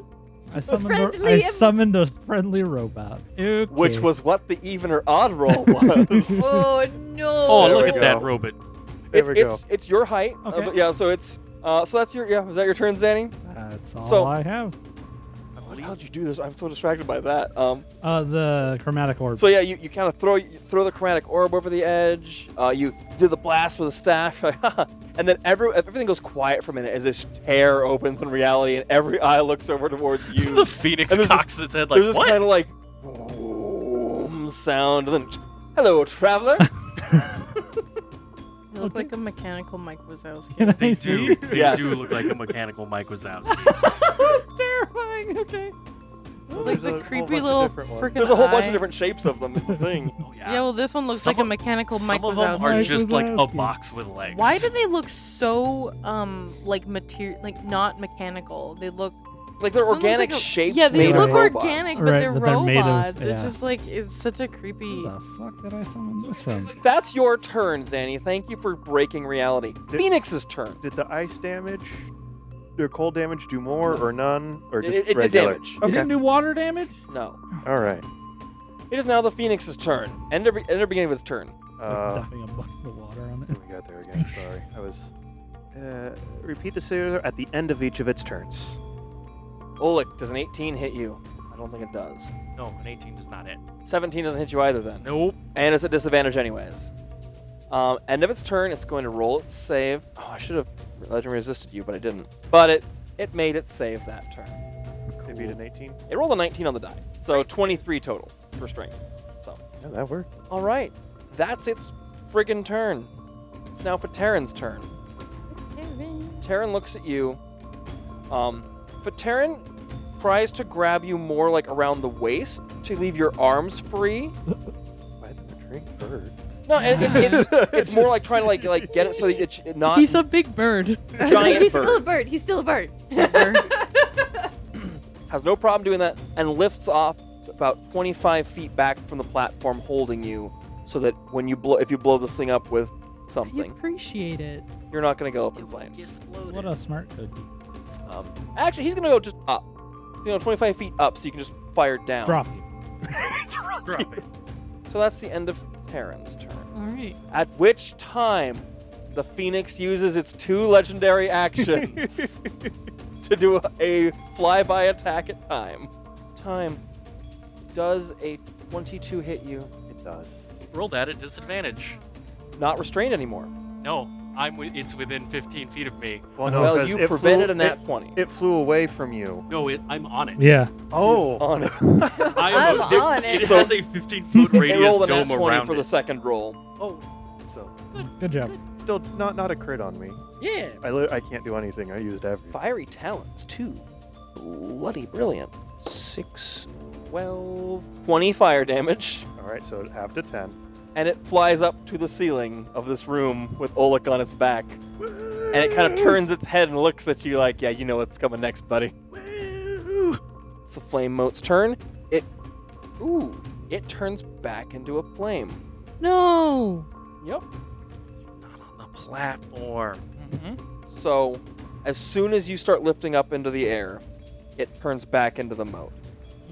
[SPEAKER 4] I summoned, a, I
[SPEAKER 3] Friendly-
[SPEAKER 4] summoned a friendly robot. Okay.
[SPEAKER 1] Which was what the even or odd roll was.
[SPEAKER 3] Oh no!
[SPEAKER 5] oh,
[SPEAKER 2] There
[SPEAKER 5] look
[SPEAKER 2] we
[SPEAKER 5] at that
[SPEAKER 2] go.
[SPEAKER 5] robot.
[SPEAKER 2] There
[SPEAKER 1] it's,
[SPEAKER 2] we go.
[SPEAKER 1] It's, it's your height. uh,
[SPEAKER 4] Okay.
[SPEAKER 1] but yeah, so it's uh, so that's your yeah. Is that your turn, Zanny?
[SPEAKER 4] That's all
[SPEAKER 1] So-
[SPEAKER 4] I have.
[SPEAKER 1] What, how'd you do this? I'm so distracted by that. Um,
[SPEAKER 4] Uh, the chromatic orb.
[SPEAKER 1] so yeah, you, you kind of throw you throw the chromatic orb over the edge. Uh, you do the blast with a staff, like, and then every everything goes quiet for a minute as this tear opens in reality, and every eye looks over towards you.
[SPEAKER 5] the phoenix
[SPEAKER 1] And there's
[SPEAKER 5] cocks its head like
[SPEAKER 1] There's this
[SPEAKER 5] what?
[SPEAKER 1] kind of like boom sound, and then hello, traveler.
[SPEAKER 7] You look like a mechanical Mike
[SPEAKER 4] Can I
[SPEAKER 7] Wazowski.
[SPEAKER 5] They
[SPEAKER 4] see?
[SPEAKER 5] do. They
[SPEAKER 1] Yes.
[SPEAKER 5] do look like a mechanical Mike Wazowski.
[SPEAKER 1] terrifying. Okay.
[SPEAKER 2] There's a
[SPEAKER 7] like the
[SPEAKER 2] whole
[SPEAKER 7] creepy
[SPEAKER 2] bunch of
[SPEAKER 7] little
[SPEAKER 2] different ones.
[SPEAKER 7] freaking.
[SPEAKER 1] There's a whole bunch of different shapes of them. Is the thing.
[SPEAKER 5] Oh, yeah.
[SPEAKER 7] Yeah. well, this one looks
[SPEAKER 5] Some
[SPEAKER 7] like a
[SPEAKER 5] of-
[SPEAKER 7] mechanical
[SPEAKER 5] Some
[SPEAKER 7] Mike
[SPEAKER 5] of them are
[SPEAKER 7] Wazowski.
[SPEAKER 4] Mike
[SPEAKER 5] just like a
[SPEAKER 4] Wazowski.
[SPEAKER 5] box with legs.
[SPEAKER 7] Why do they look so um like material like not mechanical? They look
[SPEAKER 1] Like they're
[SPEAKER 7] It's almost
[SPEAKER 1] organic
[SPEAKER 7] like a-
[SPEAKER 1] shapes.
[SPEAKER 7] yeah, they
[SPEAKER 1] made
[SPEAKER 7] look
[SPEAKER 1] of robots.
[SPEAKER 7] organic, but
[SPEAKER 4] Right,
[SPEAKER 7] they're
[SPEAKER 4] but they're made of-
[SPEAKER 7] robots.
[SPEAKER 4] yeah.
[SPEAKER 7] It's just like it's such a creepy.
[SPEAKER 4] Where the fuck did I summon this from?
[SPEAKER 1] That's your turn, Zanny. Thank you for breaking reality.
[SPEAKER 2] Did-
[SPEAKER 1] Phoenix's turn.
[SPEAKER 2] Did the ice damage, or cold damage, do more or none, or
[SPEAKER 1] It-
[SPEAKER 2] just
[SPEAKER 1] it, it did
[SPEAKER 2] regular?
[SPEAKER 1] damage.
[SPEAKER 4] You didn't do water damage?
[SPEAKER 1] No.
[SPEAKER 2] All right.
[SPEAKER 1] It is now the Phoenix's turn. End of, end of beginning of its turn.
[SPEAKER 2] Uh,
[SPEAKER 4] Dumping a bucket of water on
[SPEAKER 2] we got there again. Sorry, I was. Uh, repeat the sailor at the end of each of its turns.
[SPEAKER 1] Oleg, does an 18 hit you? I don't think it does.
[SPEAKER 5] No, an 18 does not hit.
[SPEAKER 1] 17 doesn't hit you either then.
[SPEAKER 5] Nope.
[SPEAKER 1] And it's at disadvantage anyways. Um, end of its turn, it's going to roll its save. Oh, I should have legendary resisted you, but I didn't. But it it made it save that turn.
[SPEAKER 2] They beat an 18.
[SPEAKER 1] It rolled a 19 on the die, so 23 total for strength. So
[SPEAKER 2] Yeah, that worked.
[SPEAKER 1] All right, that's its friggin' turn. It's now for Terran's turn. Terran looks at you. Um, but Terran tries to grab you more like around the waist to leave your arms free.
[SPEAKER 2] By the drink bird.
[SPEAKER 1] No, it, it, it's it's more like trying to like like get it so that it's not
[SPEAKER 6] He's a big bird.
[SPEAKER 1] giant
[SPEAKER 3] He's
[SPEAKER 1] bird.
[SPEAKER 3] still a bird. He's still a bird.
[SPEAKER 1] has no problem doing that and lifts off about 25 feet back from the platform, holding you so that when you blow if you blow this thing up with
[SPEAKER 6] You
[SPEAKER 1] something,
[SPEAKER 6] appreciate it.
[SPEAKER 1] you're not gonna go up in flames.
[SPEAKER 4] What a smart cookie.
[SPEAKER 1] Um, actually, he's gonna go just up. So, you know, 25 feet up, so you can just fire down.
[SPEAKER 4] Drop you.
[SPEAKER 5] Drop it.
[SPEAKER 1] So that's the end of Terran's turn.
[SPEAKER 6] All right.
[SPEAKER 1] At which time, the Phoenix uses its two legendary actions to do a flyby attack at time. Time does a 22 hit you?
[SPEAKER 2] It does.
[SPEAKER 5] Roll that at disadvantage.
[SPEAKER 1] Not restrained anymore.
[SPEAKER 5] No, I'm. wi- It's within 15 feet of me.
[SPEAKER 2] Well,
[SPEAKER 1] well,
[SPEAKER 2] 'cause
[SPEAKER 1] you
[SPEAKER 2] it
[SPEAKER 1] prevented
[SPEAKER 2] flew,
[SPEAKER 1] a nat
[SPEAKER 2] It,
[SPEAKER 1] 20.
[SPEAKER 2] it flew away from you.
[SPEAKER 5] No, it, I'm on it.
[SPEAKER 4] Yeah.
[SPEAKER 2] Oh.
[SPEAKER 1] on it.
[SPEAKER 5] I
[SPEAKER 3] I'm
[SPEAKER 5] am
[SPEAKER 3] on
[SPEAKER 5] it.
[SPEAKER 1] it.
[SPEAKER 5] It has a 15 foot
[SPEAKER 1] It
[SPEAKER 5] radius
[SPEAKER 1] rolled a nat
[SPEAKER 5] dome
[SPEAKER 1] 20
[SPEAKER 5] around
[SPEAKER 1] for the
[SPEAKER 5] it.
[SPEAKER 1] second roll.
[SPEAKER 5] Oh,
[SPEAKER 2] So
[SPEAKER 4] Good job.
[SPEAKER 2] still not not a crit on me.
[SPEAKER 1] Yeah.
[SPEAKER 2] I li- I can't do anything. I used every.
[SPEAKER 1] Fiery Talons, too. Bloody brilliant. 6, 12, 20 fire damage,
[SPEAKER 2] All right, so half to 10.
[SPEAKER 1] and it flies up to the ceiling of this room with Olek on its back. And it kind of turns its head and looks at you like, yeah, you know what's coming next, buddy. It's the flame mote's turn. It. Ooh. It turns back into a flame.
[SPEAKER 6] No.
[SPEAKER 1] Yep.
[SPEAKER 5] not on the platform.
[SPEAKER 1] So, as soon as you start lifting up into the air, it turns back into the moat.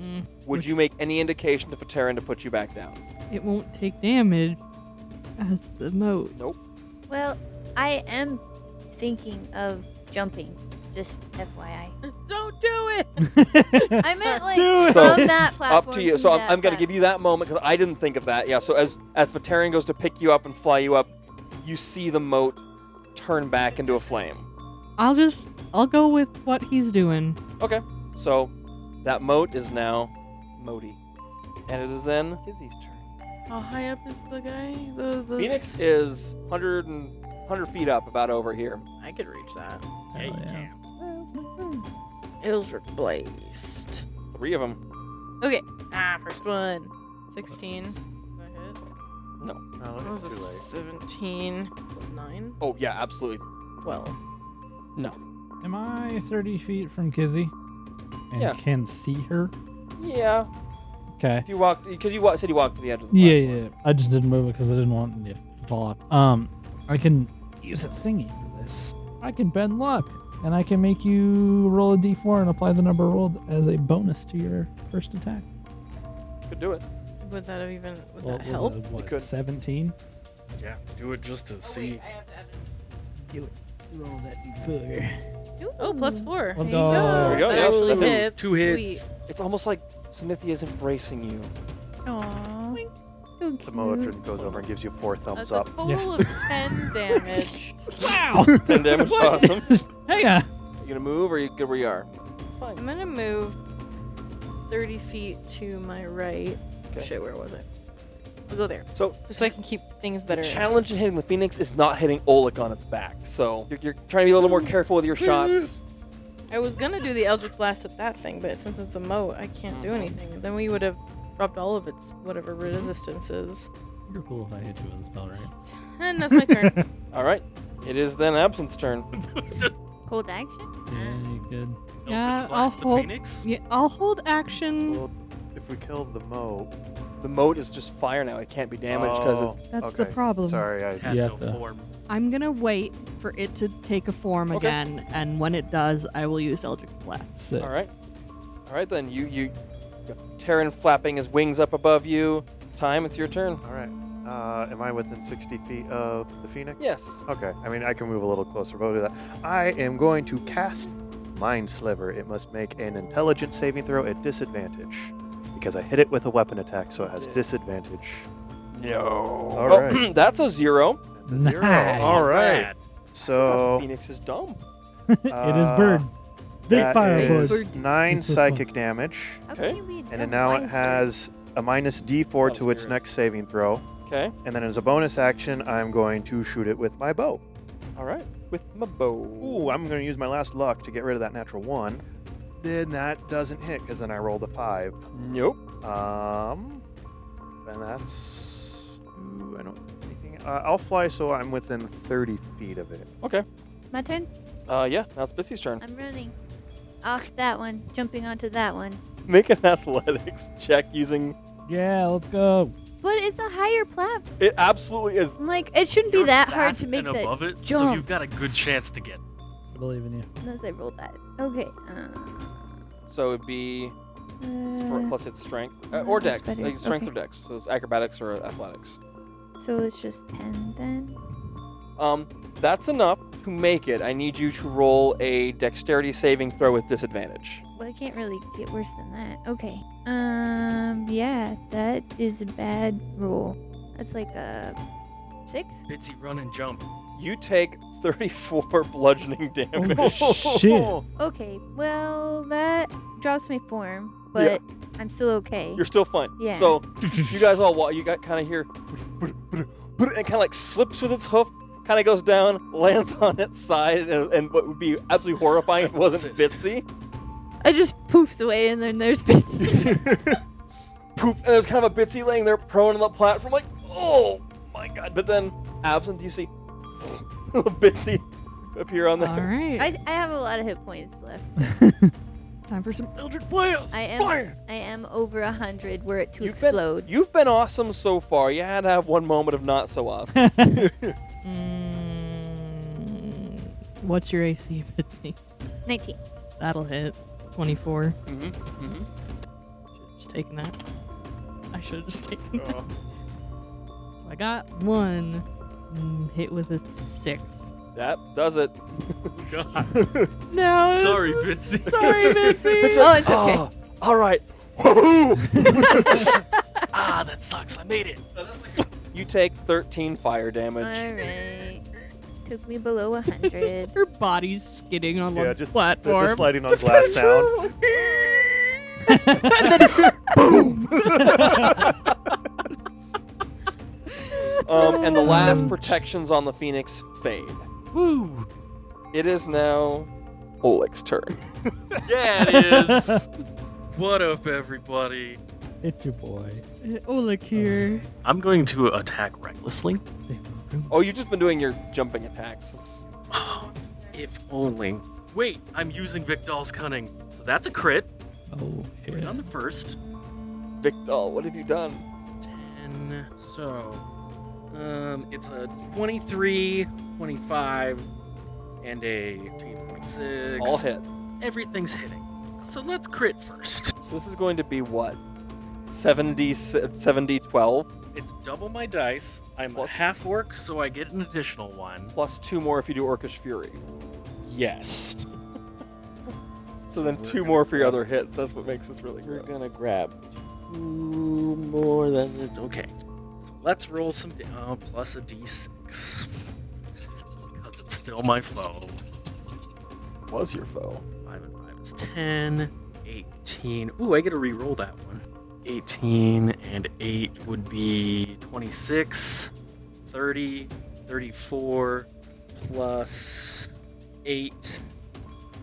[SPEAKER 6] Mm,
[SPEAKER 1] Would
[SPEAKER 6] Which-
[SPEAKER 1] you make any indication to Fateran to put you back down?
[SPEAKER 6] it won't take damage as the moat.
[SPEAKER 3] Well, I am thinking of jumping. Just FYI.
[SPEAKER 7] Don't do it.
[SPEAKER 3] I meant like
[SPEAKER 4] Do it.
[SPEAKER 1] So,
[SPEAKER 3] from that platform.
[SPEAKER 1] up to you. So I'm, I'm going to give you that moment because I didn't think of that. Yeah. So as as Vaterian goes to pick you up and fly you up, you see the moat turn back into a flame.
[SPEAKER 6] I'll just I'll go with what he's doing.
[SPEAKER 1] So that moat is now Modi, and it is then Izzy's turn.
[SPEAKER 7] How high up is the guy? The, the
[SPEAKER 1] Phoenix is 100 and 100 feet up, about over here.
[SPEAKER 7] I could reach that.
[SPEAKER 5] Yeah, you
[SPEAKER 4] Hell yeah.
[SPEAKER 5] can.
[SPEAKER 7] Eldritch Blast.
[SPEAKER 1] Three of them.
[SPEAKER 7] Okay. Ah, first one. 16. Is that hit?
[SPEAKER 2] No,
[SPEAKER 7] That was a 17. Plus 9.
[SPEAKER 1] Oh yeah, absolutely.
[SPEAKER 7] 12.
[SPEAKER 1] No.
[SPEAKER 4] Am I 30 feet from Kizzy? and
[SPEAKER 1] Yeah.
[SPEAKER 4] can see her?
[SPEAKER 1] Yeah.
[SPEAKER 4] Okay.
[SPEAKER 1] If you walked, because you wa- said you walked to the edge of the
[SPEAKER 4] Yeah, yeah.
[SPEAKER 1] platform.
[SPEAKER 4] yeah. I just didn't move it because I didn't want it to fall off. Um, I can use a thingy for this. I can bend luck, and I can make you roll a d4 and apply the number rolled as a bonus to your first attack.
[SPEAKER 1] Could do it.
[SPEAKER 7] Would that have even would
[SPEAKER 4] Well,
[SPEAKER 7] that
[SPEAKER 4] it was
[SPEAKER 7] help?
[SPEAKER 4] a, what,
[SPEAKER 1] could.
[SPEAKER 4] 17?
[SPEAKER 5] Yeah, do it just to see.
[SPEAKER 8] Roll that d4.
[SPEAKER 7] Oh, plus four.
[SPEAKER 4] Let's
[SPEAKER 7] There you
[SPEAKER 4] go.
[SPEAKER 1] There we go,
[SPEAKER 7] That
[SPEAKER 1] yeah.
[SPEAKER 7] actually
[SPEAKER 1] That is
[SPEAKER 7] hits.
[SPEAKER 5] two hits.
[SPEAKER 7] Sweet.
[SPEAKER 1] It's almost like Cynthia's embracing you.
[SPEAKER 3] Aww.
[SPEAKER 2] Samoa goes over and gives you four thumbs
[SPEAKER 7] That's
[SPEAKER 2] up.
[SPEAKER 7] a total of ten damage.
[SPEAKER 4] Wow!
[SPEAKER 1] Ten damage.
[SPEAKER 4] What? uh,
[SPEAKER 1] Awesome.
[SPEAKER 4] Hang on.
[SPEAKER 1] You gonna move or you good where you are? It's fine.
[SPEAKER 7] I'm gonna move thirty feet to my right.
[SPEAKER 1] Okay.
[SPEAKER 7] Shit, where was I? We'll go there,
[SPEAKER 1] So
[SPEAKER 7] just so I can keep things better.
[SPEAKER 1] the
[SPEAKER 7] in-
[SPEAKER 1] challenge in hitting the phoenix is not hitting Oleg on its back. So you're, you're trying to be a little more careful with your shots.
[SPEAKER 7] I was gonna do the Eldritch Blast at that thing, but since it's a moat, I can't do anything. Then we would have dropped all of its whatever resistances.
[SPEAKER 4] You're cool if I hit you with a spell, right?
[SPEAKER 7] And that's my turn.
[SPEAKER 1] All right. It is then Absinthe's turn.
[SPEAKER 3] Cold action?
[SPEAKER 4] Yeah, you good.
[SPEAKER 6] Yeah,
[SPEAKER 5] Eldritch
[SPEAKER 6] I'll
[SPEAKER 5] Blast the
[SPEAKER 6] hold-
[SPEAKER 5] Phoenix?
[SPEAKER 6] Yeah, I'll hold action.
[SPEAKER 2] Well, if we kill the Mo,
[SPEAKER 1] The moat is just fire now. It can't be damaged because
[SPEAKER 2] oh,
[SPEAKER 6] That's the
[SPEAKER 2] okay.
[SPEAKER 6] problem.
[SPEAKER 2] Sorry, I
[SPEAKER 5] It has
[SPEAKER 4] Yeah,
[SPEAKER 5] no
[SPEAKER 4] the-
[SPEAKER 5] form.
[SPEAKER 6] I'm gonna wait for it to take a form
[SPEAKER 1] Okay.
[SPEAKER 6] again, and when it does, I will use Eldritch Blast.
[SPEAKER 4] Sick.
[SPEAKER 1] All right. All right then. You you. Terran flapping his wings up above you. Time. It's your turn.
[SPEAKER 2] All right. Uh, am I within 60 feet of the Phoenix?
[SPEAKER 1] Yes.
[SPEAKER 2] Okay. I mean, I can move a little closer, but I'll do that. I am going to cast Mind Sliver. It must make an intelligence saving throw at disadvantage because I hit it with a weapon attack, so it has
[SPEAKER 1] Yeah.
[SPEAKER 2] disadvantage.
[SPEAKER 1] No. All
[SPEAKER 2] right.
[SPEAKER 1] Oh, that's a zero.
[SPEAKER 2] That's a zero.
[SPEAKER 4] Nice.
[SPEAKER 2] All right.
[SPEAKER 5] Sad.
[SPEAKER 1] That's-
[SPEAKER 2] So
[SPEAKER 1] Phoenix is dumb.
[SPEAKER 4] it is bird. Big
[SPEAKER 2] that
[SPEAKER 4] fire
[SPEAKER 2] is
[SPEAKER 4] bird.
[SPEAKER 2] nine
[SPEAKER 4] It's this one.
[SPEAKER 2] psychic damage,
[SPEAKER 3] How
[SPEAKER 1] Okay.
[SPEAKER 3] can you be
[SPEAKER 2] and then now it has a minus D4
[SPEAKER 1] Oh,
[SPEAKER 2] to its
[SPEAKER 1] spirit.
[SPEAKER 2] next saving throw.
[SPEAKER 1] Okay.
[SPEAKER 2] And then as a bonus action, I'm going to shoot it with my bow.
[SPEAKER 1] All right. With my bow.
[SPEAKER 2] Ooh, I'm going to use my last luck to get rid of that natural one. Then that doesn't hit because then I rolled a five.
[SPEAKER 1] Nope.
[SPEAKER 2] Um, and that's. Ooh, I don't. Anything. Uh, I'll fly so I'm within 30 feet of it.
[SPEAKER 3] My turn?
[SPEAKER 1] Uh, yeah. Now it's Bissy's turn.
[SPEAKER 3] I'm running. Off that one, jumping onto that one.
[SPEAKER 1] Make an athletics check using.
[SPEAKER 4] Yeah, let's go.
[SPEAKER 3] But it's a higher platform.
[SPEAKER 1] It absolutely is.
[SPEAKER 3] I'm like, it shouldn't
[SPEAKER 5] You're
[SPEAKER 3] be that hard
[SPEAKER 5] fast
[SPEAKER 3] to make
[SPEAKER 5] and
[SPEAKER 3] that.
[SPEAKER 5] above it, so
[SPEAKER 3] jump.
[SPEAKER 5] you've got a good chance to get.
[SPEAKER 4] I believe in you.
[SPEAKER 3] Unless I rolled that. Okay. Uh,
[SPEAKER 1] So it'd be str-
[SPEAKER 3] uh,
[SPEAKER 1] plus its strength uh, or
[SPEAKER 3] That's
[SPEAKER 1] dex,
[SPEAKER 3] better.
[SPEAKER 1] like strength or
[SPEAKER 3] Okay.
[SPEAKER 1] dex. So it's acrobatics or athletics.
[SPEAKER 3] so it's just 10 then?
[SPEAKER 1] Um, that's enough to make it. I need you to roll a dexterity saving throw with disadvantage.
[SPEAKER 3] Well, I can't really get worse than that. Okay. Um, yeah, that is a bad roll. That's like a six.
[SPEAKER 5] Bitsy, run and jump.
[SPEAKER 1] You take 34 bludgeoning damage.
[SPEAKER 4] Oh, shit.
[SPEAKER 3] Okay, well, that drops my form, but I'm still okay.
[SPEAKER 1] You're still fine.
[SPEAKER 3] Yeah.
[SPEAKER 1] So you guys all walk. You got kind of hear, and kind of like slips with its hoof, kind of goes down, lands on its side, and, and what would be absolutely horrifying if it wasn't
[SPEAKER 5] Assist.
[SPEAKER 1] Bitsy.
[SPEAKER 3] I just poofs away, and then there's Bitsy.
[SPEAKER 1] Poof, and there's kind of a Bitsy laying there prone on the platform, like, oh my god. But then, absent, you see Bitsy appear on
[SPEAKER 6] All
[SPEAKER 1] the.
[SPEAKER 6] right,
[SPEAKER 3] I, I have a lot of hit points left.
[SPEAKER 6] it's time for some Eldritch Blast.
[SPEAKER 3] I am
[SPEAKER 6] Fire!
[SPEAKER 3] I am over a hundred. Were it to
[SPEAKER 1] You've
[SPEAKER 3] explode,
[SPEAKER 1] Been, you've been awesome so far. You had to have one moment of not so awesome.
[SPEAKER 6] Mm, what's your AC, Bitsy?
[SPEAKER 3] nineteen.
[SPEAKER 6] That'll hit. 24.
[SPEAKER 1] mm-hmm, mm-hmm.
[SPEAKER 6] Should've Just taking that. I should have just taken that.
[SPEAKER 2] Oh,
[SPEAKER 6] So I got one mm, hit with a six.
[SPEAKER 1] That does it.
[SPEAKER 5] God.
[SPEAKER 6] No.
[SPEAKER 5] Sorry, Bitsy.
[SPEAKER 6] Sorry, Bitsy.
[SPEAKER 3] Oh, it's okay.
[SPEAKER 1] Ah, all right.
[SPEAKER 5] ah, that sucks. I made it.
[SPEAKER 1] You take 13 fire damage.
[SPEAKER 3] All right. Took me below a hundred.
[SPEAKER 6] Her body's skidding on
[SPEAKER 2] Yeah,
[SPEAKER 6] the
[SPEAKER 2] just the,
[SPEAKER 6] platform.
[SPEAKER 2] the sliding on glass sound.
[SPEAKER 1] Um, and the last protections on the phoenix fade.
[SPEAKER 5] Woo!
[SPEAKER 1] It is now Oleg's turn.
[SPEAKER 5] Yeah, it is. what up, everybody?
[SPEAKER 4] It's your boy.
[SPEAKER 6] oh, look here.
[SPEAKER 5] I'm going to attack recklessly.
[SPEAKER 1] Oh, you've just been doing your jumping attacks. That's-
[SPEAKER 5] if only. Wait, I'm using Vicdol's cunning. So that's a crit.
[SPEAKER 4] Oh,
[SPEAKER 5] Right
[SPEAKER 4] yeah.
[SPEAKER 5] on the first.
[SPEAKER 1] Victol, oh, what have you done?
[SPEAKER 5] 10. So, um, it's a 23, 25, and a 26.
[SPEAKER 1] All hit.
[SPEAKER 5] Everything's hitting. So let's crit first.
[SPEAKER 1] So this is going to be what? 70, 70 12,
[SPEAKER 5] It's double my dice. I'm a
[SPEAKER 1] Plus-
[SPEAKER 5] half orc, so I get an additional one.
[SPEAKER 1] plus two more if you do Orcish Fury.
[SPEAKER 5] Yes.
[SPEAKER 1] So then two more for your other hits. That's what makes this really
[SPEAKER 5] We're
[SPEAKER 1] gross.
[SPEAKER 5] gonna grab two more than this. Okay. Let's roll some d- oh, plus a d6. Because it's still my foe.
[SPEAKER 1] Was your foe.
[SPEAKER 5] 5 and 5 is 10. 18. Ooh, I get to re-roll that one. 18 and 8 would be 26, 30, 34, plus 8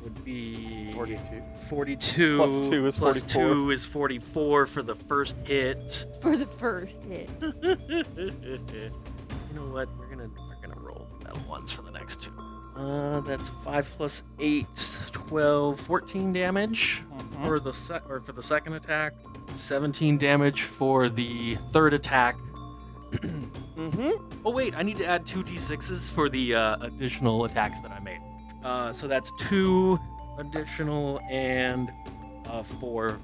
[SPEAKER 5] would be
[SPEAKER 2] 42.
[SPEAKER 5] 42.
[SPEAKER 1] Plus two is
[SPEAKER 5] plus
[SPEAKER 1] 44.
[SPEAKER 5] 2 is 44 for the first hit.
[SPEAKER 7] For the first hit.
[SPEAKER 5] you know what? We're gonna we're gonna roll that once for the next two. Uh, that's five plus eight, 12, 14 damage
[SPEAKER 1] Mm-hmm. Hmm?
[SPEAKER 5] for the se- or for the second attack. Seventeen damage for the third attack.
[SPEAKER 1] Mm-hmm.
[SPEAKER 5] Oh wait, I need to add two d6s for the uh, additional attacks that I made. Uh, so that's two additional and uh, four,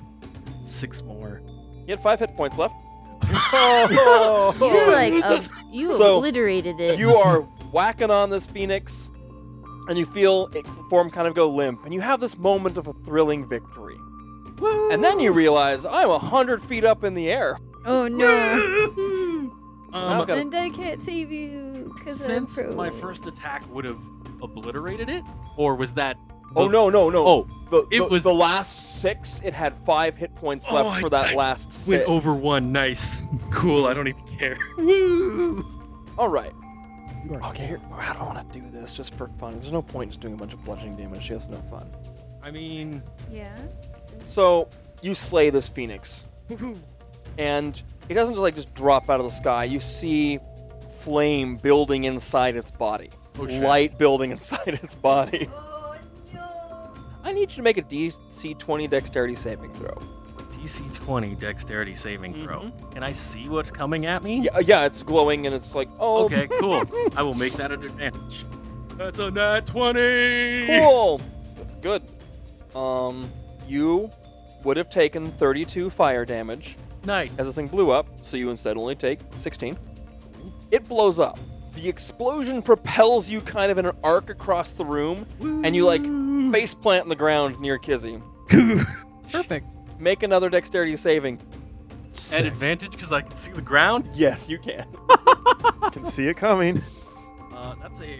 [SPEAKER 5] six more.
[SPEAKER 1] You had five hit points left.
[SPEAKER 5] Oh.
[SPEAKER 3] You like ob- you
[SPEAKER 1] So,
[SPEAKER 3] obliterated it.
[SPEAKER 1] you are whacking on this phoenix, and you feel its form kind of go limp, and you have this moment of a thrilling victory. And then you realize I'm a hundred feet up in the air.
[SPEAKER 3] oh no!
[SPEAKER 1] So now I've
[SPEAKER 5] Um,
[SPEAKER 1] got
[SPEAKER 3] and I can't save you because I'm
[SPEAKER 5] Since
[SPEAKER 3] pro.
[SPEAKER 5] my first attack would have obliterated it, or was that?
[SPEAKER 1] Oh
[SPEAKER 5] the-
[SPEAKER 1] no no no!
[SPEAKER 5] Oh,
[SPEAKER 1] the,
[SPEAKER 5] it
[SPEAKER 1] the-
[SPEAKER 5] was-
[SPEAKER 1] the last six. It had five hit points
[SPEAKER 5] Oh,
[SPEAKER 1] left
[SPEAKER 5] I-
[SPEAKER 1] for that
[SPEAKER 5] I
[SPEAKER 1] last six.
[SPEAKER 5] went over one. Nice, cool. I don't even care. Woo!
[SPEAKER 1] All right.
[SPEAKER 4] You are
[SPEAKER 1] Okay. Here, I don't want to do this just for fun. There's no point in just doing a bunch of bludgeoning damage. She has no fun.
[SPEAKER 5] I mean,
[SPEAKER 3] yeah.
[SPEAKER 1] So you slay this phoenix, and it doesn't just like just drop out of the sky. You see flame building inside its body,
[SPEAKER 5] Oh, shit.
[SPEAKER 1] light building inside its body.
[SPEAKER 3] Oh no!
[SPEAKER 1] I need you to make a DC 20 Dexterity saving throw.
[SPEAKER 5] DC 20 Dexterity saving throw.
[SPEAKER 1] Mm-hmm.
[SPEAKER 5] Can I see what's coming at me?
[SPEAKER 1] Yeah, yeah, it's glowing and it's like, oh,
[SPEAKER 5] Okay, cool. I will make that an advantage. That's a nat 20.
[SPEAKER 1] cool. That's good. Um, you would have taken 32 fire damage.
[SPEAKER 5] Nice.
[SPEAKER 1] as this thing blew up, so you instead only take 16. It blows up. The explosion propels you kind of in an arc across the room, and you like face plant in the ground near Kizzy.
[SPEAKER 8] Perfect.
[SPEAKER 1] Make another dexterity saving.
[SPEAKER 5] At advantage because I can see the ground.
[SPEAKER 1] Yes, you can.
[SPEAKER 2] Can see it coming.
[SPEAKER 5] Uh, that's a.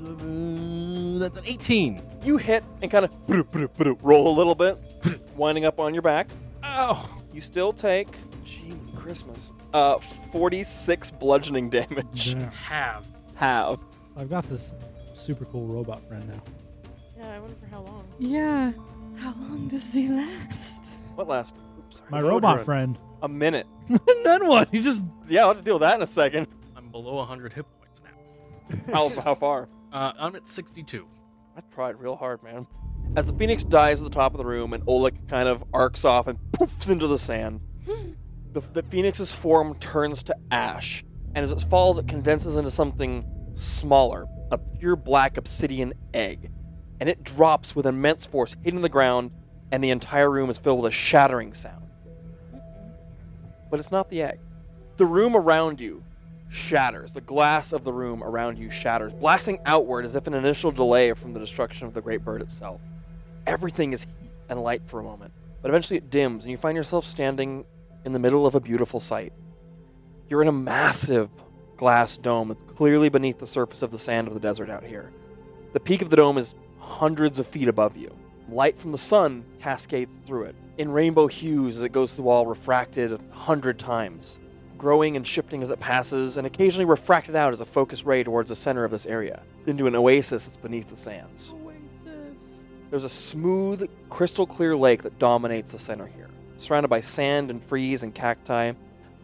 [SPEAKER 5] seven- That's an 18.
[SPEAKER 1] You hit and kind of roll a little bit, winding up on your back.
[SPEAKER 5] Ow.
[SPEAKER 1] You still take, gee, Christmas, uh, 46 bludgeoning damage.
[SPEAKER 4] Yeah.
[SPEAKER 5] Have.
[SPEAKER 1] Have.
[SPEAKER 4] I've got this super cool robot friend now.
[SPEAKER 7] Yeah, I wonder for how long.
[SPEAKER 6] Yeah. How long does he last?
[SPEAKER 1] What last? Oops, sorry.
[SPEAKER 4] My
[SPEAKER 2] Hello,
[SPEAKER 4] robot
[SPEAKER 2] Dren.
[SPEAKER 4] friend.
[SPEAKER 1] A minute.
[SPEAKER 4] and then what? He just
[SPEAKER 1] Yeah, I'll have to deal with that in a second.
[SPEAKER 5] I'm below 100 hit points now.
[SPEAKER 1] How, how far?
[SPEAKER 5] Uh, I'm at 62.
[SPEAKER 1] I tried real hard, man. As the phoenix dies at the top of the room and Oleg kind of arcs off and poofs into the sand, the, the phoenix's form turns to ash, and as it falls, it condenses into something smaller, a pure black obsidian egg, and it drops with immense force, hitting the ground, and the entire room is filled with a shattering sound. But it's not the egg. The room around you shatters. The glass of the room around you shatters, blasting outward as if an initial delay from the destruction of the great bird itself. Everything is heat and light for a moment, but eventually it dims, and you find yourself standing in the middle of a beautiful sight. You're in a massive glass dome that's clearly beneath the surface of the sand of the desert out here. The peak of the dome is hundreds of feet above you. Light from the sun cascades through it in rainbow hues as it goes through the wall, refracted a hundred times growing and shifting as it passes, and occasionally refracted out as a focused ray towards the center of this area, into an oasis that's beneath the sands. There's a smooth, crystal clear lake that dominates the center here, surrounded by sand and trees and cacti,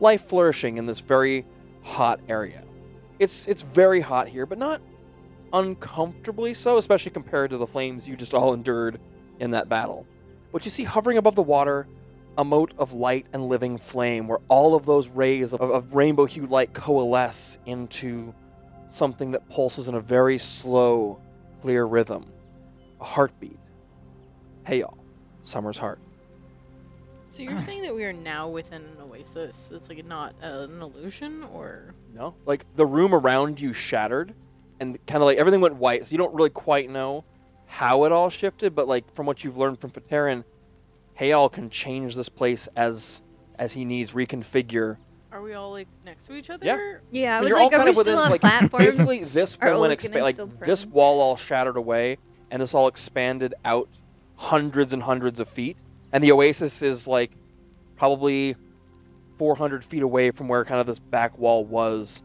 [SPEAKER 1] life flourishing in this very hot area. It's it's very hot here, but not uncomfortably so, especially compared to the flames you just all endured in that battle. But you see hovering above the water a mote of light and living flame where all of those rays of, of rainbow hued light coalesce into something that pulses in a very slow, clear rhythm. A heartbeat. Hey y'all, Summer's heart.
[SPEAKER 7] So you're saying that we are now within an oasis? It's like not uh, an illusion, or
[SPEAKER 1] No? Like the room around you shattered and kind of like everything went white, so you don't really quite know how it all shifted, but like from what you've learned from Pateran, Hayal can change this place as as he needs, reconfigure.
[SPEAKER 7] are we all like next to each other?
[SPEAKER 3] Yeah, I
[SPEAKER 1] And
[SPEAKER 3] was
[SPEAKER 1] you're
[SPEAKER 3] like,
[SPEAKER 1] all
[SPEAKER 3] are
[SPEAKER 1] kinda
[SPEAKER 3] we still on
[SPEAKER 1] like,
[SPEAKER 3] platforms?
[SPEAKER 1] Basically this
[SPEAKER 3] Are
[SPEAKER 1] wall went
[SPEAKER 3] Oleg and I
[SPEAKER 1] expa-
[SPEAKER 3] still
[SPEAKER 1] like this
[SPEAKER 3] prone?
[SPEAKER 1] wall all shattered away and this all expanded out hundreds and hundreds of feet. And the oasis is like probably four hundred feet away from where kind of this back wall was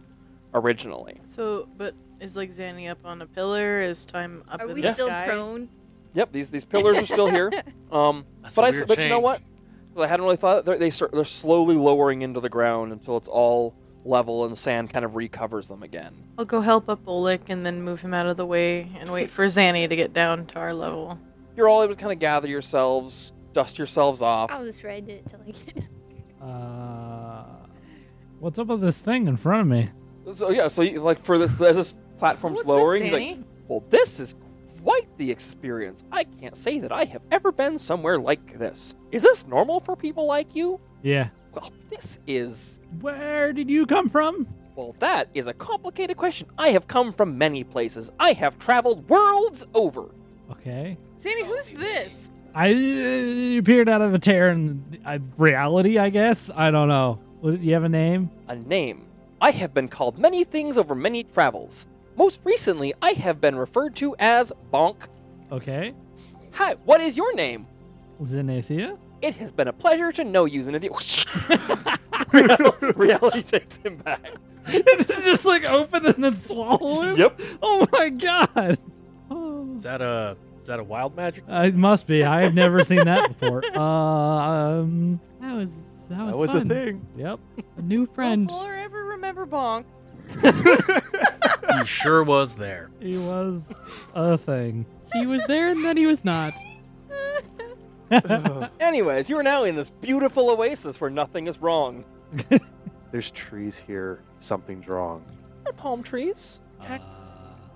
[SPEAKER 1] originally.
[SPEAKER 7] So, but is like Zanny up on a pillar? Is time up
[SPEAKER 3] Are
[SPEAKER 7] in
[SPEAKER 3] we
[SPEAKER 7] the
[SPEAKER 3] still
[SPEAKER 7] sky?
[SPEAKER 3] prone?
[SPEAKER 1] Yep, these these pillars are still here. Um
[SPEAKER 8] That's
[SPEAKER 1] but
[SPEAKER 8] a
[SPEAKER 1] I, s-
[SPEAKER 8] weird
[SPEAKER 1] but you know
[SPEAKER 8] change.
[SPEAKER 1] what? 'Cause I hadn't really thought they're, they start, they're slowly lowering into the ground until it's all level and the sand kind of recovers them again.
[SPEAKER 7] I'll go help up Olik and then move him out of the way and wait for Zanny to get down to our level.
[SPEAKER 1] You're all able to kind of gather yourselves, dust yourselves off.
[SPEAKER 3] I'll just ride it till I get
[SPEAKER 4] Uh, what's up with this thing in front of me?
[SPEAKER 1] So yeah, so you, like for this as this platform's
[SPEAKER 7] Uh, What's this,
[SPEAKER 1] lowering, he's like,
[SPEAKER 7] Zanny?
[SPEAKER 1] well, this is quite the experience. I can't say that I have ever been somewhere like this. Is this normal for people like you?
[SPEAKER 4] Yeah.
[SPEAKER 1] Well, this is
[SPEAKER 4] Where did you come from?
[SPEAKER 1] Well, that is a complicated question. I have come from many places. I have traveled worlds over.
[SPEAKER 4] Okay.
[SPEAKER 7] Zanny, who's this?
[SPEAKER 4] I uh, appeared out of a tear in uh, reality, I guess. I don't know. What, you have a name?
[SPEAKER 1] A name. I have been called many things over many travels. Most recently, I have been referred to as Bonk.
[SPEAKER 4] Okay.
[SPEAKER 1] Hi, what is your name?
[SPEAKER 4] Zenithia?
[SPEAKER 1] It has been a pleasure to know you, Zenithia. Reality takes him back.
[SPEAKER 4] it's just like open and then swallow him?
[SPEAKER 1] Yep.
[SPEAKER 4] Oh my god. Oh.
[SPEAKER 8] Is that a is that a wild magic?
[SPEAKER 4] Uh, It must be. I have never seen that before. Uh, um,
[SPEAKER 6] That was that was,
[SPEAKER 2] That was
[SPEAKER 6] fun.
[SPEAKER 2] a thing.
[SPEAKER 4] yep.
[SPEAKER 6] A new friend.
[SPEAKER 7] Will Fuller ever remember Bonk?
[SPEAKER 5] He sure was there.
[SPEAKER 4] He was a thing.
[SPEAKER 6] he was there and then he was not.
[SPEAKER 2] Ugh.
[SPEAKER 1] Anyways, you are now in this beautiful oasis where nothing is wrong.
[SPEAKER 2] There's trees here. Something's wrong.
[SPEAKER 1] Are palm trees?
[SPEAKER 7] Heck.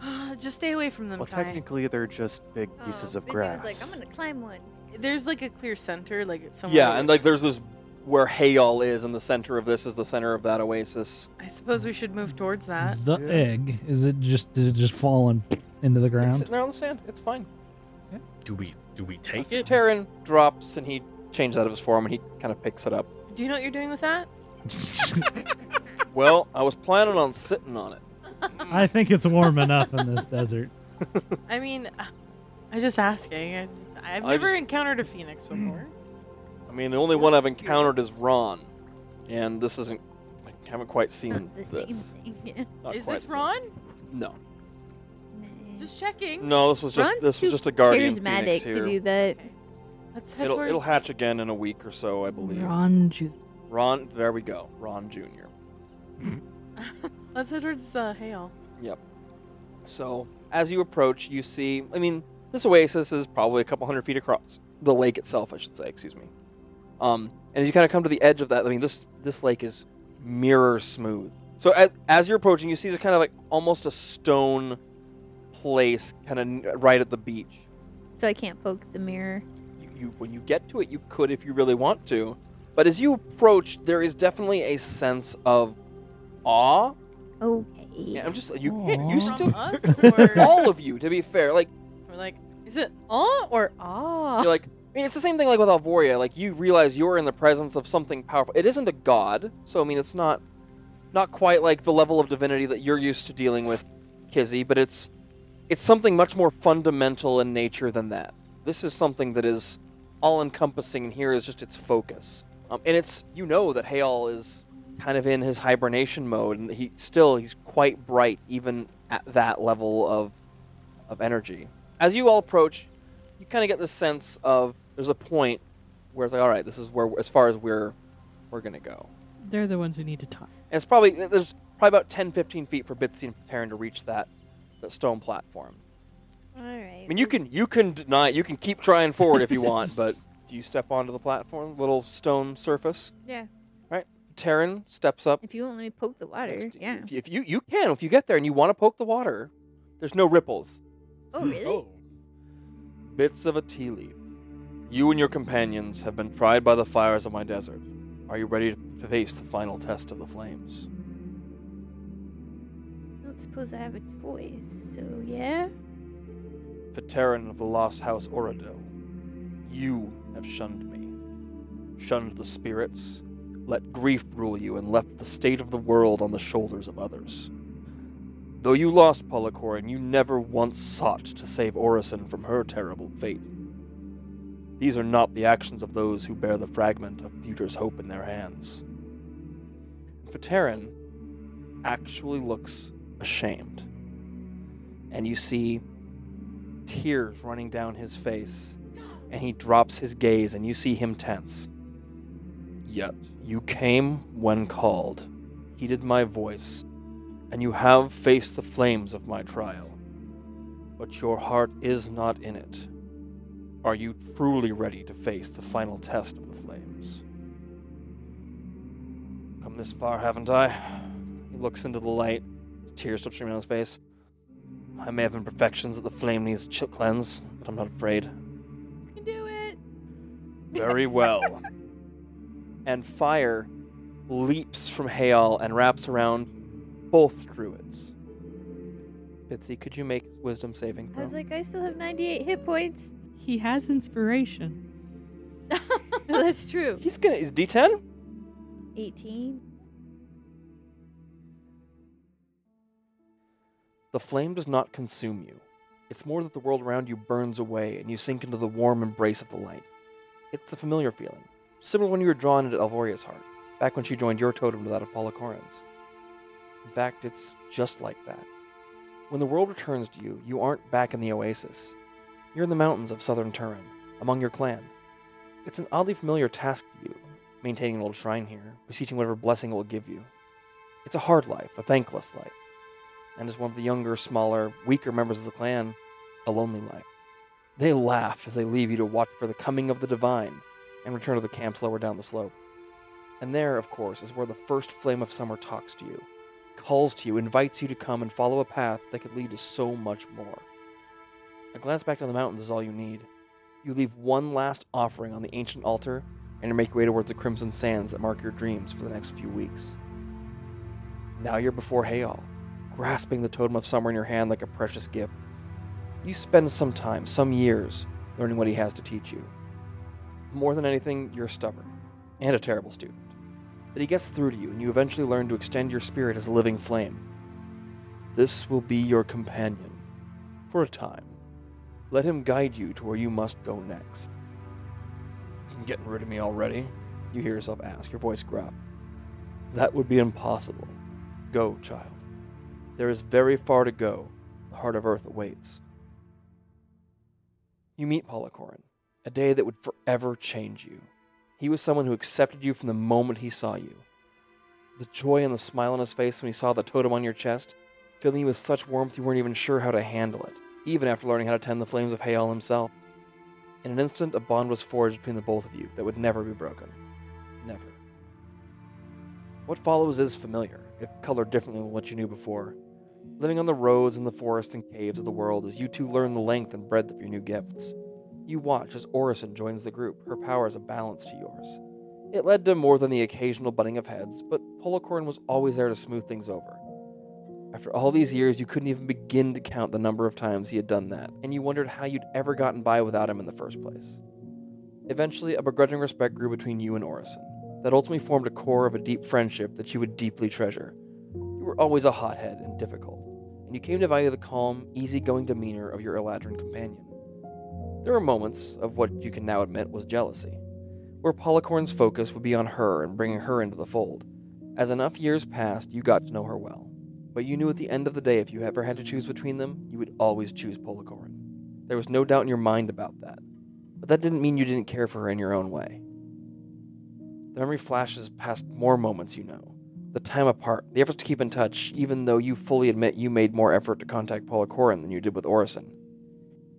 [SPEAKER 1] Uh,
[SPEAKER 7] Just stay away from them,
[SPEAKER 2] Well,
[SPEAKER 7] Kai.
[SPEAKER 2] technically, they're just big pieces of grass.
[SPEAKER 3] Oh, was like, I'm gonna climb one.
[SPEAKER 7] There's like a clear center, like it's somewhere.
[SPEAKER 1] Yeah, and like there's this where Hayal is, and the center of this is the center of that oasis.
[SPEAKER 7] I suppose we should move towards that.
[SPEAKER 4] the
[SPEAKER 2] Yeah.
[SPEAKER 4] egg is it just did it just fallen into the
[SPEAKER 1] It's
[SPEAKER 4] ground?
[SPEAKER 1] sitting there on the sand. It's fine.
[SPEAKER 5] Do we do we take it?
[SPEAKER 1] Terran drops and he changes out of his form and he kind of picks it up.
[SPEAKER 7] Do you know what you're doing with that?
[SPEAKER 1] Well, I was planning on sitting on it.
[SPEAKER 4] I think it's warm enough in this desert.
[SPEAKER 7] I mean, I'm just asking. I just, I've
[SPEAKER 1] I
[SPEAKER 7] never
[SPEAKER 1] just-
[SPEAKER 7] encountered a phoenix before.
[SPEAKER 1] I mean, the only
[SPEAKER 7] Or
[SPEAKER 1] one I've
[SPEAKER 7] spirits.
[SPEAKER 1] encountered is Ron, and this isn't. I haven't quite seen
[SPEAKER 3] Not the same
[SPEAKER 1] this.
[SPEAKER 3] thing. Yeah.
[SPEAKER 1] Not
[SPEAKER 7] Is
[SPEAKER 1] quite
[SPEAKER 7] this
[SPEAKER 1] the same.
[SPEAKER 7] Ron?
[SPEAKER 1] No,
[SPEAKER 3] Nah.
[SPEAKER 7] Just checking.
[SPEAKER 1] no. This was just
[SPEAKER 3] Ron's
[SPEAKER 1] this
[SPEAKER 3] too
[SPEAKER 1] was just a guardian
[SPEAKER 3] charismatic
[SPEAKER 1] phoenix
[SPEAKER 3] to
[SPEAKER 1] here.
[SPEAKER 3] do that.
[SPEAKER 7] Let's head
[SPEAKER 1] It'll it'll
[SPEAKER 7] towards-
[SPEAKER 1] hatch again in a week or so, I believe.
[SPEAKER 6] Ranju.
[SPEAKER 1] Ron there we go. Ron Junior.
[SPEAKER 7] Let's head towards uh, Hale.
[SPEAKER 1] So, as you approach, you see, I mean, this oasis is probably a couple hundred feet across. The lake itself, I should say, excuse me. Um, and as you kind of come to the edge of that, I mean, this this lake is mirror smooth. So, as, as you're approaching, you see there's kind of like almost a stone place kind of right at the beach.
[SPEAKER 3] So I can't poke the mirror.
[SPEAKER 1] You, you When you get to it, you could if you really want to. But as you approach, there is definitely a sense of awe.
[SPEAKER 3] Okay.
[SPEAKER 1] Yeah, I'm just, you can't, you
[SPEAKER 4] Aw.
[SPEAKER 1] still,
[SPEAKER 7] From us, or
[SPEAKER 1] all of you, to be fair. Like,
[SPEAKER 7] we're like, is it ah or ah?
[SPEAKER 1] You're like, I mean, it's the same thing like with Alvoria. Like you realize you're in the presence of something powerful. It isn't a god, so I mean, it's not, not quite like the level of divinity that you're used to dealing with, Kizzy. But it's, it's something much more fundamental in nature than that. This is something that is all-encompassing, and here is just its focus. Um, and it's you know that Hale is kind of in his hibernation mode, and he still he's quite bright even at that level of, of energy. As you all approach, you kind of get the sense of there's a point where it's like, all right, this is where as far as we're we're gonna go.
[SPEAKER 6] They're the ones who need to talk.
[SPEAKER 1] And it's probably there's probably about 10, 15 feet for Bitsy and Terran to reach that that stone platform.
[SPEAKER 3] All right.
[SPEAKER 1] I mean, you can you can deny, you can keep trying forward if you want, but do you step onto the platform, little stone surface?
[SPEAKER 3] Yeah.
[SPEAKER 1] Taryn steps up.
[SPEAKER 3] If you won't let me poke the water,
[SPEAKER 1] next-
[SPEAKER 3] yeah.
[SPEAKER 1] If, you- if you you can, if you get there and you want to poke the water, there's no ripples.
[SPEAKER 3] Oh, really?
[SPEAKER 8] Oh,
[SPEAKER 1] Bits of a tea leaf. You and your companions have been tried by the fires of my desert. Are you ready to face the final test of the flames?
[SPEAKER 3] I don't suppose I have a choice. So yeah.
[SPEAKER 1] Veteran of the lost house Oradil, you have shunned me. Shunned the spirits, let grief rule you, and left the state of the world on the shoulders of others. Though you lost Polycorin, you never once sought to save Orison from her terrible fate. These are not the actions of those who bear the fragment of future's hope in their hands. Veteran actually looks ashamed. And you see tears running down his face, and he drops his gaze, and you see him tense. Yet, you came when called, heeded my voice, and you have faced the flames of my trial. But your heart is not in it. Are you truly ready to face the final test of the flames? Come this far, haven't I? He looks into the light, tears still streaming on his face. I may have imperfections that the flame needs chill cleanse, but I'm not afraid.
[SPEAKER 7] You can do it.
[SPEAKER 1] Very well. and fire leaps from Hail and wraps around both druids. Bitsy, could you make wisdom saving
[SPEAKER 3] I
[SPEAKER 1] throw?
[SPEAKER 3] was like, I still have 98 hit points.
[SPEAKER 6] He has inspiration.
[SPEAKER 3] No, that's true.
[SPEAKER 1] He's gonna is D10?
[SPEAKER 3] 18.
[SPEAKER 1] The flame does not consume you. It's more that the world around you burns away and you sink into the warm embrace of the light. It's a familiar feeling, similar when you were drawn into Alvoria's heart, back when she joined your totem to that of Polycorin's. In fact, it's just like that. When the world returns to you, you aren't back in the oasis. You're in the mountains of southern Turin, among your clan. It's an oddly familiar task to you, maintaining an old shrine here, beseeching whatever blessing it will give you. It's a hard life, a thankless life and as one of the younger, smaller, weaker members of the clan, a lonely life. They laugh as they leave you to watch for the coming of the divine and return to the camps lower down the slope. And there, of course, is where the first flame of summer talks to you, calls to you, invites you to come and follow a path that could lead to so much more. A glance back down the mountains is all you need. You leave one last offering on the ancient altar and you make your way towards the crimson sands that mark your dreams for the next few weeks. Now you're before Hayal, grasping the totem of summer in your hand like a precious gift. You spend some time, some years, learning what he has to teach you. More than anything, you're stubborn and a terrible student. But he gets through to you, and you eventually learn to extend your spirit as a living flame. This will be your companion for a time. Let him guide you to where you must go next. "You're Getting rid of me already? You hear yourself ask, your voice gruff. That would be impossible. Go, child. There is very far to go. The heart of Earth awaits. You meet Polycorin, a day that would forever change you. He was someone who accepted you from the moment he saw you. The joy and the smile on his face when he saw the totem on your chest, filling you with such warmth you weren't even sure how to handle it, even after learning how to tend the flames of Hael himself. In an instant, a bond was forged between the both of you that would never be broken. Never. What follows is familiar, if colored differently than what you knew before. Living on the roads and the forests and caves of the world as you two learn the length and breadth of your new gifts. You watch as Orison joins the group, her powers a balance to yours. It led to more than the occasional butting of heads, but Polocorn was always there to smooth things over. After all these years, you couldn't even begin to count the number of times he had done that, and you wondered how you'd ever gotten by without him in the first place. Eventually, a begrudging respect grew between you and Orison that ultimately formed a core of a deep friendship that you would deeply treasure. You were always a hothead and difficult, and you came to value the calm, easygoing demeanor of your Eladrin companion. There were moments of what you can now admit was jealousy, where Polycorn's focus would be on her and bringing her into the fold. As enough years passed, you got to know her well, but you knew at the end of the day if you ever had to choose between them, you would always choose Polycorn. There was no doubt in your mind about that, but that didn't mean you didn't care for her in your own way. The memory flashes past more moments you know. The time apart, the efforts to keep in touch, even though you fully admit you made more effort to contact Polycorin than you did with Orison.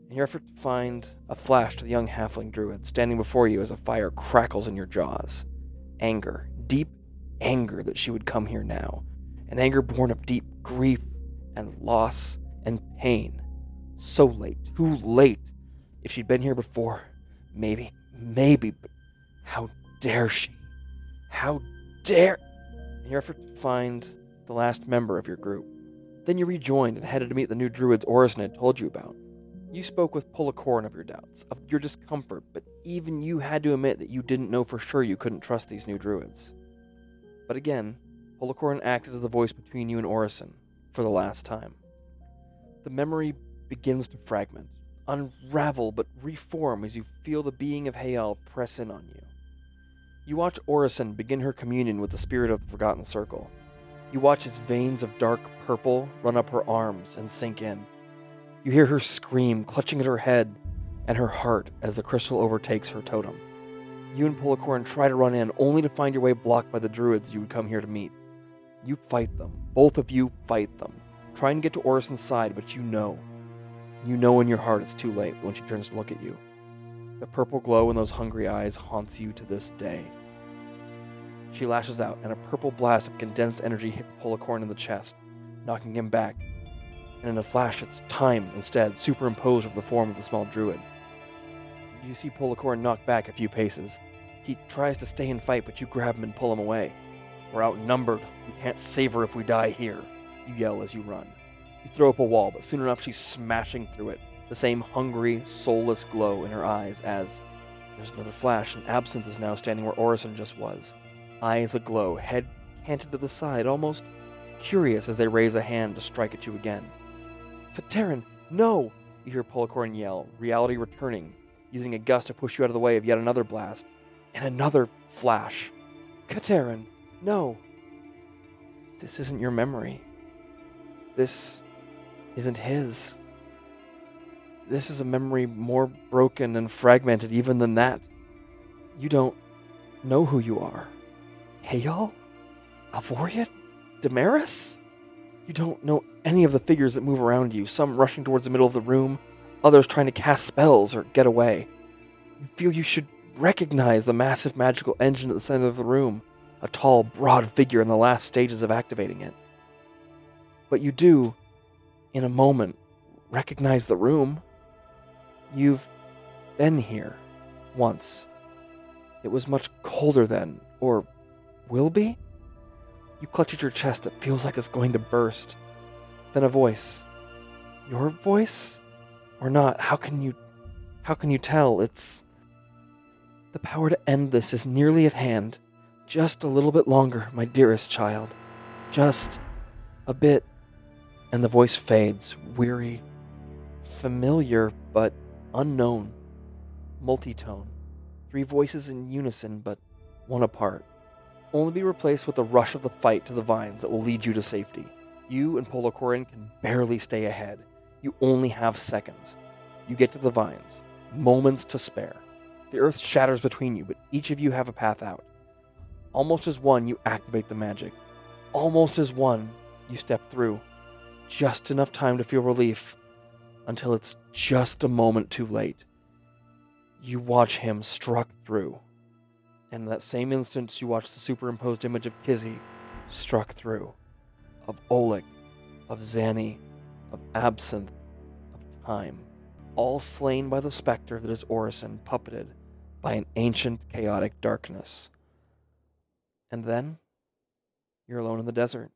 [SPEAKER 1] in your effort to find a flash to the young halfling druid standing before you as a fire crackles in your jaws. Anger, deep anger that she would come here now, an anger born of deep grief and loss and pain. So late, too late. If she'd been here before, maybe, maybe, but how dare she? How dare. In your effort to find the last member of your group, then you rejoined and headed to meet the new druids Orison had told you about. You spoke with Policorn of your doubts, of your discomfort, but even you had to admit that you didn't know for sure you couldn't trust these new druids. But again, Policorn acted as the voice between you and Orison for the last time. The memory begins to fragment, unravel, but reform as you feel the being of Hayal press in on you. You watch Orison begin her communion with the spirit of the Forgotten Circle. You watch as veins of dark purple run up her arms and sink in. You hear her scream, clutching at her head and her heart as the crystal overtakes her totem. You and Policorn try to run in, only to find your way blocked by the druids you would come here to meet. You fight them. Both of you fight them. Try and get to Orison's side, but you know. You know in your heart it's too late when she turns to look at you. The purple glow in those hungry eyes haunts you to this day. She lashes out, and a purple blast of condensed energy hits Policorn in the chest, knocking him back. And in a flash, it's time instead, superimposed over the form of the small druid. You see Policorn knocked back a few paces. He tries to stay and fight, but you grab him and pull him away. We're outnumbered. We can't save her if we die here, you yell as you run. You throw up a wall, but soon enough she's smashing through it, the same hungry, soulless glow in her eyes as there's another flash, and Absinthe is now standing where Orison just was, eyes aglow, head canted to the side, almost curious as they raise a hand to strike at you again. Faterin, no! You hear Policorn yell, reality returning, using a gust to push you out of the way of yet another blast, and another flash. Katerin, no! This isn't your memory. This isn't his. This is a memory more broken and fragmented even than that. You don't know who you are. Hayal? Avoriat? Damaris? You don't know any of the figures that move around you, some rushing towards the middle of the room, others trying to cast spells or get away. You feel you should recognize the massive magical engine at the center of the room, a tall, broad figure in the last stages of activating it. But you do, in a moment, recognize the room. You've been here once. It was much colder then, or will be? You clutch at your chest that feels like it's going to burst. Then a voice. Your voice? Or not? How can you how can you tell? It's the power to end this is nearly at hand. Just a little bit longer, my dearest child. Just a bit. And the voice fades, weary, familiar but unknown. Multitone. Three voices in unison but one apart only be replaced with the rush of the fight to the vines that will lead you to safety. You and Polokorin can barely stay ahead. You only have seconds. You get to the vines, moments to spare. The earth shatters between you, but each of you have a path out. Almost as one, you activate the magic. Almost as one, you step through. Just enough time to feel relief until it's just a moment too late. You watch him struck through and in that same instant you watch the superimposed image of Kizzy struck through, of Oleg, of Zanny, of Absinthe, of Time, all slain by the specter that is Orison, puppeted by an ancient chaotic darkness. And then you're alone in the desert,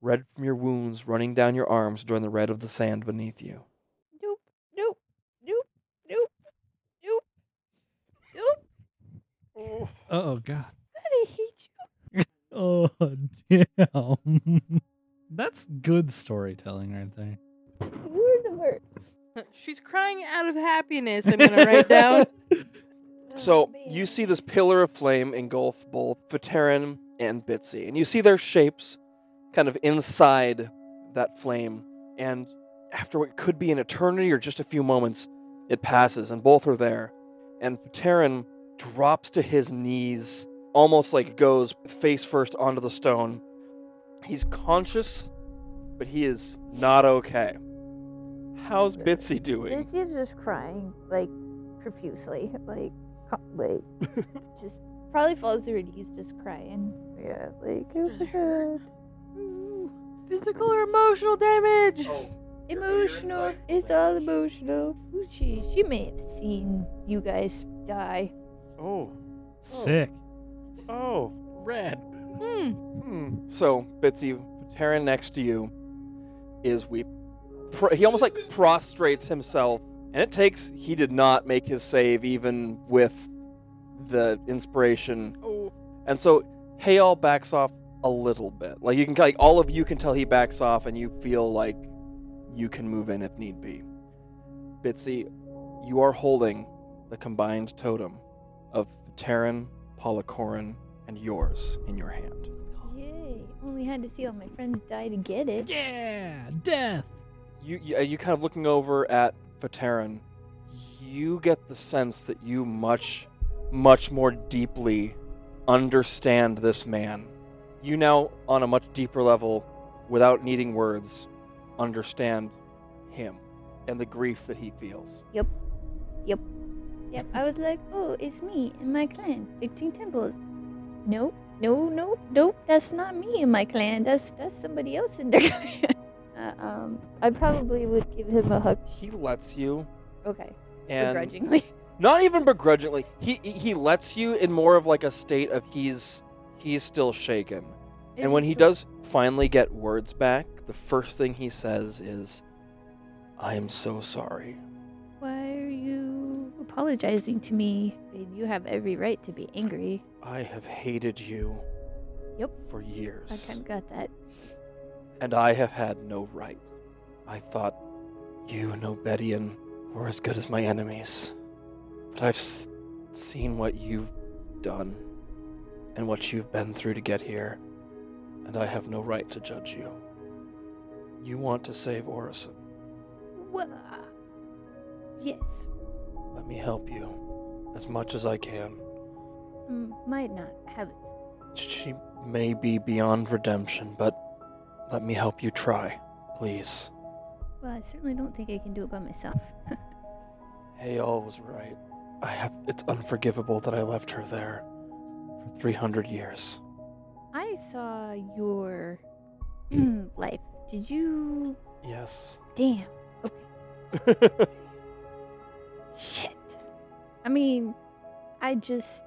[SPEAKER 1] red from your wounds running down your arms to join the red of the sand beneath you.
[SPEAKER 3] Nope, nope, nope, nope, nope, nope.
[SPEAKER 4] Oh god.
[SPEAKER 3] I hate you.
[SPEAKER 4] Oh damn. That's good storytelling right there.
[SPEAKER 3] You're the worst.
[SPEAKER 7] She's crying out of happiness. I'm gonna write down.
[SPEAKER 9] Oh,
[SPEAKER 1] So you see this pillar of flame engulf both Faterin and Bitsy, and you see their shapes kind of inside that flame. And after what could be an eternity or just a few moments, it passes, and both are there. And Faterin drops to his knees, almost like goes face first onto the stone. He's conscious, but he is not okay. How's Bitsy doing?
[SPEAKER 9] Bitsy is just crying like profusely, like co- like
[SPEAKER 3] Just probably falls to her knees just crying.
[SPEAKER 9] yeah, like oh my god.
[SPEAKER 7] Physical or emotional damage?
[SPEAKER 1] Oh,
[SPEAKER 3] Emotional. It's all emotional. Ooh, She she may have seen you guys die.
[SPEAKER 2] Oh,
[SPEAKER 4] Sick.
[SPEAKER 2] oh,
[SPEAKER 8] Red.
[SPEAKER 6] Hmm.
[SPEAKER 2] hmm.
[SPEAKER 1] So, Bitsy, Terran next to you is weeping. Pro- he almost like prostrates himself, and it takes. He did not make his save even with the inspiration.
[SPEAKER 8] Oh.
[SPEAKER 1] And so, Hayal backs off a little bit. Like, you can, like, all of you can tell he backs off, and you feel like you can move in if need be. Bitsy, you are holding the combined totem of Terran, Polycorin, and yours in your hand.
[SPEAKER 3] Yay! Only had to see all my friends die to get it.
[SPEAKER 4] Yeah, death.
[SPEAKER 1] you you, uh, you kind of looking over at Fateran, you get the sense that you much much more deeply understand this man. You now on a much deeper level without needing words understand him and the grief that he feels.
[SPEAKER 3] Yep. I was like, oh, it's me and my clan fixing temples. Nope. No, no, nope. That's not me and my clan. That's that's somebody else in their clan.
[SPEAKER 9] Uh, um, I probably would give him a hug.
[SPEAKER 1] He lets you
[SPEAKER 9] Okay,
[SPEAKER 1] and
[SPEAKER 9] begrudgingly.
[SPEAKER 1] not even begrudgingly he he- he lets you in more of like a state of he's he's still shaken and when he does finally get words back the first thing he says is i am so sorry
[SPEAKER 3] Why are you apologizing to me? You have every right to be angry.
[SPEAKER 1] i have hated you
[SPEAKER 3] Yep.
[SPEAKER 1] for years
[SPEAKER 3] I kind of got that.
[SPEAKER 1] and i have had no right i thought you and obedian were as good as my enemies but i've s- seen what you've done and what you've been through to get here and i have no right to judge you you want to save orison
[SPEAKER 3] Wha Yes.
[SPEAKER 1] Let me help you as much as I can.
[SPEAKER 3] Mm, might not have it.
[SPEAKER 1] She may be beyond redemption, but let me help you try, please.
[SPEAKER 3] Well, I certainly don't think I can do it by myself.
[SPEAKER 1] Hayal was right. I have it's unforgivable that I left her there for 300 years.
[SPEAKER 3] I saw your life. Did you?
[SPEAKER 1] Yes.
[SPEAKER 3] Damn. Okay. Shit. I mean, I just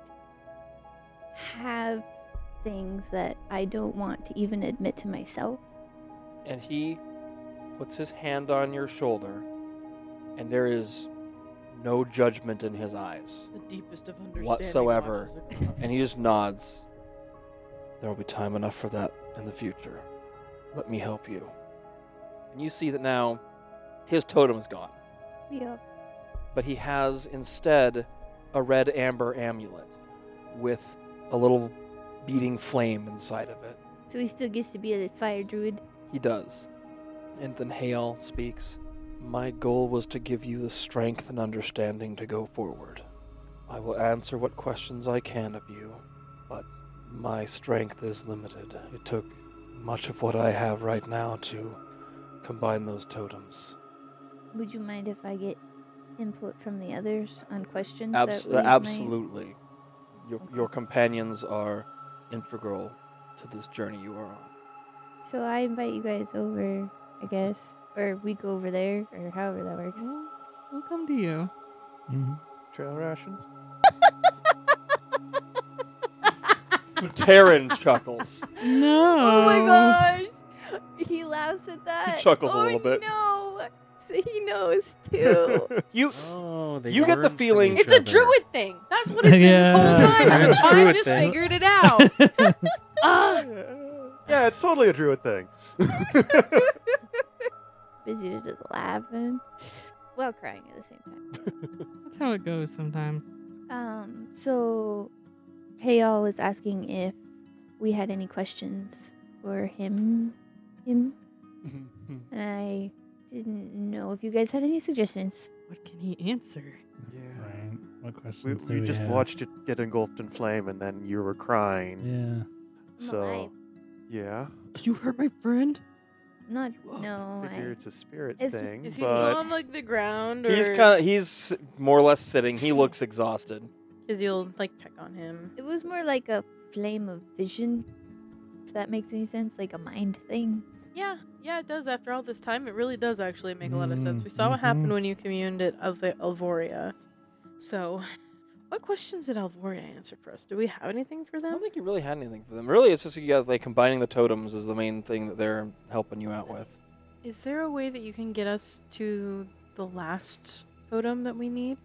[SPEAKER 3] have things that I don't want to even admit to myself.
[SPEAKER 1] and he puts his hand on your shoulder and there is no judgment in his eyes.
[SPEAKER 7] The deepest of understanding.
[SPEAKER 1] Whatsoever.
[SPEAKER 7] washes across.
[SPEAKER 1] And he just nods. There will be time enough for that in the future. Let me help you. And you see that now his totem is gone,
[SPEAKER 3] Yeah.
[SPEAKER 1] but he has instead a red amber amulet with a little beating flame inside of it.
[SPEAKER 3] So he still gets to be a fire druid.
[SPEAKER 1] He does. And then Hale speaks My goal was to give you the strength and understanding to go forward. I will answer what questions I can of you, but my strength is limited. It took much of what I have right now to combine those totems.
[SPEAKER 3] Would you mind if I get input from the others on questions?
[SPEAKER 1] Abs-
[SPEAKER 3] that we might-
[SPEAKER 1] absolutely. Your, your companions are integral to this journey you are on.
[SPEAKER 3] So I invite you guys over, I guess, or we go over there, or however that works.
[SPEAKER 6] We'll, we'll come to you.
[SPEAKER 2] Trail rations.
[SPEAKER 1] Taryn chuckles.
[SPEAKER 6] No.
[SPEAKER 9] Oh my gosh! He laughs at that.
[SPEAKER 1] chuckles a
[SPEAKER 9] oh,
[SPEAKER 1] little bit.
[SPEAKER 9] No, so he knows too.
[SPEAKER 1] You.
[SPEAKER 5] Oh, they
[SPEAKER 1] You get the
[SPEAKER 5] learn from
[SPEAKER 1] feeling-
[SPEAKER 5] each
[SPEAKER 7] It's a
[SPEAKER 5] other.
[SPEAKER 7] druid thing. That's what it's in this
[SPEAKER 4] Yeah.
[SPEAKER 7] whole time.
[SPEAKER 5] It's a
[SPEAKER 7] I
[SPEAKER 5] druid
[SPEAKER 7] just
[SPEAKER 5] thing.
[SPEAKER 7] figured it out. Ah,
[SPEAKER 2] yeah, it's totally a druid thing.
[SPEAKER 3] Busy just laughing while crying at the same time.
[SPEAKER 6] That's how it goes sometimes.
[SPEAKER 3] Um, so Hayal was asking if we had any questions for him, him, and I didn't know if you guys had any suggestions.
[SPEAKER 6] What can he answer?
[SPEAKER 2] Yeah.
[SPEAKER 4] Right. What
[SPEAKER 2] We,
[SPEAKER 4] questions do
[SPEAKER 2] we just
[SPEAKER 4] have?
[SPEAKER 2] watched it get engulfed in flame, and then you were crying.
[SPEAKER 4] Yeah.
[SPEAKER 3] I'm
[SPEAKER 2] So,
[SPEAKER 3] alive.
[SPEAKER 2] yeah.
[SPEAKER 6] You hurt my friend?
[SPEAKER 3] not.
[SPEAKER 5] Whoa,
[SPEAKER 3] No,
[SPEAKER 2] I figure
[SPEAKER 3] I,
[SPEAKER 2] it's a spirit
[SPEAKER 3] Is-
[SPEAKER 2] thing,
[SPEAKER 7] Is he
[SPEAKER 2] but
[SPEAKER 7] still on like the ground, or
[SPEAKER 1] He's kind of he's s- more or less sitting. He looks exhausted.
[SPEAKER 7] Because you'll like check on him.
[SPEAKER 3] it was more like a flame of vision. If that makes any sense, like a mind thing.
[SPEAKER 7] Yeah, yeah, it does. After all this time, it really does actually make a lot of sense. We saw
[SPEAKER 5] Mm-hmm.
[SPEAKER 7] what happened
[SPEAKER 4] Mhm.
[SPEAKER 7] when you communed at Alv- Alvoria. So, what questions did Alvoria answer for us? Do we have anything for
[SPEAKER 1] I
[SPEAKER 7] them?
[SPEAKER 1] don't think you really had anything for them. Really, it's just you got like combining the totems is the main thing that they're helping you out with.
[SPEAKER 7] Is there a way that you can get us to the last totem that we need?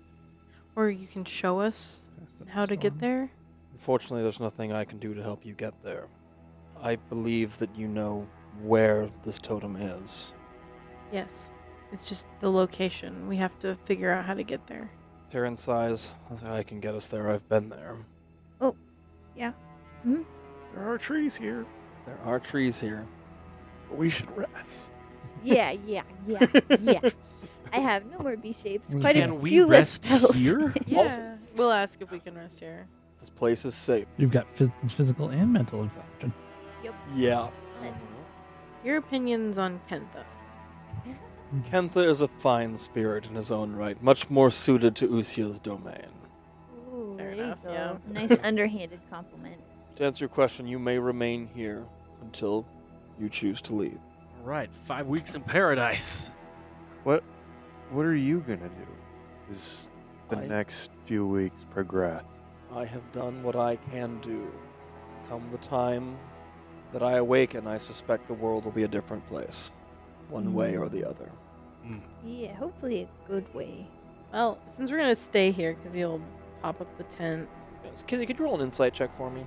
[SPEAKER 7] Or you can show us how to get there?
[SPEAKER 1] Unfortunately, there's nothing I can do to help you get there. I believe that you know where this totem is.
[SPEAKER 7] Yes. It's just the location. We have to figure out how to get there.
[SPEAKER 1] Terran size, I can get us there. I've been there.
[SPEAKER 2] there are trees here.
[SPEAKER 1] There are trees here.
[SPEAKER 2] But we should rest.
[SPEAKER 3] Yeah, yeah, yeah, yeah. I have no more B shapes.
[SPEAKER 4] Can
[SPEAKER 3] Quite a
[SPEAKER 5] Can we
[SPEAKER 3] few less
[SPEAKER 5] rest
[SPEAKER 3] spells.
[SPEAKER 5] here?
[SPEAKER 7] Yeah. We'll ask if we can rest here.
[SPEAKER 1] This place is safe.
[SPEAKER 4] You've got phys- physical and mental exhaustion.
[SPEAKER 1] Yeah.
[SPEAKER 3] Mm-hmm.
[SPEAKER 7] Your opinions on Kentha.
[SPEAKER 1] Kentha is a fine spirit in his own right, much more suited to Usia's domain.
[SPEAKER 3] Ooh,
[SPEAKER 7] Fair
[SPEAKER 3] there you
[SPEAKER 7] enough,
[SPEAKER 3] go.
[SPEAKER 7] yeah.
[SPEAKER 3] Nice underhanded compliment.
[SPEAKER 1] To answer your question, you may remain here until you choose to leave.
[SPEAKER 5] All right, five weeks in paradise.
[SPEAKER 2] What what are you gonna do? Is the
[SPEAKER 1] I-
[SPEAKER 2] next few weeks progress?
[SPEAKER 1] I have done what I can do. Come the time that I awaken, I suspect the world will be a different place, one way or the other.
[SPEAKER 3] Yeah, hopefully a good way.
[SPEAKER 7] Well, since we're gonna stay here, because you'll pop up the tent.
[SPEAKER 1] Kizzy, could you roll an insight check for me?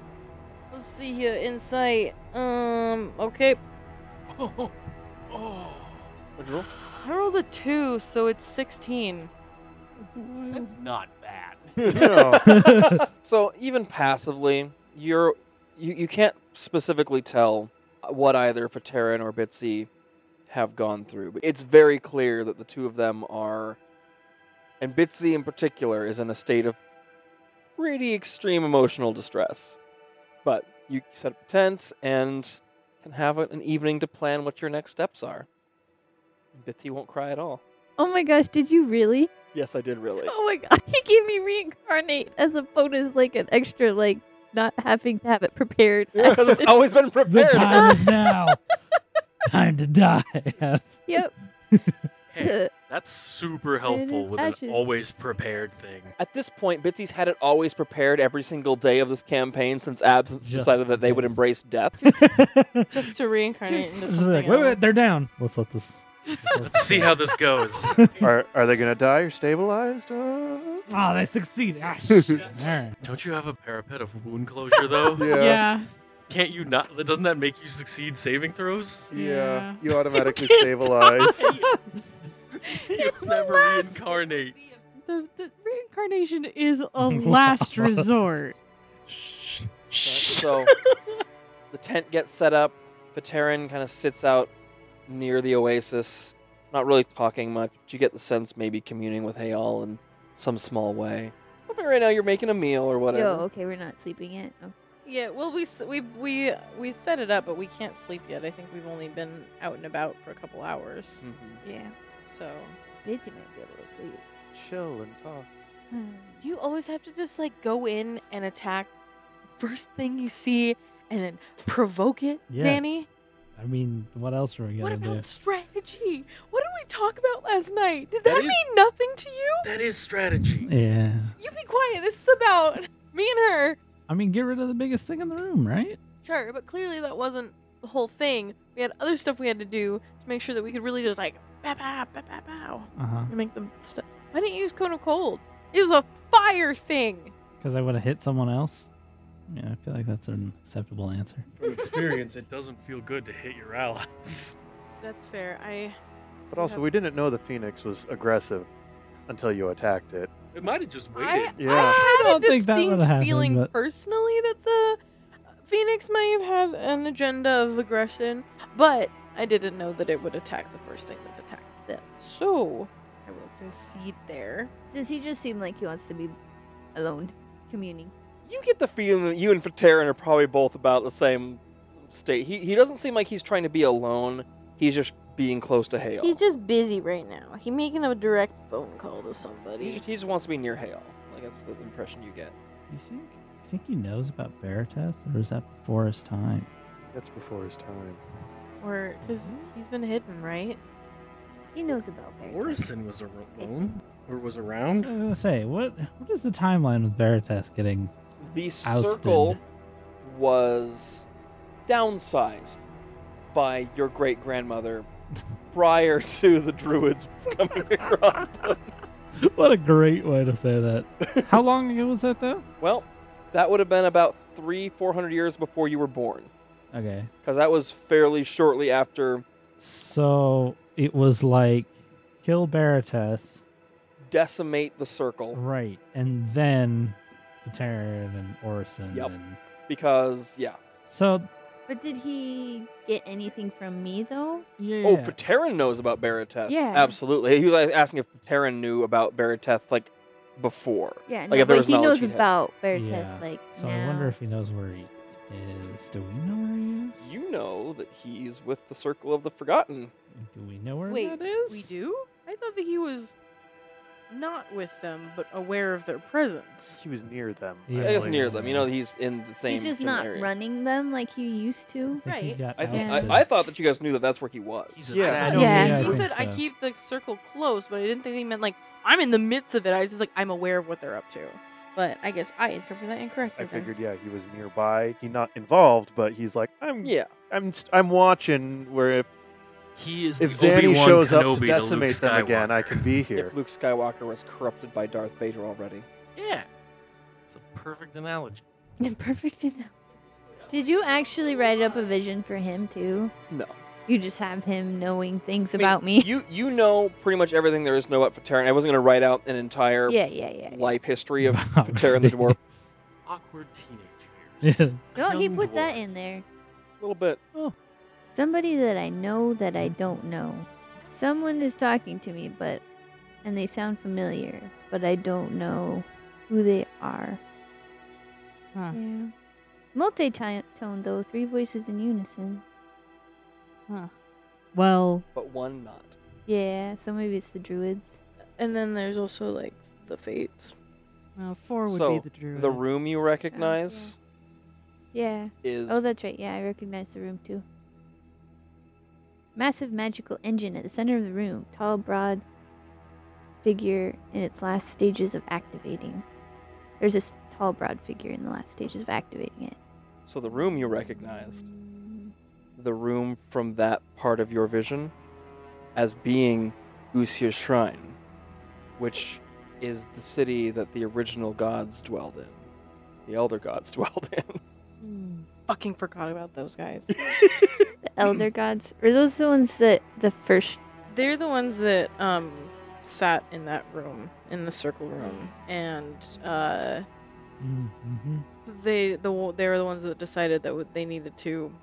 [SPEAKER 7] Let's see here. Insight. Um. Okay.
[SPEAKER 5] Oh, oh.
[SPEAKER 1] What'd you roll?
[SPEAKER 7] I rolled a two, so it's sixteen.
[SPEAKER 5] That's not bad.
[SPEAKER 2] no.
[SPEAKER 1] so even passively, you're you, you can't specifically tell what either Fateran or Bitsy have gone through. But it's very clear that the two of them are and Bitsy in particular is in a state of pretty extreme emotional distress. But you set up a tent and can have an evening to plan what your next steps are. Bitsy won't cry at all.
[SPEAKER 3] Oh my gosh, did you really?
[SPEAKER 1] Yes, I did really.
[SPEAKER 3] Oh my god, he gave me reincarnate as a bonus, like an extra, like not having to have it prepared.
[SPEAKER 1] Because it's
[SPEAKER 3] action.
[SPEAKER 1] always been
[SPEAKER 4] The
[SPEAKER 1] prepared.
[SPEAKER 4] time is now. time to die.
[SPEAKER 3] yep.
[SPEAKER 5] Hey, that's super helpful with
[SPEAKER 3] actions.
[SPEAKER 5] an always prepared thing.
[SPEAKER 1] At this point, Bitsy's had it always prepared every single day of this campaign since Absinthe
[SPEAKER 4] Just
[SPEAKER 1] decided that they would
[SPEAKER 4] in
[SPEAKER 1] embrace
[SPEAKER 4] case.
[SPEAKER 1] death.
[SPEAKER 7] Just to reincarnate into
[SPEAKER 4] It's
[SPEAKER 7] something
[SPEAKER 4] like, wait, wait, they're
[SPEAKER 7] else.
[SPEAKER 4] down. Let's let this.
[SPEAKER 5] Let's see how this goes.
[SPEAKER 2] are are they gonna die or stabilized? Uh,
[SPEAKER 4] Ah, they succeeded. Ah, shit. All right.
[SPEAKER 5] Don't you have a parapet of wound closure though?
[SPEAKER 2] yeah.
[SPEAKER 6] yeah.
[SPEAKER 5] Can't you not? Doesn't that make you succeed saving throws?
[SPEAKER 2] Yeah,
[SPEAKER 6] Yeah.
[SPEAKER 2] you automatically stabilize.
[SPEAKER 5] you
[SPEAKER 3] It's the
[SPEAKER 5] never
[SPEAKER 3] last-
[SPEAKER 5] reincarnate.
[SPEAKER 6] The, the reincarnation is a last resort.
[SPEAKER 1] so the tent gets set up. Vateran kind of sits out near the oasis, not really talking much, but you get the sense maybe communing with Hayal in some small way. But right now you're making a meal or whatever.
[SPEAKER 3] Yo, okay, we're not sleeping yet. Okay.
[SPEAKER 7] Yeah. Well, we s- we we we set it up, but we can't sleep yet. I think we've only been out and about for a couple hours.
[SPEAKER 1] Mhm.
[SPEAKER 3] Yeah.
[SPEAKER 7] So.
[SPEAKER 3] Bitsy might be able to sleep.
[SPEAKER 2] Chill and talk.
[SPEAKER 3] Hmm.
[SPEAKER 7] Do you always have to just like go in and attack first thing you see, and then provoke it,
[SPEAKER 4] Yes.
[SPEAKER 7] Zanny?
[SPEAKER 4] I mean, what else are we
[SPEAKER 7] What
[SPEAKER 4] gonna
[SPEAKER 7] about
[SPEAKER 4] do?
[SPEAKER 7] strategy? What did we talk about last night? Did
[SPEAKER 5] That
[SPEAKER 7] that,
[SPEAKER 5] is-
[SPEAKER 7] mean nothing to you?
[SPEAKER 5] That is strategy.
[SPEAKER 4] Yeah.
[SPEAKER 7] You be quiet. This is about me and her.
[SPEAKER 4] I mean, get rid of the biggest thing in the room, right?
[SPEAKER 7] Sure, but clearly that wasn't the whole thing. We had other stuff we had to do to make sure that we could really just like bow, bow, bow, bow, bow,
[SPEAKER 4] Uh huh.
[SPEAKER 7] and make them stuff. Why didn't you use cone of cold? It was a fire thing.
[SPEAKER 4] Because I would have hit someone else. Yeah, I feel like that's an acceptable answer.
[SPEAKER 5] From experience, it doesn't feel good to hit your allies.
[SPEAKER 7] That's fair. I
[SPEAKER 2] But also, we didn't know the phoenix was aggressive until you attacked it.
[SPEAKER 5] It might have just waited.
[SPEAKER 7] I,
[SPEAKER 2] Yeah.
[SPEAKER 7] I
[SPEAKER 4] I
[SPEAKER 7] had a
[SPEAKER 4] don't think that
[SPEAKER 7] distinct
[SPEAKER 4] would've happened,
[SPEAKER 7] feeling
[SPEAKER 4] but-
[SPEAKER 7] personally that the Phoenix might have had an agenda of aggression, but I didn't know that it would attack the first thing that attacked them. So I will concede there.
[SPEAKER 3] Does he just seem like he wants to be alone, communing?
[SPEAKER 1] You get the feeling that you and Fateran are probably both about the same state. He, he doesn't seem like he's trying to be alone. He's just being close to Hale.
[SPEAKER 7] He's just busy right now. He making a direct phone call to
[SPEAKER 1] He
[SPEAKER 7] somebody.
[SPEAKER 1] just, he just wants to be near Hale. Like that's the impression you get.
[SPEAKER 4] You think? You think he knows about Veritas, or is that before his time?
[SPEAKER 2] That's before his time.
[SPEAKER 7] Or because
[SPEAKER 4] Mm-hmm.
[SPEAKER 7] he's been hidden, right?
[SPEAKER 3] He knows about Bear.
[SPEAKER 8] Orison was alone or was
[SPEAKER 4] I was
[SPEAKER 8] around.
[SPEAKER 4] gonna say, what what is the timeline with Veritas getting?
[SPEAKER 1] The
[SPEAKER 4] Ousted.
[SPEAKER 1] circle was downsized by your great grandmother prior to the druids coming across. them.
[SPEAKER 4] what a great way to say that. How long ago was that though?
[SPEAKER 1] Well, that would have been about three, four hundred years before you were born,
[SPEAKER 4] Okay,
[SPEAKER 1] because that was fairly shortly after
[SPEAKER 4] so it was like kill Veritas,
[SPEAKER 1] decimate the circle.
[SPEAKER 4] right, and then Paterin and Orison.
[SPEAKER 1] Yep.
[SPEAKER 4] And,
[SPEAKER 1] Because yeah,
[SPEAKER 4] so
[SPEAKER 3] But did he get anything from me though?
[SPEAKER 4] yeah.
[SPEAKER 1] Oh, Terran knows about Barateth.
[SPEAKER 3] Yeah.
[SPEAKER 1] Absolutely. He was like, asking if Terran knew about Barateth, like, before.
[SPEAKER 3] Yeah,
[SPEAKER 1] Like, if there
[SPEAKER 3] but
[SPEAKER 1] was
[SPEAKER 3] he
[SPEAKER 1] knowledge
[SPEAKER 3] knows
[SPEAKER 1] he had.
[SPEAKER 3] about Bear Test,
[SPEAKER 4] Yeah.
[SPEAKER 3] like
[SPEAKER 4] so
[SPEAKER 3] now.
[SPEAKER 4] I wonder if he knows where he is. Do we know where he is?
[SPEAKER 1] You know that he's with the Circle of the Forgotten.
[SPEAKER 4] Do we know where
[SPEAKER 7] Wait,
[SPEAKER 4] that is?
[SPEAKER 7] We do? I thought that he was not with them, but aware of their presence.
[SPEAKER 2] He was near them.
[SPEAKER 4] Yeah.
[SPEAKER 1] I guess
[SPEAKER 4] like-
[SPEAKER 1] near them. You know, he's in the same
[SPEAKER 3] he's just
[SPEAKER 1] general
[SPEAKER 3] not
[SPEAKER 1] area.
[SPEAKER 3] running them like he used to.
[SPEAKER 4] I think he
[SPEAKER 7] Right.
[SPEAKER 4] got
[SPEAKER 1] I, th-
[SPEAKER 4] ousted.
[SPEAKER 1] I, I thought that you guys knew that that's where he was.
[SPEAKER 8] He's a
[SPEAKER 2] Yeah,
[SPEAKER 8] sad
[SPEAKER 3] I Yeah.
[SPEAKER 4] Oh, Yeah, I
[SPEAKER 7] he
[SPEAKER 4] think
[SPEAKER 7] said I
[SPEAKER 4] so.
[SPEAKER 7] keep the circle close, but I didn't think he meant like I'm in the midst of it. I was just like I'm aware of what they're up to. But I guess I interpreted that incorrectly.
[SPEAKER 2] I
[SPEAKER 7] then.
[SPEAKER 2] figured, yeah, he was nearby. He not involved, but he's like, I'm,
[SPEAKER 1] Yeah.
[SPEAKER 2] I'm, st- I'm watching. Where if,
[SPEAKER 8] He is
[SPEAKER 2] if
[SPEAKER 8] the
[SPEAKER 2] Zanny
[SPEAKER 8] Obi-Wan
[SPEAKER 2] shows
[SPEAKER 8] Kenobi
[SPEAKER 2] up to
[SPEAKER 8] Luke
[SPEAKER 2] decimate them again, I
[SPEAKER 8] Skywalker.
[SPEAKER 2] can be here.
[SPEAKER 1] If Luke Skywalker was corrupted by Darth Vader already.
[SPEAKER 8] Yeah, it's a perfect analogy.
[SPEAKER 3] Perfect enough. Did you actually write up a vision for him too?
[SPEAKER 1] No.
[SPEAKER 3] You just have him knowing things
[SPEAKER 1] I mean,
[SPEAKER 3] about me.
[SPEAKER 1] You you know pretty much everything there is to know about Terran. I wasn't going to write out an entire
[SPEAKER 3] yeah, yeah, yeah. yeah.
[SPEAKER 1] life history of
[SPEAKER 4] Wow.
[SPEAKER 1] Terran the Dwarf.
[SPEAKER 8] Awkward teenage
[SPEAKER 4] Yeah.
[SPEAKER 8] years.
[SPEAKER 3] No, he
[SPEAKER 8] Young
[SPEAKER 3] put that
[SPEAKER 8] dwarf.
[SPEAKER 3] in there.
[SPEAKER 1] A little bit.
[SPEAKER 3] Somebody that I know that I don't know. Someone is talking to me, but and they sound familiar, but I don't know who they are.
[SPEAKER 6] Huh.
[SPEAKER 3] Yeah. Multi-tone though, three voices in unison.
[SPEAKER 6] Well,
[SPEAKER 1] But one not.
[SPEAKER 3] Yeah, so maybe it's the druids.
[SPEAKER 7] And then there's also like the fates.
[SPEAKER 6] no, four would
[SPEAKER 1] So,
[SPEAKER 6] be the druid.
[SPEAKER 1] The room you recognize
[SPEAKER 3] Yeah.
[SPEAKER 1] is
[SPEAKER 3] Oh, that's right. Yeah, I recognize the room too. Massive magical engine at the center of the room, tall, broad figure in its last stages of activating. There's this tall, broad figure in the last stages of activating it.
[SPEAKER 1] So the room you recognized, the room from that part of your vision, as being Usia's shrine, which is the city that the original gods dwelled in, the elder gods dwelled in.
[SPEAKER 6] Hmm.
[SPEAKER 7] Fucking forgot about those guys.
[SPEAKER 3] The elder gods are those the ones that the first?
[SPEAKER 7] They're the ones that um sat in that room, in the circle room, and uh
[SPEAKER 4] Mm-hmm.
[SPEAKER 7] they the wo- they were the ones that decided that w- they needed to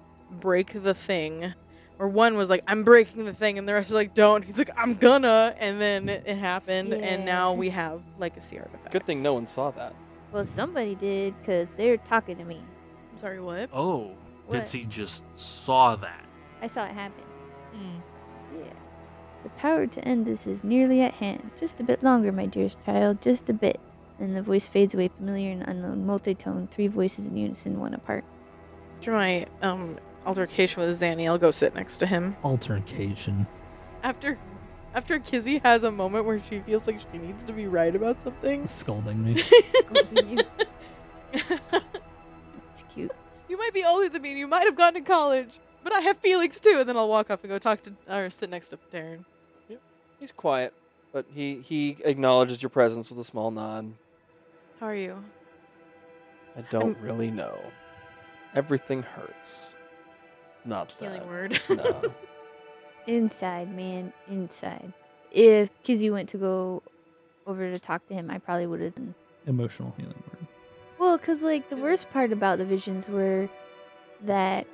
[SPEAKER 7] break the thing or one was like i'm breaking the thing and the rest was like don't he's like i'm gonna and then it, it happened and now
[SPEAKER 3] Yeah.
[SPEAKER 7] we have legacy artifacts
[SPEAKER 1] Good thing no one saw that.
[SPEAKER 3] Well, somebody did, cause they're talking to me.
[SPEAKER 7] I'm sorry what
[SPEAKER 8] Oh,
[SPEAKER 3] What?
[SPEAKER 8] Bitsy just saw that.
[SPEAKER 3] I saw it happen.
[SPEAKER 6] Hmm.
[SPEAKER 3] Yeah. The power to end this is nearly at hand. Just a bit longer, my dearest child, just a bit. And the voice fades away, familiar and unknown, multitone, three voices in unison, one apart.
[SPEAKER 7] after my um altercation with zanny i'll go sit next to him
[SPEAKER 4] Altercation.
[SPEAKER 7] after after kizzy has a moment where she feels like she needs to be right about something
[SPEAKER 4] Scolding me.
[SPEAKER 3] It's cute.
[SPEAKER 7] you might be older than me and you might have gone to college but i have feelings too and then i'll walk off and go talk to or sit next to darren
[SPEAKER 1] He's quiet, but he he acknowledges your presence with a small nod.
[SPEAKER 7] how are you
[SPEAKER 1] I don't really know. Everything hurts. Not
[SPEAKER 7] healing
[SPEAKER 1] that.
[SPEAKER 7] word
[SPEAKER 1] No.
[SPEAKER 3] Inside, man, inside. If Kizzy went to go over to talk to him, I probably would have.
[SPEAKER 4] Emotional healing word.
[SPEAKER 3] Well, because, like, the worst part about the visions were that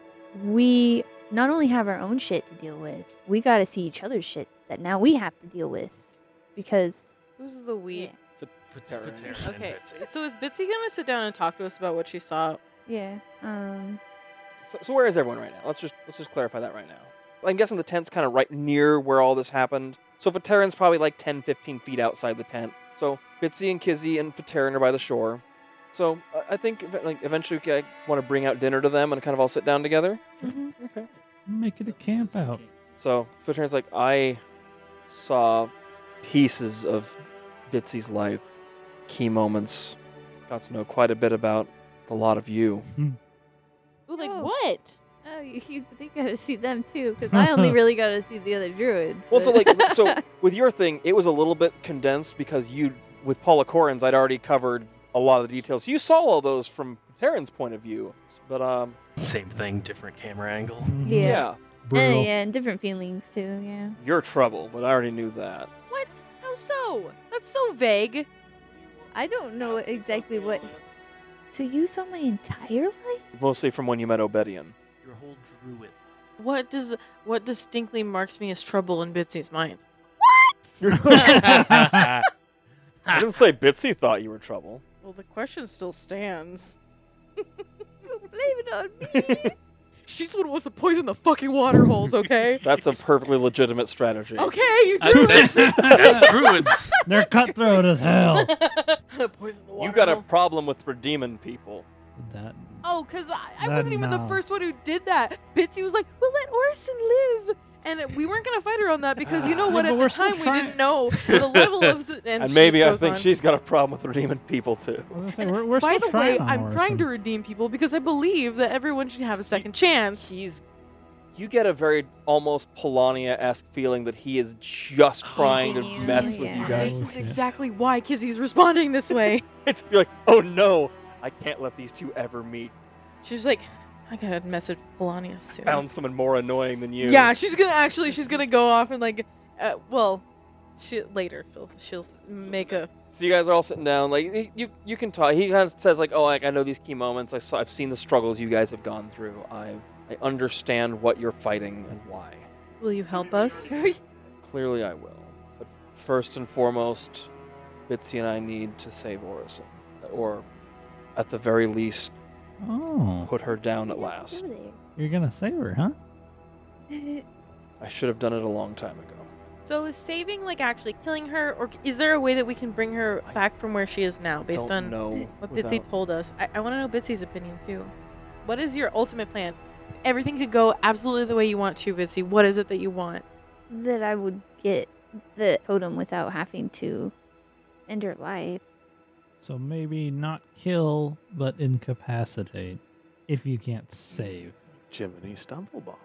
[SPEAKER 3] we not only have our own shit to deal with, we gotta see each other's shit that now we have to deal with. Because.
[SPEAKER 7] Who's the we?
[SPEAKER 3] Yeah.
[SPEAKER 8] For,
[SPEAKER 1] Terran.
[SPEAKER 7] Okay, so is Bitsy gonna sit down and talk to us about what she saw?
[SPEAKER 3] Yeah. Um.
[SPEAKER 1] So, so where is everyone right now? Let's just let's just clarify that right now. I'm guessing the tent's kind of right near where all this happened. So Fateran's probably like 10, 15 feet outside the tent. So Bitsy and Kizzy and Fateran are by the shore. So I- I think ev- like eventually I want to bring out dinner to them and kind of all sit down together.
[SPEAKER 10] Mhm.
[SPEAKER 1] Okay.
[SPEAKER 4] Make it a camp out.
[SPEAKER 1] So Fateran's like, I saw pieces of Bitsy's life, key moments. Got to know quite a bit about a lot of you.
[SPEAKER 7] Ooh, like
[SPEAKER 10] Oh.
[SPEAKER 7] what?
[SPEAKER 3] Oh, you, you they gotta see them too, because I only really gotta see the other druids.
[SPEAKER 1] Well, so
[SPEAKER 3] but-
[SPEAKER 1] like, so with your thing, it was a little bit condensed because you, with Paula Corrin's, I'd already covered a lot of the details. You saw all those from Terran's point of view, but um,
[SPEAKER 8] Same thing, different camera angle.
[SPEAKER 4] Mm-hmm.
[SPEAKER 3] Yeah.
[SPEAKER 1] yeah,
[SPEAKER 3] Eh,
[SPEAKER 4] Brutal.
[SPEAKER 3] yeah, and different feelings too. Yeah.
[SPEAKER 1] you're trouble. But I already knew that.
[SPEAKER 7] What? How so? That's so vague.
[SPEAKER 3] I don't know exactly what. So you saw my entire life?
[SPEAKER 1] Mostly from when you met Obedian.
[SPEAKER 8] Your whole druid.
[SPEAKER 7] What does what distinctly marks me as trouble in Bitsy's mind? Oh,
[SPEAKER 1] I didn't say Bitsy thought you were trouble.
[SPEAKER 7] Well, the question still stands.
[SPEAKER 3] Don't blame it on me.
[SPEAKER 7] She's the one who wants to poison the fucking water holes, okay?
[SPEAKER 1] That's a perfectly legitimate strategy.
[SPEAKER 7] okay, you
[SPEAKER 8] Uh,
[SPEAKER 7] drew
[SPEAKER 8] that's, that's druids.
[SPEAKER 4] They're cutthroat as hell.
[SPEAKER 7] it. poison the water
[SPEAKER 1] You got a
[SPEAKER 7] hole.
[SPEAKER 1] problem with redeeming people.
[SPEAKER 4] That
[SPEAKER 7] Oh, because I, I
[SPEAKER 4] That
[SPEAKER 7] wasn't even the
[SPEAKER 4] now.
[SPEAKER 7] first one who did that. Bitsy was like, we'll let Orson live. And it- we weren't going to fight her on that because you know
[SPEAKER 4] Yeah,
[SPEAKER 7] what?
[SPEAKER 4] but
[SPEAKER 7] At the
[SPEAKER 4] we're still
[SPEAKER 7] time, we
[SPEAKER 4] trying-
[SPEAKER 7] didn't know the level of. The, and
[SPEAKER 1] And,
[SPEAKER 7] she
[SPEAKER 1] maybe
[SPEAKER 7] just
[SPEAKER 1] I
[SPEAKER 7] goes
[SPEAKER 1] think
[SPEAKER 7] on.
[SPEAKER 1] she's got a problem with redeeming people too.
[SPEAKER 4] I was gonna say, we're, we're
[SPEAKER 7] By
[SPEAKER 4] still
[SPEAKER 7] the way,
[SPEAKER 4] trying on
[SPEAKER 7] I'm trying to
[SPEAKER 4] Orson.
[SPEAKER 7] redeem people because I believe that everyone should have a second chance.
[SPEAKER 1] He's. You get a very almost Polania esque feeling that he is just
[SPEAKER 7] Oh,
[SPEAKER 1] trying to
[SPEAKER 3] Teasing you,
[SPEAKER 1] mess with
[SPEAKER 3] yeah.
[SPEAKER 1] you
[SPEAKER 7] This
[SPEAKER 1] guys.
[SPEAKER 7] is
[SPEAKER 4] Yeah.
[SPEAKER 7] exactly why Kizzy's responding this way.
[SPEAKER 1] It's you're like, oh no, I can't let these two ever meet.
[SPEAKER 7] she's like, I gotta message Polania soon.
[SPEAKER 1] Found someone more annoying than you.
[SPEAKER 7] Yeah, she's gonna actually. She's gonna go off and like, uh, well, she, later she'll she'll make a
[SPEAKER 1] So you guys are all sitting down. Like y- you, you can talk. He kind of says like, "Oh, like I know these key moments. I saw, I've seen the struggles you guys have gone through. I, I understand what you're fighting and why.
[SPEAKER 7] Will you help us?
[SPEAKER 1] Clearly, I will. But first and foremost, Bitsy and I need to save Orison, or at the very least,
[SPEAKER 4] Oh,
[SPEAKER 1] put her down at last.
[SPEAKER 4] you're gonna save her, huh?
[SPEAKER 1] I should have done it a long time ago.
[SPEAKER 7] so is saving like actually killing her, or is there a way that we can bring her
[SPEAKER 1] I
[SPEAKER 7] back from where she is now, based
[SPEAKER 1] Don't
[SPEAKER 7] on
[SPEAKER 1] know
[SPEAKER 7] what
[SPEAKER 1] without-
[SPEAKER 7] Bitsy told us? I, I want to know Bitsy's opinion too. What is your ultimate plan? Everything could go absolutely the way you want to, Bitsy. What is it that you want?
[SPEAKER 3] that I would get the totem without having to end her life.
[SPEAKER 4] So maybe not kill, but incapacitate if you can't save.
[SPEAKER 2] Jiminy Stumbleball.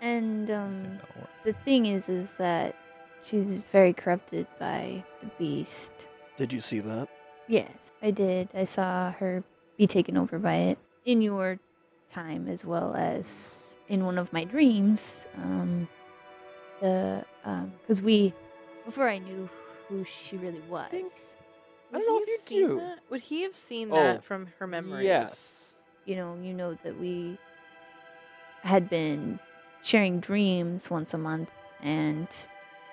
[SPEAKER 3] And
[SPEAKER 4] I think
[SPEAKER 3] um,
[SPEAKER 4] that'll work.
[SPEAKER 3] the thing is, is that she's very corrupted by the beast.
[SPEAKER 1] Did you see that?
[SPEAKER 3] Yes, I did. I saw her be taken over by it in your time as well as in one of my dreams. Um, the because we before I knew who she really was.
[SPEAKER 1] think- I
[SPEAKER 7] Would
[SPEAKER 1] don't know
[SPEAKER 7] he
[SPEAKER 1] if
[SPEAKER 7] have
[SPEAKER 1] you
[SPEAKER 7] seen
[SPEAKER 1] do.
[SPEAKER 7] that? Would he have seen
[SPEAKER 1] Oh,
[SPEAKER 7] that from her memories?
[SPEAKER 1] Yes.
[SPEAKER 3] you know, you know that we had been sharing dreams once a month, and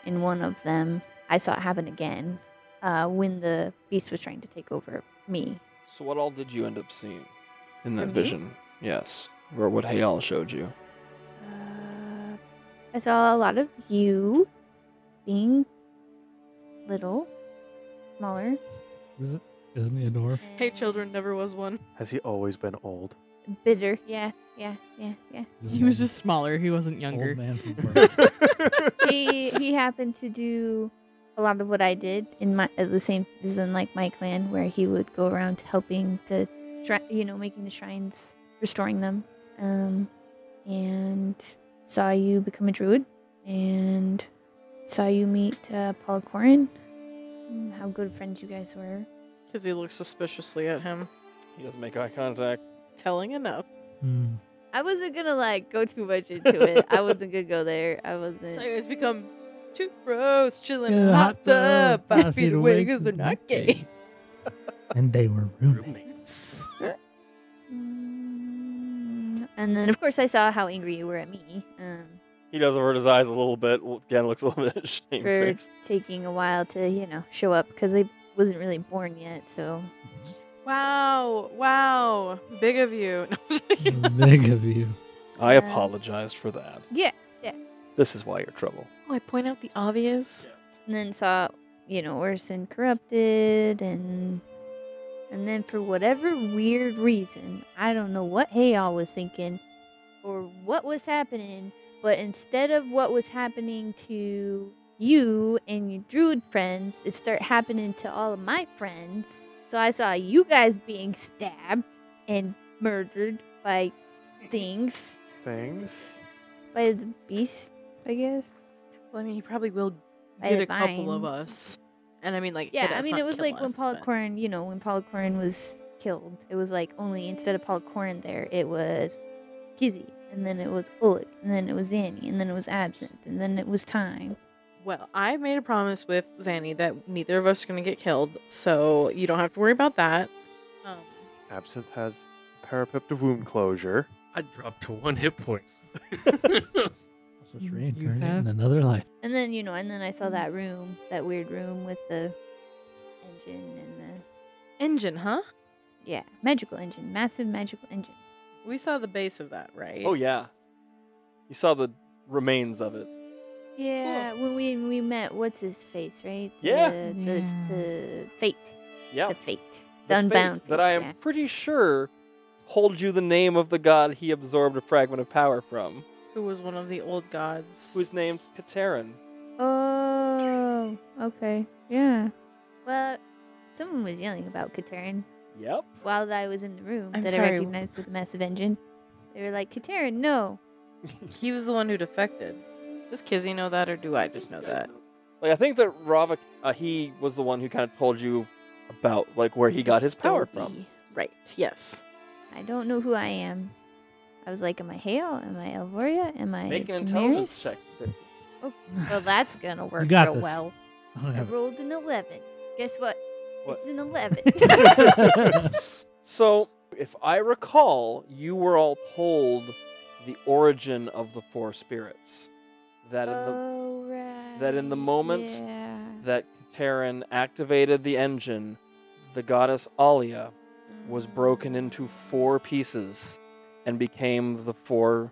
[SPEAKER 3] in one of them, I saw it happen again uh, when the beast was trying to take over me.
[SPEAKER 1] So what all did you end up seeing in that
[SPEAKER 7] For me?
[SPEAKER 1] vision? Yes, or what Hayal showed you.
[SPEAKER 3] Uh, I saw a lot of you being little, smaller.
[SPEAKER 4] Is it, isn't he adorable?
[SPEAKER 7] Hey,
[SPEAKER 3] and
[SPEAKER 7] children, never was one.
[SPEAKER 2] Has he always been old?
[SPEAKER 3] Bitter. Yeah, yeah, yeah, yeah.
[SPEAKER 6] He was just smaller. He wasn't
[SPEAKER 4] old
[SPEAKER 6] younger.
[SPEAKER 4] man from work.
[SPEAKER 3] he he happened to do a lot of what I did in my at the same as in like my clan where he would go around helping the shri- you know making the shrines restoring them um and saw you become a druid and saw you meet uh, Paul Corin Mm, how good friends you guys were
[SPEAKER 7] Because he looks suspiciously at him.
[SPEAKER 1] He doesn't make eye contact.
[SPEAKER 7] Telling enough.
[SPEAKER 4] Hmm.
[SPEAKER 3] I wasn't gonna like go too much into it I wasn't gonna go there I wasn't
[SPEAKER 7] So you guys become two bros chilling
[SPEAKER 4] In
[SPEAKER 7] in a
[SPEAKER 4] the
[SPEAKER 7] hot tub,
[SPEAKER 4] five
[SPEAKER 7] five feet away because they're not gay.
[SPEAKER 4] and they were roommates.
[SPEAKER 8] Roommates.
[SPEAKER 3] Mm, and then of course I saw how angry you were at me um
[SPEAKER 1] He does avert his eyes a little bit. Again, looks a little bit
[SPEAKER 3] for
[SPEAKER 1] shamefaced.
[SPEAKER 3] taking a while to you know show up because I wasn't really born yet. So
[SPEAKER 7] Wow, wow, big of you.
[SPEAKER 4] Big of you.
[SPEAKER 1] I
[SPEAKER 3] Yeah.
[SPEAKER 1] apologized for that.
[SPEAKER 3] yeah, yeah,
[SPEAKER 1] This is why you're trouble.
[SPEAKER 7] Oh, I point out the obvious.
[SPEAKER 3] and then saw you know Orson corrupted and and then for whatever weird reason I don't know what Hayal was thinking or what was happening but instead of what was happening to you and your druid friends it started happening to all of my friends so I saw you guys being stabbed and murdered by things
[SPEAKER 2] Things.
[SPEAKER 3] by the beast I guess
[SPEAKER 7] Well, I mean, he probably will
[SPEAKER 3] By
[SPEAKER 7] get
[SPEAKER 3] the
[SPEAKER 7] a couple of
[SPEAKER 3] vines.
[SPEAKER 7] us. And I mean, like,
[SPEAKER 3] Yeah,
[SPEAKER 7] hit
[SPEAKER 3] I
[SPEAKER 7] us,
[SPEAKER 3] mean,
[SPEAKER 7] not
[SPEAKER 3] it was
[SPEAKER 7] kill
[SPEAKER 3] like when
[SPEAKER 7] us,
[SPEAKER 3] Paul
[SPEAKER 7] but-
[SPEAKER 3] Corrin, you know, when Paul Corrin was killed, it was like only instead of Paul Corrin there, it was Kizzy, and then it was Ulick, and then it was Annie, and then it was Absinthe, and then it was Time.
[SPEAKER 7] Well, I made a promise with Zanny that neither of us are going to get killed, so you don't have to worry about that. Um,
[SPEAKER 2] Absinthe has parapet of wound closure.
[SPEAKER 11] I dropped to one hit point.
[SPEAKER 4] It's just
[SPEAKER 6] You
[SPEAKER 4] reincarnating
[SPEAKER 6] have-
[SPEAKER 4] another life.
[SPEAKER 3] And then, you know, and then I saw that room, that weird room with the engine and the,
[SPEAKER 7] engine, huh?
[SPEAKER 3] yeah, magical engine, massive magical engine.
[SPEAKER 7] We saw the base of that, right?
[SPEAKER 1] Oh yeah. You saw the remains of it.
[SPEAKER 3] Yeah, when we we met, what's his face, right?
[SPEAKER 1] Yeah.
[SPEAKER 3] The, the,
[SPEAKER 6] Yeah.
[SPEAKER 3] the fate.
[SPEAKER 1] Yeah.
[SPEAKER 3] The fate. The,
[SPEAKER 1] The fate
[SPEAKER 3] unbound.
[SPEAKER 1] that
[SPEAKER 3] fate,
[SPEAKER 1] I am
[SPEAKER 3] yeah.
[SPEAKER 1] pretty sure told you the name of the god he absorbed a fragment of power from,
[SPEAKER 7] Who was one of the old gods?
[SPEAKER 1] who's named Katerin.
[SPEAKER 3] Oh, okay. Yeah. Well, someone was yelling about Katerin
[SPEAKER 1] Yep.
[SPEAKER 3] while I was in the room
[SPEAKER 7] I'm
[SPEAKER 3] that I
[SPEAKER 7] sorry.
[SPEAKER 3] recognized with the massive engine. They were like, Katerin, no.
[SPEAKER 7] He was the one who defected. Does Kizzy know that, or do I just know that?
[SPEAKER 1] Like I think that Ravik, uh, he was the one who kind of told you about like where he got his power from.
[SPEAKER 7] Story. Right. Yes.
[SPEAKER 3] I don't know who I am. I was like, am I Hale? Am I Elvoria? Am I
[SPEAKER 1] Make an
[SPEAKER 3] Daenerys?
[SPEAKER 1] intelligence check. Bitsy.
[SPEAKER 3] Well, that's gonna work
[SPEAKER 4] got
[SPEAKER 3] real
[SPEAKER 4] this.
[SPEAKER 3] well.
[SPEAKER 4] I don't
[SPEAKER 3] I
[SPEAKER 4] have
[SPEAKER 3] rolled an 11. Guess what?
[SPEAKER 1] What?
[SPEAKER 3] It's an 11.
[SPEAKER 1] So, if I recall, you were all told the origin of the four spirits. That in the
[SPEAKER 3] oh, right.
[SPEAKER 1] that in the
[SPEAKER 7] Uh,
[SPEAKER 1] moment
[SPEAKER 3] Yeah.
[SPEAKER 1] that Terran activated the engine, the goddess Alia was
[SPEAKER 7] Mm.
[SPEAKER 1] broken into four pieces and became the four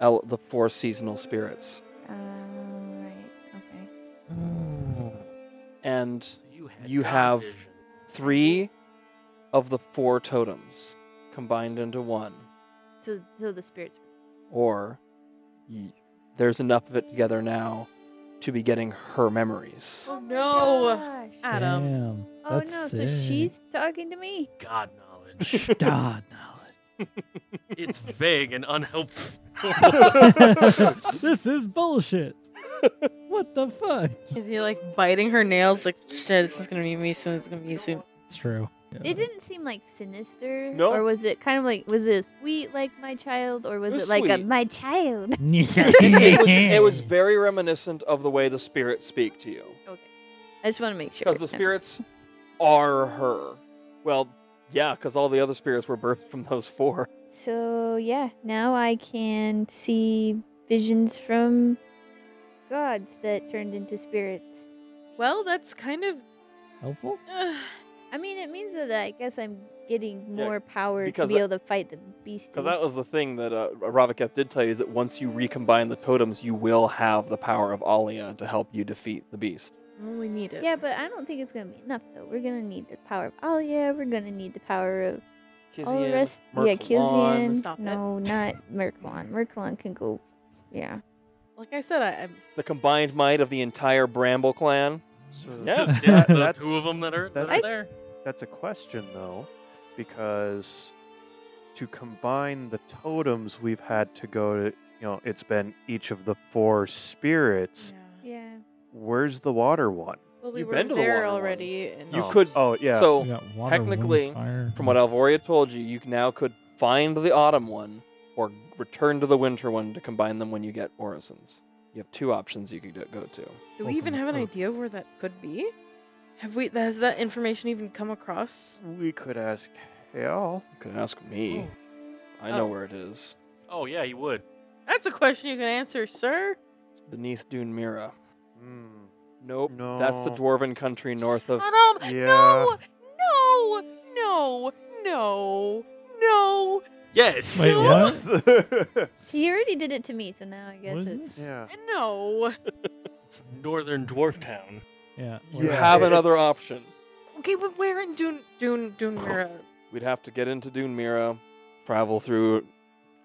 [SPEAKER 1] el- the four seasonal spirits.
[SPEAKER 3] Oh, right. Okay.
[SPEAKER 1] And
[SPEAKER 8] So you had
[SPEAKER 1] You
[SPEAKER 8] God
[SPEAKER 1] have-
[SPEAKER 8] vision.
[SPEAKER 1] three of the four totems combined into one.
[SPEAKER 3] So, so the spirits
[SPEAKER 1] or y- there's enough of it together now to be getting her memories.
[SPEAKER 7] Oh no,
[SPEAKER 3] Gosh.
[SPEAKER 7] Adam.
[SPEAKER 4] Damn,
[SPEAKER 3] Oh
[SPEAKER 4] that's
[SPEAKER 3] no,
[SPEAKER 4] sick.
[SPEAKER 3] so she's talking to me.
[SPEAKER 8] God knowledge.
[SPEAKER 4] God knowledge.
[SPEAKER 8] it's vague and unhelpful.
[SPEAKER 4] this is bullshit. What the fuck?
[SPEAKER 7] Kizzy like biting her nails, like shit. This is gonna be me soon. It's gonna be me soon.
[SPEAKER 4] It's true.
[SPEAKER 3] It didn't seem like sinister.
[SPEAKER 1] No.
[SPEAKER 3] Or was it kind of like was it sweet like my child or was
[SPEAKER 1] It
[SPEAKER 3] it,
[SPEAKER 1] was
[SPEAKER 3] like a
[SPEAKER 1] sweet.
[SPEAKER 3] my child?
[SPEAKER 1] it, was, it was very reminiscent of the way the spirits speak to you.
[SPEAKER 3] Okay. I just want to make sure.
[SPEAKER 1] Because the spirits are her. Well, yeah, because all the other spirits were birthed from those four.
[SPEAKER 3] So yeah, now I can see visions from gods that turned into spirits.
[SPEAKER 7] Well, that's kind of.
[SPEAKER 4] helpful.
[SPEAKER 3] I mean, it means that I guess I'm getting
[SPEAKER 1] Yeah,
[SPEAKER 3] more power to
[SPEAKER 1] because
[SPEAKER 3] be
[SPEAKER 1] that-
[SPEAKER 3] able to fight the beast.
[SPEAKER 1] Because that was the thing that uh, Raviketh did tell you is that once you recombine the totems, you will have the power of Alia to help you defeat the beast.
[SPEAKER 7] well, we need it.
[SPEAKER 3] Yeah, but I don't think it's gonna be enough though. We're gonna need the power of Alia. We're gonna need the power of all the rest. yeah,
[SPEAKER 1] Mercalon.
[SPEAKER 3] Kilzian.
[SPEAKER 7] Stop it.
[SPEAKER 3] no, not Merklon. Merklon can go. Yeah.
[SPEAKER 7] like I said, I, I'm
[SPEAKER 1] the combined might of the entire Bramble clan.
[SPEAKER 2] So
[SPEAKER 1] Yeah.
[SPEAKER 8] The-
[SPEAKER 2] that-
[SPEAKER 8] the
[SPEAKER 2] that's-
[SPEAKER 8] two of them that are, that
[SPEAKER 2] that's-
[SPEAKER 8] are there.
[SPEAKER 2] That's a question though, because to combine the totems, we've had to go to. You know, it's been each of the four spirits.
[SPEAKER 3] Yeah.
[SPEAKER 2] Where's the water one?
[SPEAKER 7] Well, we
[SPEAKER 1] You've
[SPEAKER 7] were
[SPEAKER 1] been to the
[SPEAKER 7] there
[SPEAKER 1] water one.
[SPEAKER 7] already. And
[SPEAKER 1] You
[SPEAKER 2] Oh,
[SPEAKER 1] could-
[SPEAKER 2] Oh yeah.
[SPEAKER 1] So
[SPEAKER 4] We got water, wind,
[SPEAKER 1] technically,
[SPEAKER 4] fire.
[SPEAKER 1] From what Alvoria told you, you c- now could find the autumn one or return to the winter one to combine them when you get Orisons. You have two options you could go- go to.
[SPEAKER 7] do we even
[SPEAKER 4] Open
[SPEAKER 7] have an
[SPEAKER 3] Oh.
[SPEAKER 4] earth.
[SPEAKER 7] idea of where that could be? Have we? Has that information even come across?
[SPEAKER 2] we could ask Hale.
[SPEAKER 1] You could ask me. I
[SPEAKER 7] Oh.
[SPEAKER 1] know where it is.
[SPEAKER 8] Oh yeah, you would.
[SPEAKER 7] That's a question you can answer, sir.
[SPEAKER 1] It's beneath Dune Mira.
[SPEAKER 2] Hmm.
[SPEAKER 1] Nope. That's the
[SPEAKER 2] No.
[SPEAKER 1] dwarven country north of.
[SPEAKER 7] Adam,
[SPEAKER 2] Yeah.
[SPEAKER 7] no, no, no, no, no,
[SPEAKER 5] Yes.
[SPEAKER 4] Wait, what?
[SPEAKER 3] He already did it to me, so now I guess
[SPEAKER 4] What is
[SPEAKER 3] it's.
[SPEAKER 4] this?
[SPEAKER 2] yeah.
[SPEAKER 7] No.
[SPEAKER 5] It's Northern Dwarf Town.
[SPEAKER 4] Yeah.
[SPEAKER 1] You
[SPEAKER 2] Yeah,
[SPEAKER 1] have another
[SPEAKER 2] it's-
[SPEAKER 1] option.
[SPEAKER 7] Okay, but where in Dune Dune Dunmira?
[SPEAKER 1] We'd have to get into Dune Mira, travel through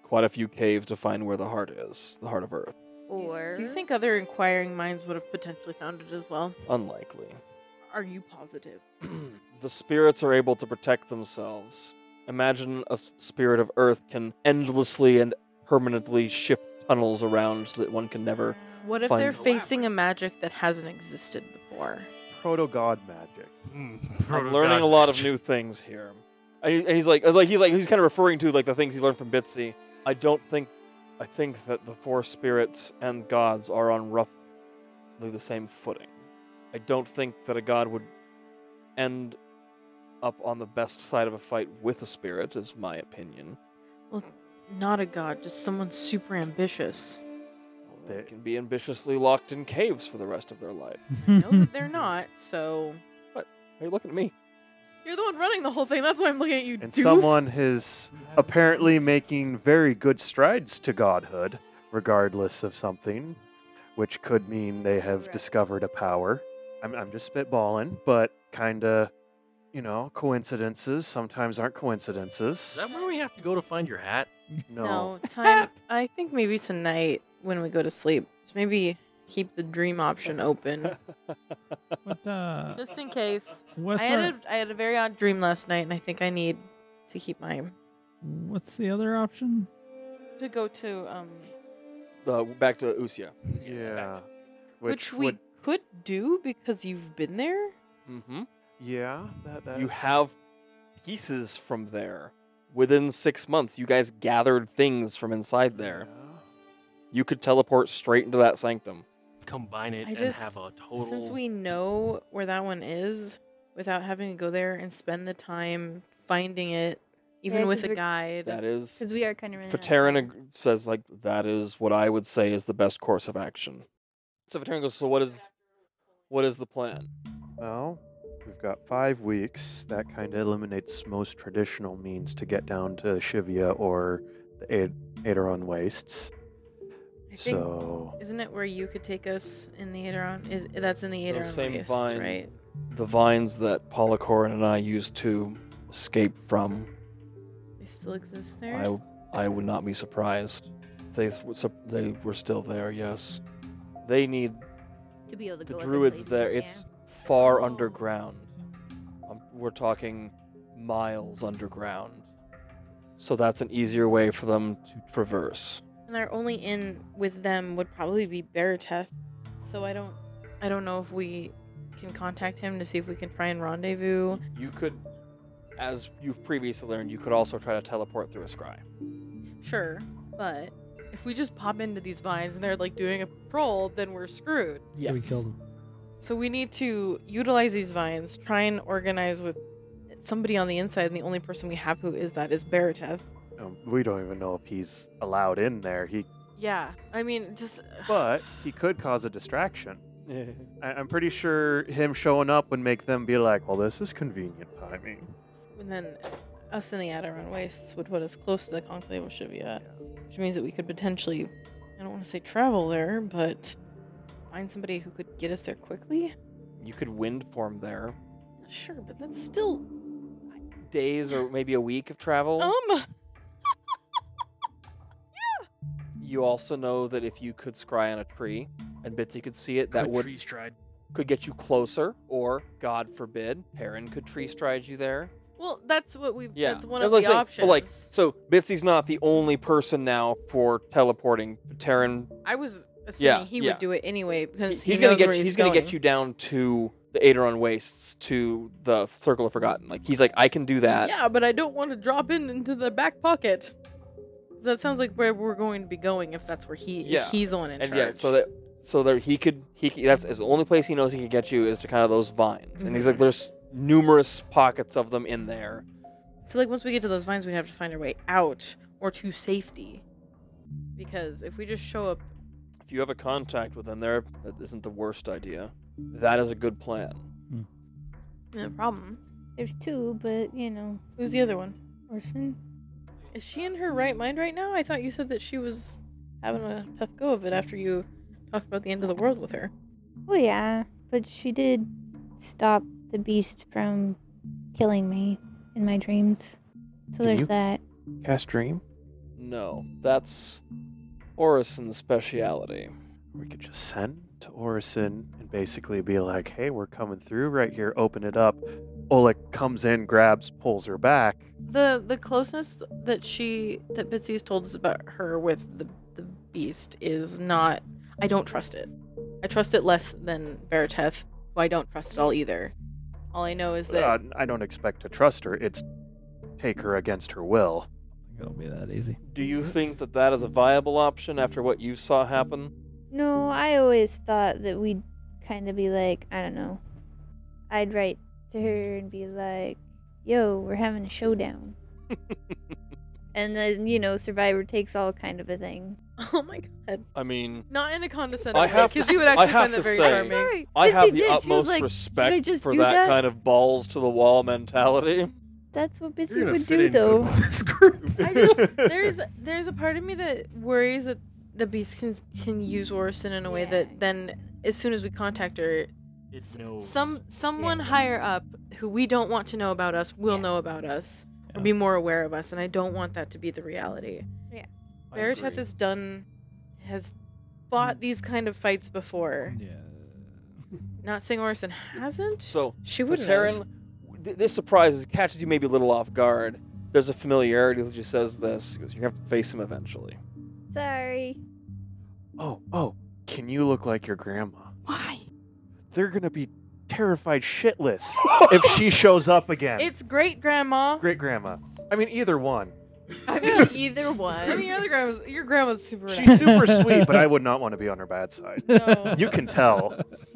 [SPEAKER 1] quite a few caves to find where the heart is, the heart of Earth.
[SPEAKER 9] Or
[SPEAKER 7] Do you think other inquiring minds would have potentially found it as well?
[SPEAKER 1] Unlikely.
[SPEAKER 7] Are you positive?
[SPEAKER 1] the spirits are able to protect themselves. Imagine a s- spirit of Earth can endlessly and permanently shift tunnels around so that one can never.
[SPEAKER 7] What if
[SPEAKER 1] Find
[SPEAKER 7] they're
[SPEAKER 1] the
[SPEAKER 7] facing a magic that hasn't existed before?
[SPEAKER 2] Proto god magic.
[SPEAKER 5] Hmm,
[SPEAKER 1] I'm learning a lot of new things here. And he- and he's like, uh, like he's like, he's kind of referring to like the things he learned from Bitsy. I don't think, I think that the four spirits and gods are on roughly the same footing. I don't think that a god would end up on the best side of a fight with a spirit, is my opinion.
[SPEAKER 7] Not a god, just someone super ambitious.
[SPEAKER 1] They
[SPEAKER 2] They-
[SPEAKER 1] can be ambitiously locked in caves for the rest of their life.
[SPEAKER 7] No, that they're not. So
[SPEAKER 1] Hey, look at me.
[SPEAKER 7] you're the one running the whole thing. That's why I'm looking at you.
[SPEAKER 2] And
[SPEAKER 7] doof.
[SPEAKER 2] someone is apparently making very good strides to godhood, regardless of something, which could mean they have
[SPEAKER 9] Right.
[SPEAKER 2] discovered a power. I'm, I'm just spitballing, but kind of, you know, coincidences sometimes aren't coincidences.
[SPEAKER 5] Is that where we have to go to find your hat?
[SPEAKER 2] No.
[SPEAKER 7] No time. I think maybe tonight when we go to sleep. So maybe keep the dream option open
[SPEAKER 4] What, uh,
[SPEAKER 7] just in case.
[SPEAKER 4] what's,
[SPEAKER 7] I had
[SPEAKER 4] our-
[SPEAKER 7] a I had a very odd dream last night, and I think I need to keep my
[SPEAKER 4] what's the other option?
[SPEAKER 7] to go to um
[SPEAKER 1] Uh, back to Usia.
[SPEAKER 2] Yeah.
[SPEAKER 7] which, we
[SPEAKER 2] would-
[SPEAKER 7] could do because you've been there.
[SPEAKER 1] Mm-hmm.
[SPEAKER 2] yeah. That, that
[SPEAKER 1] You
[SPEAKER 2] is-
[SPEAKER 1] have pieces from there. Within six months, you guys gathered things from inside there.
[SPEAKER 2] Yeah.
[SPEAKER 1] You could teleport straight into that sanctum.
[SPEAKER 5] Combine it
[SPEAKER 7] I
[SPEAKER 5] and
[SPEAKER 7] just-
[SPEAKER 5] have a total.
[SPEAKER 7] Since we know where that one is, without having to go there and spend the time finding it, even
[SPEAKER 9] Yeah, 'cause
[SPEAKER 7] with a
[SPEAKER 9] we're-
[SPEAKER 7] guide.
[SPEAKER 1] That is.
[SPEAKER 9] Because we are kind of running. out of
[SPEAKER 1] Fataran
[SPEAKER 9] time.
[SPEAKER 1] ag- says, like, that is what I would say is the best course of action. So Fataran goes, so what is. What is the plan?
[SPEAKER 2] Well, we've got five weeks. That kind of eliminates most traditional means to get down to Shivia or the Ad- Aderon Wastes.
[SPEAKER 7] I think,
[SPEAKER 2] So,
[SPEAKER 7] isn't it where you could take us in the Aderon? Is that's in the
[SPEAKER 1] Those
[SPEAKER 7] Aderon
[SPEAKER 1] same
[SPEAKER 7] wastes,
[SPEAKER 1] vine-
[SPEAKER 7] right?
[SPEAKER 1] The vines that Polycorin and I used to escape from
[SPEAKER 7] They still exist there.
[SPEAKER 1] I, I would not be surprised. if They, s- were sup- they were still there, yes. They need
[SPEAKER 9] to be able to
[SPEAKER 1] the
[SPEAKER 9] go other
[SPEAKER 1] druids
[SPEAKER 9] places,
[SPEAKER 1] there.
[SPEAKER 9] yeah.
[SPEAKER 1] It's far underground. Um, we're talking miles underground. So that's an easier way for them to traverse.
[SPEAKER 7] and our only in with them would probably be Barateth. So I don't, I don't know if we can contact him to see if we can try and rendezvous.
[SPEAKER 1] You could, as you've previously learned, you could also try to teleport through a scry.
[SPEAKER 7] Sure, but if we just pop into these vines and they're like doing a patrol, then we're screwed.
[SPEAKER 1] Yes.
[SPEAKER 4] We killed him.
[SPEAKER 7] So we need to utilize these vines, try and organize with somebody on the inside, and the only person we have who is that is Barateth.
[SPEAKER 2] um, we don't even know if he's allowed in there. He,
[SPEAKER 7] Yeah, I mean, just
[SPEAKER 2] but he could cause a distraction. I, I'm pretty sure him showing up would make them be like, "Well, this is convenient timing."
[SPEAKER 7] and then us in the Adiron Wastes would put us close to the Conclave of Shivia, which means that we could potentially, I don't want to say travel there, but find somebody who could get us there quickly.
[SPEAKER 1] You could wind form there.
[SPEAKER 7] Sure, but that's still
[SPEAKER 1] Days or maybe a week of travel.
[SPEAKER 7] um.
[SPEAKER 1] You also know that if you could scry on a tree and Bitsy could see it, that
[SPEAKER 5] Cut
[SPEAKER 1] would
[SPEAKER 5] tree stride.
[SPEAKER 1] could get you closer, or God forbid, Perrin could tree stride you there.
[SPEAKER 7] Well, that's what we.
[SPEAKER 1] Yeah,
[SPEAKER 7] That's one
[SPEAKER 1] that's
[SPEAKER 7] of
[SPEAKER 1] what
[SPEAKER 7] the
[SPEAKER 1] I'm saying,
[SPEAKER 7] options.
[SPEAKER 1] But like, so Bitsy's not the only person now for teleporting. Terran,
[SPEAKER 7] I was assuming
[SPEAKER 1] Yeah,
[SPEAKER 7] he
[SPEAKER 1] yeah.
[SPEAKER 7] would do it anyway because he
[SPEAKER 1] he's gonna
[SPEAKER 7] knows
[SPEAKER 1] get
[SPEAKER 7] where
[SPEAKER 1] you,
[SPEAKER 7] he's,
[SPEAKER 1] he's gonna get you down to the Aderon Wastes to the Circle of Forgotten. Like he's like, I can do that.
[SPEAKER 7] Yeah, but I don't want to drop in into the back pocket. 'Cause That sounds like where we're going to be going if that's where he if
[SPEAKER 1] Yeah,
[SPEAKER 7] he's the one in
[SPEAKER 1] and
[SPEAKER 7] charge.
[SPEAKER 1] yeah, so that so there he could he could, that's is the only place he knows he could get you is to kind of those vines. And
[SPEAKER 7] Mm-hmm.
[SPEAKER 1] he's like, there's numerous pockets of them in there.
[SPEAKER 7] So like once we get to those vines, we'd have to find our way out or to safety. Because if we just show up,
[SPEAKER 1] If you have a contact with them there, that isn't the worst idea. That is a good plan.
[SPEAKER 7] no problem.
[SPEAKER 9] There's two, but you know,
[SPEAKER 7] Who's the other one?
[SPEAKER 9] Orson.
[SPEAKER 7] Is she in her right mind right now? I thought you said that she was having a tough go of it after you talked about the end of the world with her.
[SPEAKER 3] Well, Oh, yeah, but she did stop the beast from killing me in my dreams. So
[SPEAKER 2] Can
[SPEAKER 3] there's
[SPEAKER 2] you-
[SPEAKER 3] that.
[SPEAKER 2] Cast Dream?
[SPEAKER 1] No, that's Orison's speciality.
[SPEAKER 2] We could just send to Orison and basically be like, hey, we're coming through right here, open it up. Oleg comes in, grabs, pulls her back.
[SPEAKER 7] The the closeness that she that Bitsy's told us about her with the the beast is not I don't trust it. I trust it less than Veriteth, who I don't trust at all either. All I know is that
[SPEAKER 2] Uh, I don't expect to trust her. It's take her against her will.
[SPEAKER 4] It'll be that easy.
[SPEAKER 1] Do you think that that is a viable option after what you saw happen?
[SPEAKER 3] No, I always thought that we'd kind of be like, I don't know. I'd write to her and be like, yo, we're having a showdown. and then, you know, Survivor takes all kind of a thing.
[SPEAKER 7] Oh my god.
[SPEAKER 1] I mean,
[SPEAKER 7] Not in a condescending way,
[SPEAKER 1] have to
[SPEAKER 7] because you would
[SPEAKER 1] s- I
[SPEAKER 7] actually
[SPEAKER 1] have
[SPEAKER 7] find that
[SPEAKER 1] to
[SPEAKER 7] very
[SPEAKER 1] say-
[SPEAKER 7] charming.
[SPEAKER 9] Sorry.
[SPEAKER 1] I
[SPEAKER 9] Bitsy
[SPEAKER 1] have the
[SPEAKER 9] did. She was
[SPEAKER 1] utmost
[SPEAKER 9] like, "Should I
[SPEAKER 1] respect
[SPEAKER 9] just
[SPEAKER 1] for
[SPEAKER 9] do
[SPEAKER 1] that,
[SPEAKER 9] that?"
[SPEAKER 1] kind of balls to the wall mentality.
[SPEAKER 9] That's what
[SPEAKER 5] You're
[SPEAKER 9] Bitsy
[SPEAKER 5] gonna
[SPEAKER 9] would
[SPEAKER 5] fit
[SPEAKER 9] do,
[SPEAKER 5] in good
[SPEAKER 9] though.
[SPEAKER 5] with This group.
[SPEAKER 7] I just there's there's a part of me that worries that the beast can can use Orison in a way
[SPEAKER 9] Yeah.
[SPEAKER 7] that then as soon as we contact her,
[SPEAKER 5] It
[SPEAKER 7] s-
[SPEAKER 5] knows.
[SPEAKER 7] some someone
[SPEAKER 5] Yeah.
[SPEAKER 7] higher up who we don't want to know about us will know about us or
[SPEAKER 4] Yeah.
[SPEAKER 7] be more aware of us, and I don't want that to be the reality.
[SPEAKER 5] I
[SPEAKER 7] Veriteth
[SPEAKER 5] agree.
[SPEAKER 7] has done has fought these kind of fights before.
[SPEAKER 4] Yeah.
[SPEAKER 7] Not saying Orison hasn't.
[SPEAKER 1] So,
[SPEAKER 7] she
[SPEAKER 1] But
[SPEAKER 7] wouldn't. have.
[SPEAKER 1] Taryn, th- this surprises, catches you maybe a little off guard. There's a familiarity that just says this. He goes, You're going to have to face him eventually.
[SPEAKER 3] Sorry.
[SPEAKER 2] Oh, oh, can you look like your grandma?
[SPEAKER 6] Why?
[SPEAKER 2] They're going to be terrified shitless if she shows up again.
[SPEAKER 7] It's great grandma.
[SPEAKER 2] Great grandma. I mean, either one.
[SPEAKER 7] I mean either one. I mean your other grandma's your grandma's super
[SPEAKER 2] She's super sweet, but I would not want to be on her bad side.
[SPEAKER 7] No.
[SPEAKER 2] You can tell.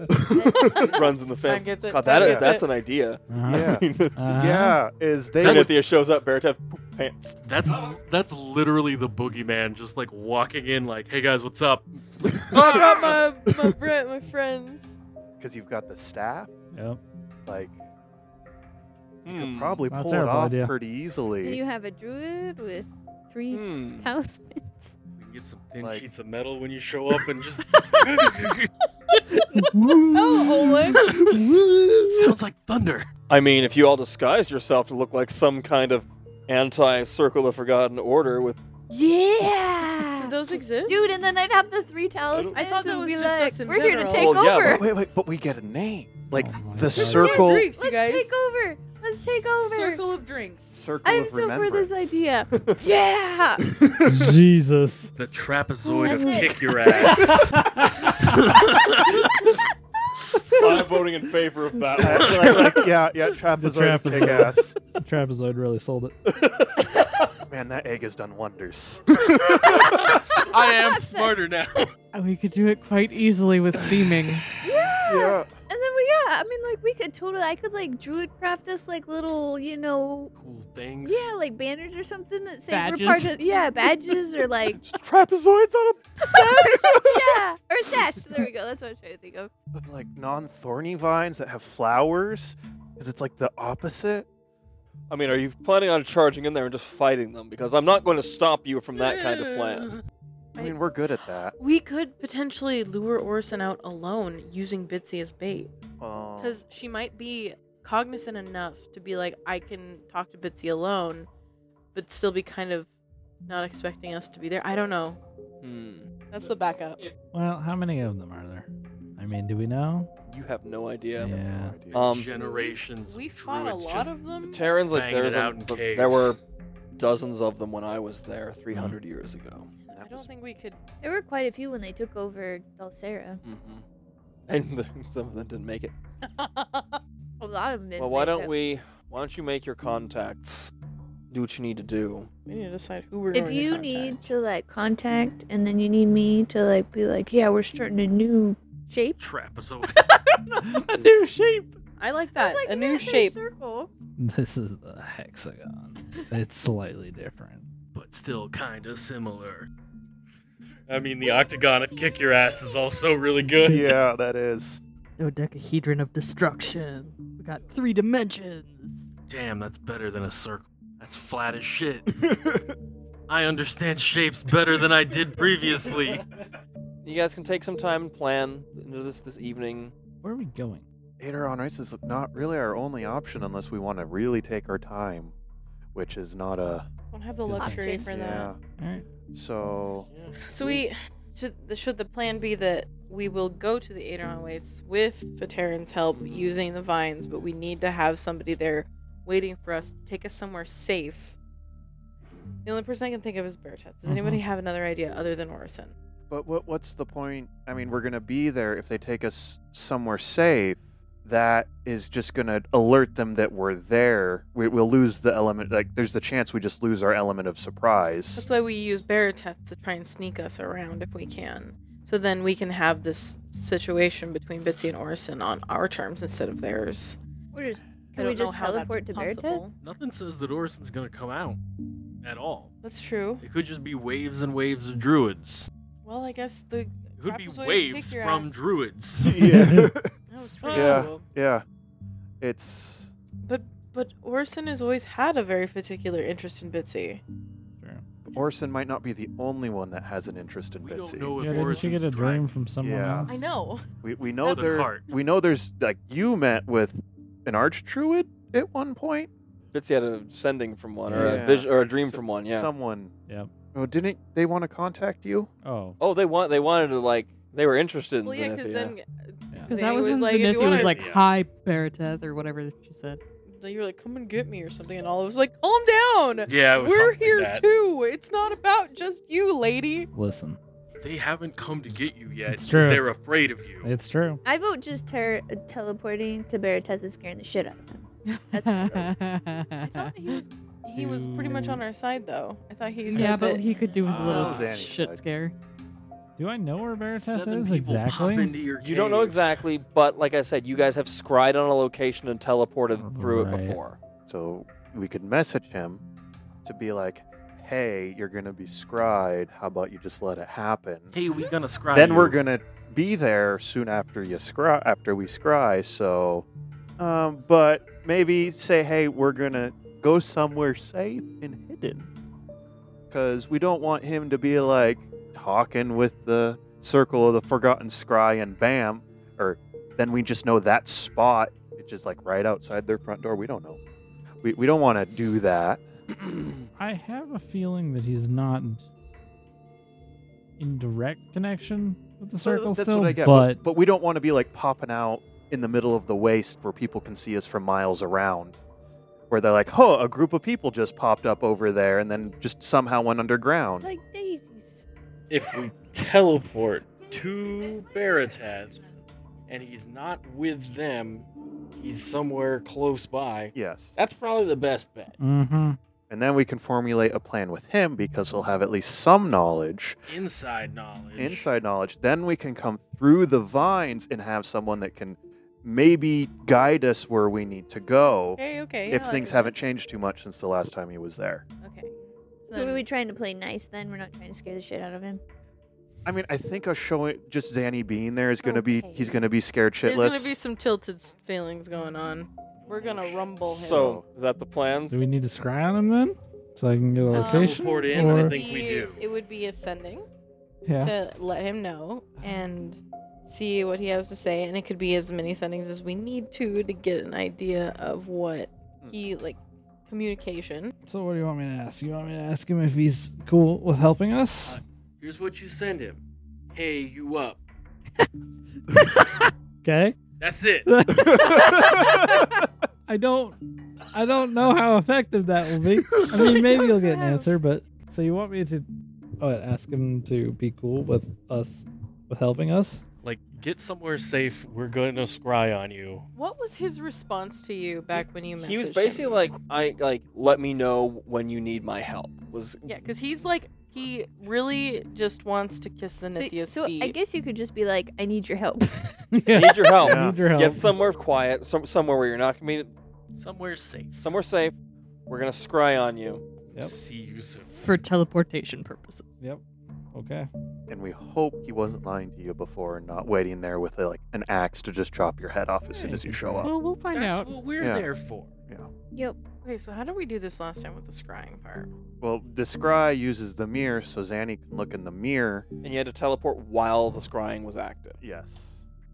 [SPEAKER 1] Runs in the
[SPEAKER 7] Fran
[SPEAKER 1] fence.
[SPEAKER 7] gets it.
[SPEAKER 1] God,
[SPEAKER 7] Fran
[SPEAKER 1] that is,
[SPEAKER 7] gets
[SPEAKER 1] that's an
[SPEAKER 7] it.
[SPEAKER 1] idea.
[SPEAKER 2] Yeah.
[SPEAKER 4] Uh-huh.
[SPEAKER 2] Yeah, is they would
[SPEAKER 1] Cynthia shows up, Veriteth poop pants.
[SPEAKER 8] That's that's literally the boogeyman just like walking in like, hey guys, what's up? Ah!
[SPEAKER 7] I brought my my, br- my friends.
[SPEAKER 2] because you've got the staff.
[SPEAKER 4] Yep.
[SPEAKER 2] Like you
[SPEAKER 1] Hmm.
[SPEAKER 2] could probably
[SPEAKER 4] Not a
[SPEAKER 2] pull it
[SPEAKER 4] terrible
[SPEAKER 2] off
[SPEAKER 4] idea.
[SPEAKER 2] pretty
[SPEAKER 9] And
[SPEAKER 2] easily.
[SPEAKER 9] you have a druid with three
[SPEAKER 1] Hmm.
[SPEAKER 9] talismans.
[SPEAKER 5] We can get some thin
[SPEAKER 2] Like-
[SPEAKER 5] sheets of metal when you show up and just.
[SPEAKER 4] Oh,
[SPEAKER 7] Oh,
[SPEAKER 5] Sounds like thunder.
[SPEAKER 1] I mean, if you all disguised yourself to look like some kind of anti Circle of Forgotten Order with.
[SPEAKER 9] Yeah.
[SPEAKER 7] Do those exist?
[SPEAKER 9] Dude, and then I'd have the three talismans.
[SPEAKER 7] I thought that
[SPEAKER 9] and
[SPEAKER 7] was
[SPEAKER 9] be
[SPEAKER 7] just
[SPEAKER 9] like,
[SPEAKER 7] us in
[SPEAKER 9] We're here
[SPEAKER 7] general."
[SPEAKER 9] to take
[SPEAKER 1] Well, yeah,
[SPEAKER 9] over.
[SPEAKER 1] but
[SPEAKER 2] Wait, wait, wait, but we get a name. Like
[SPEAKER 4] Oh my
[SPEAKER 2] the
[SPEAKER 4] God.
[SPEAKER 2] circle
[SPEAKER 7] Drinks, you
[SPEAKER 9] Let's
[SPEAKER 7] guys.
[SPEAKER 9] take over. Let's take over.
[SPEAKER 7] Circle of drinks.
[SPEAKER 2] circle
[SPEAKER 9] I'm
[SPEAKER 2] of
[SPEAKER 9] so for this
[SPEAKER 2] remembrance.
[SPEAKER 9] idea. yeah.
[SPEAKER 4] Jesus.
[SPEAKER 8] The trapezoid of
[SPEAKER 9] Love it.
[SPEAKER 8] kick your ass.
[SPEAKER 1] I'm voting in favor of that
[SPEAKER 2] I feel like- like, yeah, yeah, trapezoid
[SPEAKER 4] trapezoid.
[SPEAKER 2] kick ass.
[SPEAKER 4] The trapezoid really sold it.
[SPEAKER 2] Man, that egg has done wonders.
[SPEAKER 8] I am smarter now.
[SPEAKER 6] Oh, we could do it quite easily with seeming.
[SPEAKER 9] Yeah.
[SPEAKER 2] Yeah.
[SPEAKER 9] And then we, yeah, I mean, like, we could totally, I could, like, druid craft us, like, little, you know,
[SPEAKER 5] Cool things.
[SPEAKER 9] yeah, like banners or something that say
[SPEAKER 6] Badges.
[SPEAKER 9] we're part of, yeah, badges or, like,
[SPEAKER 2] Trapezoids on
[SPEAKER 9] yeah, or sash. There we go. That's what I was trying to think of.
[SPEAKER 2] a like non-thorny vines that have flowers, because it's like the opposite.
[SPEAKER 1] I mean, are you planning on charging in there and just fighting them? Because I'm not going to stop you from that kind of plan.
[SPEAKER 2] I
[SPEAKER 7] I-
[SPEAKER 2] mean, we're good at that.
[SPEAKER 7] We could potentially lure Orson out alone using Bitsy as bait. Because
[SPEAKER 1] Oh.
[SPEAKER 2] Because
[SPEAKER 7] she might be cognizant enough to be like, I can talk to Bitsy alone, but still be kind of not expecting us to be there. I don't know.
[SPEAKER 1] Hmm.
[SPEAKER 7] That's the backup.
[SPEAKER 4] Well, how many of them are there? I mean, do we know?
[SPEAKER 1] You have no idea.
[SPEAKER 4] Yeah.
[SPEAKER 1] Um,
[SPEAKER 8] Generations.
[SPEAKER 7] We
[SPEAKER 8] of
[SPEAKER 7] fought a
[SPEAKER 8] druids
[SPEAKER 7] lot
[SPEAKER 8] just-
[SPEAKER 7] of them.
[SPEAKER 1] Terrans, like
[SPEAKER 8] Banging it
[SPEAKER 1] there's a,
[SPEAKER 8] out in
[SPEAKER 1] th- there
[SPEAKER 8] caves.
[SPEAKER 1] were dozens of them when I was there 300 years ago.
[SPEAKER 7] Hmm. I don't think we could.
[SPEAKER 9] There were quite a few when they took over Dulcera.
[SPEAKER 1] hmm And the, some of them didn't make it.
[SPEAKER 9] A lot of them.
[SPEAKER 1] well, why don't we? Why don't you make your contacts? Do what you need to do.
[SPEAKER 7] We need to decide who we're
[SPEAKER 9] If
[SPEAKER 7] going to
[SPEAKER 9] you
[SPEAKER 7] contact.
[SPEAKER 9] need to like contact, and then you need me to like be like, yeah, we're starting a new shape.
[SPEAKER 8] Trapezoid.
[SPEAKER 9] a new shape.
[SPEAKER 7] I like that. a new shape.
[SPEAKER 9] Circle.
[SPEAKER 4] This is the hexagon. It's slightly different.
[SPEAKER 8] but still kind of similar. I mean, the octagon of kick your ass is also really good.
[SPEAKER 2] yeah, that is.
[SPEAKER 6] Dodecahedron of destruction. We got three dimensions.
[SPEAKER 8] Damn, that's better than a circle. That's flat as shit. I understand shapes better than I did previously.
[SPEAKER 1] You guys can take some time and plan into this this evening.
[SPEAKER 12] Where are we going?
[SPEAKER 2] Aether on ice is not really our only option unless we want to really take our time, which is not a.
[SPEAKER 7] Don't have the
[SPEAKER 12] Good
[SPEAKER 7] luxury
[SPEAKER 3] option.
[SPEAKER 7] for
[SPEAKER 2] Yeah.
[SPEAKER 7] that.
[SPEAKER 12] All right.
[SPEAKER 2] So.
[SPEAKER 7] So we should the, should the plan be that we will go to the Aderon Waste with Pateran's help using the vines, but we need to have somebody there waiting for us, take us somewhere safe. The only person I can think of is Bertet. Does anybody have another idea other than Orison?
[SPEAKER 2] But what what's the point? I mean, we're gonna be there if they take us somewhere safe. That is just gonna alert them that we're there. We, we'll lose the element. Like, there's the chance we just lose our element of surprise.
[SPEAKER 7] That's why we use Barateth to try and sneak us around if we can. So then we can have this situation between Bitsy and Orison on our terms instead of theirs.
[SPEAKER 3] We're just
[SPEAKER 7] I
[SPEAKER 3] Can we
[SPEAKER 7] don't know
[SPEAKER 3] just
[SPEAKER 7] how that's
[SPEAKER 3] teleport to Barateth?
[SPEAKER 7] possible.
[SPEAKER 8] Nothing says that Orson's gonna come out at all.
[SPEAKER 7] That's true.
[SPEAKER 8] It could just be waves and waves of druids.
[SPEAKER 7] Well, I guess the
[SPEAKER 8] It could be
[SPEAKER 7] Raptors always kick
[SPEAKER 8] waves
[SPEAKER 7] your
[SPEAKER 8] from
[SPEAKER 7] ass.
[SPEAKER 8] druids.
[SPEAKER 2] yeah,
[SPEAKER 7] that was pretty
[SPEAKER 2] Yeah.
[SPEAKER 7] cool.
[SPEAKER 2] yeah. It's
[SPEAKER 7] But but Orson has always had a very particular interest in Bitsy.
[SPEAKER 2] Orson might not be the only one that has an interest in
[SPEAKER 8] We
[SPEAKER 2] Bitsy.
[SPEAKER 8] don't know if
[SPEAKER 12] Yeah, didn't you
[SPEAKER 8] Orson's
[SPEAKER 12] get a
[SPEAKER 8] driving.
[SPEAKER 12] dream from someone
[SPEAKER 2] Yeah.
[SPEAKER 12] else?
[SPEAKER 7] I know.
[SPEAKER 2] We we know
[SPEAKER 8] The
[SPEAKER 2] there
[SPEAKER 8] cart.
[SPEAKER 2] we know there's like you met with an archdruid at one point.
[SPEAKER 1] Bitsy had a sending from one, or
[SPEAKER 2] Yeah.
[SPEAKER 1] a vision, or a dream
[SPEAKER 2] So-
[SPEAKER 1] from one. Yeah.
[SPEAKER 2] Someone.
[SPEAKER 12] Yep.
[SPEAKER 2] Oh, didn't they want to contact you?
[SPEAKER 12] Oh,
[SPEAKER 1] Oh, they want they wanted to like they were interested in
[SPEAKER 7] Well, yeah, because
[SPEAKER 1] Zenithia.
[SPEAKER 7] then
[SPEAKER 12] Yeah.
[SPEAKER 6] Because
[SPEAKER 7] Zanny
[SPEAKER 6] that was when
[SPEAKER 7] like, if you
[SPEAKER 6] Zenithia was
[SPEAKER 7] wanna-
[SPEAKER 6] like,
[SPEAKER 8] Yeah.
[SPEAKER 6] hi, Barateth, or whatever she said.
[SPEAKER 7] you were like, come and get me or something, and all was like, calm down.
[SPEAKER 8] Yeah, it was
[SPEAKER 7] We're
[SPEAKER 8] something like
[SPEAKER 7] here
[SPEAKER 8] that.
[SPEAKER 7] too. It's not about just you, lady.
[SPEAKER 12] listen,
[SPEAKER 8] They haven't come to get you yet
[SPEAKER 12] It's
[SPEAKER 8] because
[SPEAKER 12] true.
[SPEAKER 8] they're afraid of you.
[SPEAKER 12] it's true.
[SPEAKER 3] I vote just ter- teleporting to Barateth and scaring the shit out of him. That's
[SPEAKER 7] I thought that he was he was pretty much on our side though. I thought he said
[SPEAKER 6] yeah, but
[SPEAKER 7] that-
[SPEAKER 6] he could do with a little
[SPEAKER 8] Oh,
[SPEAKER 2] Zanny
[SPEAKER 6] shit
[SPEAKER 2] died.
[SPEAKER 6] scare.
[SPEAKER 12] Do I know where
[SPEAKER 8] Seven
[SPEAKER 12] Veriteth is
[SPEAKER 8] people pop
[SPEAKER 12] exactly?
[SPEAKER 8] into your
[SPEAKER 1] You don't know
[SPEAKER 8] cave.
[SPEAKER 1] exactly, but like I said, you guys have scried on a location and teleported through it
[SPEAKER 12] Right.
[SPEAKER 1] before.
[SPEAKER 2] So we could message him to be like, "Hey, you're gonna be scried. How about you just let it happen?"
[SPEAKER 8] Hey, we gonna scry.
[SPEAKER 2] then we're
[SPEAKER 8] you.
[SPEAKER 2] gonna be there soon after you scry after we scry. So, um, but maybe say, "Hey, we're gonna go somewhere safe and hidden," because we don't want him to be like talking with the circle of the forgotten scry and bam, or then we just know that spot. It's just like right outside their front door. We don't know. We, we don't want to do that.
[SPEAKER 12] I have a feeling that he's not in direct connection with the circle
[SPEAKER 2] Uh, that's
[SPEAKER 12] still,
[SPEAKER 2] what I get.
[SPEAKER 12] but
[SPEAKER 2] But we don't want to be like popping out in the middle of the waste where people can see us from miles around. Where they're like, oh, a group of people just popped up over there and then just somehow went underground.
[SPEAKER 3] Like daisies.
[SPEAKER 8] if we teleport to Barateth and he's not with them, he's somewhere close by.
[SPEAKER 2] yes.
[SPEAKER 8] That's probably the best bet.
[SPEAKER 12] hmm
[SPEAKER 2] And then we can formulate a plan with him because he'll have at least some knowledge,
[SPEAKER 8] Inside knowledge.
[SPEAKER 2] inside knowledge. Then we can come through the vines and have someone that can maybe guide us where we need to go
[SPEAKER 7] okay, okay.
[SPEAKER 2] if
[SPEAKER 7] I like
[SPEAKER 2] things
[SPEAKER 7] this.
[SPEAKER 2] haven't changed too much since the last time he was there.
[SPEAKER 7] Okay.
[SPEAKER 3] So
[SPEAKER 7] then-
[SPEAKER 3] are we trying to play nice then? We're not trying to scare the shit out of him.
[SPEAKER 2] I mean, I think us showing just Zanny being there is gonna be he's
[SPEAKER 3] Okay.
[SPEAKER 2] gonna be scared
[SPEAKER 7] There's
[SPEAKER 2] shitless.
[SPEAKER 7] gonna be some tilted s- feelings going on. We're gonna rumble him.
[SPEAKER 1] So is that the
[SPEAKER 12] do
[SPEAKER 1] plan?
[SPEAKER 12] we need to scry on him then, so I can get a
[SPEAKER 7] Um,
[SPEAKER 12] location?
[SPEAKER 8] Teleport in, I
[SPEAKER 12] or-
[SPEAKER 8] think we
[SPEAKER 7] Be-
[SPEAKER 8] do.
[SPEAKER 7] It would be ascending
[SPEAKER 12] yeah.
[SPEAKER 7] to let him know and see what he has to say, and it could be as many sendings as we need to to get an idea of what
[SPEAKER 8] Hmm.
[SPEAKER 7] he like communication.
[SPEAKER 12] So what do you want me to ask? You want me to ask him if he's cool with helping us?
[SPEAKER 8] Uh, Here's what you send him. Hey, you up.
[SPEAKER 12] Okay.
[SPEAKER 8] That's it.
[SPEAKER 12] I don't I don't know how effective that will be. I mean maybe you'll get an answer, but so you want me to
[SPEAKER 4] oh,
[SPEAKER 12] what, ask him to be cool with us with helping us?
[SPEAKER 8] Like, get somewhere safe. We're gonna scry on you.
[SPEAKER 7] What was his response to you back when you messaged
[SPEAKER 1] He was basically
[SPEAKER 7] him?
[SPEAKER 1] like, I like let me know when you need my help. Was
[SPEAKER 7] yeah, because he's like he really just wants to kiss
[SPEAKER 9] So,
[SPEAKER 7] Zenithia's
[SPEAKER 9] so
[SPEAKER 7] feet.
[SPEAKER 9] I guess you could just be like, I need your help.
[SPEAKER 1] I need your help.
[SPEAKER 2] Yeah.
[SPEAKER 12] Need your help.
[SPEAKER 1] Get somewhere quiet, some, somewhere where you're not gonna be,
[SPEAKER 8] Somewhere safe.
[SPEAKER 1] somewhere safe. We're gonna scry on you.
[SPEAKER 12] Yep.
[SPEAKER 8] See you soon.
[SPEAKER 6] For teleportation purposes.
[SPEAKER 12] Yep.
[SPEAKER 4] Okay.
[SPEAKER 2] and we hope he wasn't lying to you before and not waiting there with like an axe to just chop your head off as soon as you show up.
[SPEAKER 6] Well, we'll find
[SPEAKER 8] That's
[SPEAKER 6] out.
[SPEAKER 8] what we're
[SPEAKER 2] Yeah.
[SPEAKER 8] there for.
[SPEAKER 3] Yep.
[SPEAKER 7] Okay, so how did we do this last time with the scrying part?
[SPEAKER 2] Well, the scry uses the mirror so Zanny can look in the mirror.
[SPEAKER 1] And you had to teleport while the scrying was active.
[SPEAKER 2] Yes.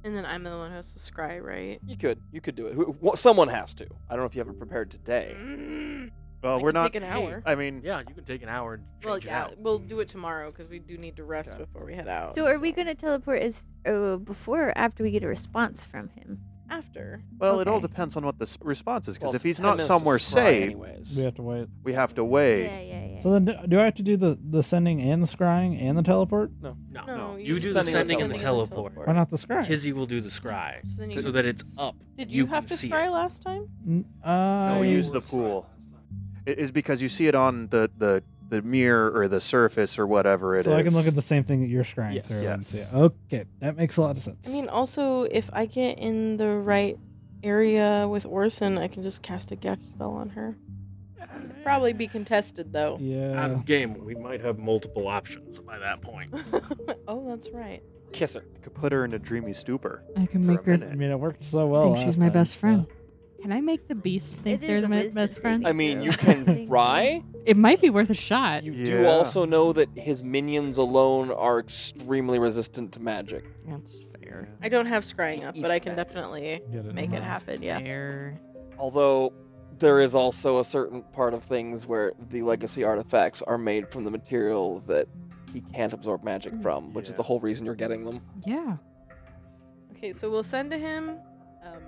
[SPEAKER 7] And then I'm the one who has to scry, right?
[SPEAKER 1] You could, you could do it. Who- wh- Someone has to. I don't know if you have it prepared today.
[SPEAKER 7] Mm,
[SPEAKER 2] Well,
[SPEAKER 7] I
[SPEAKER 2] we're
[SPEAKER 7] can
[SPEAKER 2] not.
[SPEAKER 7] Take an hour.
[SPEAKER 2] I mean,
[SPEAKER 8] Yeah, you can take an hour and change
[SPEAKER 7] well,
[SPEAKER 8] it
[SPEAKER 7] yeah,
[SPEAKER 8] out.
[SPEAKER 7] we'll do it tomorrow because we do need to rest
[SPEAKER 1] Okay.
[SPEAKER 7] before we head out.
[SPEAKER 9] So are we gonna teleport as uh, before or after we get a response from him?
[SPEAKER 7] after?
[SPEAKER 2] well, it all
[SPEAKER 9] okay.
[SPEAKER 2] depends on what the s- response is. Because
[SPEAKER 1] Well,
[SPEAKER 2] if
[SPEAKER 1] it's
[SPEAKER 2] he's
[SPEAKER 1] 10
[SPEAKER 2] not
[SPEAKER 1] minutes to
[SPEAKER 2] somewhere
[SPEAKER 1] scry
[SPEAKER 2] safe,
[SPEAKER 1] anyways.
[SPEAKER 4] We have to wait.
[SPEAKER 2] we have to wait.
[SPEAKER 9] Yeah, yeah, yeah.
[SPEAKER 4] So then, do- do I have to do the the sending and the scrying and the teleport?
[SPEAKER 8] No,
[SPEAKER 7] No, you
[SPEAKER 8] you,
[SPEAKER 7] just
[SPEAKER 8] do the
[SPEAKER 1] send it
[SPEAKER 8] sending and the
[SPEAKER 1] with
[SPEAKER 8] teleport.
[SPEAKER 4] Why not the scrying?
[SPEAKER 8] Kizzy will do the scry
[SPEAKER 7] So, then you
[SPEAKER 8] so that it's up.
[SPEAKER 7] Did
[SPEAKER 8] you
[SPEAKER 7] you,
[SPEAKER 8] can
[SPEAKER 7] have to
[SPEAKER 8] see
[SPEAKER 7] scry
[SPEAKER 8] it.
[SPEAKER 7] last time?
[SPEAKER 4] N- I
[SPEAKER 2] we use the pool. It is because you see it on the the the mirror or the surface or whatever it is.
[SPEAKER 4] so I can look at the same thing that you're scrying
[SPEAKER 1] Yes.
[SPEAKER 4] through. And see.
[SPEAKER 2] Yes.
[SPEAKER 4] Okay, that makes a lot of sense.
[SPEAKER 7] I mean, also, if I get in the right area with Orson, I can just cast a guest spell on her. Probably be contested though.
[SPEAKER 8] Out
[SPEAKER 4] yeah.
[SPEAKER 8] of game, we might have multiple options by that point.
[SPEAKER 7] oh, that's right.
[SPEAKER 1] Kiss her.
[SPEAKER 2] Could put her in a dreamy stupor.
[SPEAKER 6] I can
[SPEAKER 2] for a
[SPEAKER 6] make her.
[SPEAKER 2] minute.
[SPEAKER 4] I mean, it worked so
[SPEAKER 6] I
[SPEAKER 4] well.
[SPEAKER 6] think she's
[SPEAKER 4] last
[SPEAKER 6] my
[SPEAKER 4] time,
[SPEAKER 6] best
[SPEAKER 4] so-
[SPEAKER 6] friend. Can I make the beast think
[SPEAKER 9] It
[SPEAKER 6] they're
[SPEAKER 9] is
[SPEAKER 6] the
[SPEAKER 9] a
[SPEAKER 6] ma-
[SPEAKER 9] wisdom
[SPEAKER 6] best friend?
[SPEAKER 1] I
[SPEAKER 9] saving
[SPEAKER 1] mean,
[SPEAKER 9] throw.
[SPEAKER 1] you
[SPEAKER 9] Thank you.
[SPEAKER 1] can try.
[SPEAKER 6] It might be worth a shot.
[SPEAKER 1] You
[SPEAKER 2] Yeah.
[SPEAKER 1] do also know that his minions alone are extremely resistant to magic.
[SPEAKER 6] That's fair.
[SPEAKER 7] I don't have scrying up, but I
[SPEAKER 1] Eats
[SPEAKER 7] can
[SPEAKER 1] that.
[SPEAKER 7] definitely
[SPEAKER 4] Get it.
[SPEAKER 7] make it
[SPEAKER 6] That's
[SPEAKER 7] happen. Yeah.
[SPEAKER 6] Fair.
[SPEAKER 1] Although there is also a certain part of things where the legacy artifacts are made from the material that he can't absorb magic from, which is
[SPEAKER 2] Yeah.
[SPEAKER 1] the whole reason you're getting them.
[SPEAKER 6] Yeah.
[SPEAKER 7] Okay, so we'll send to him, um,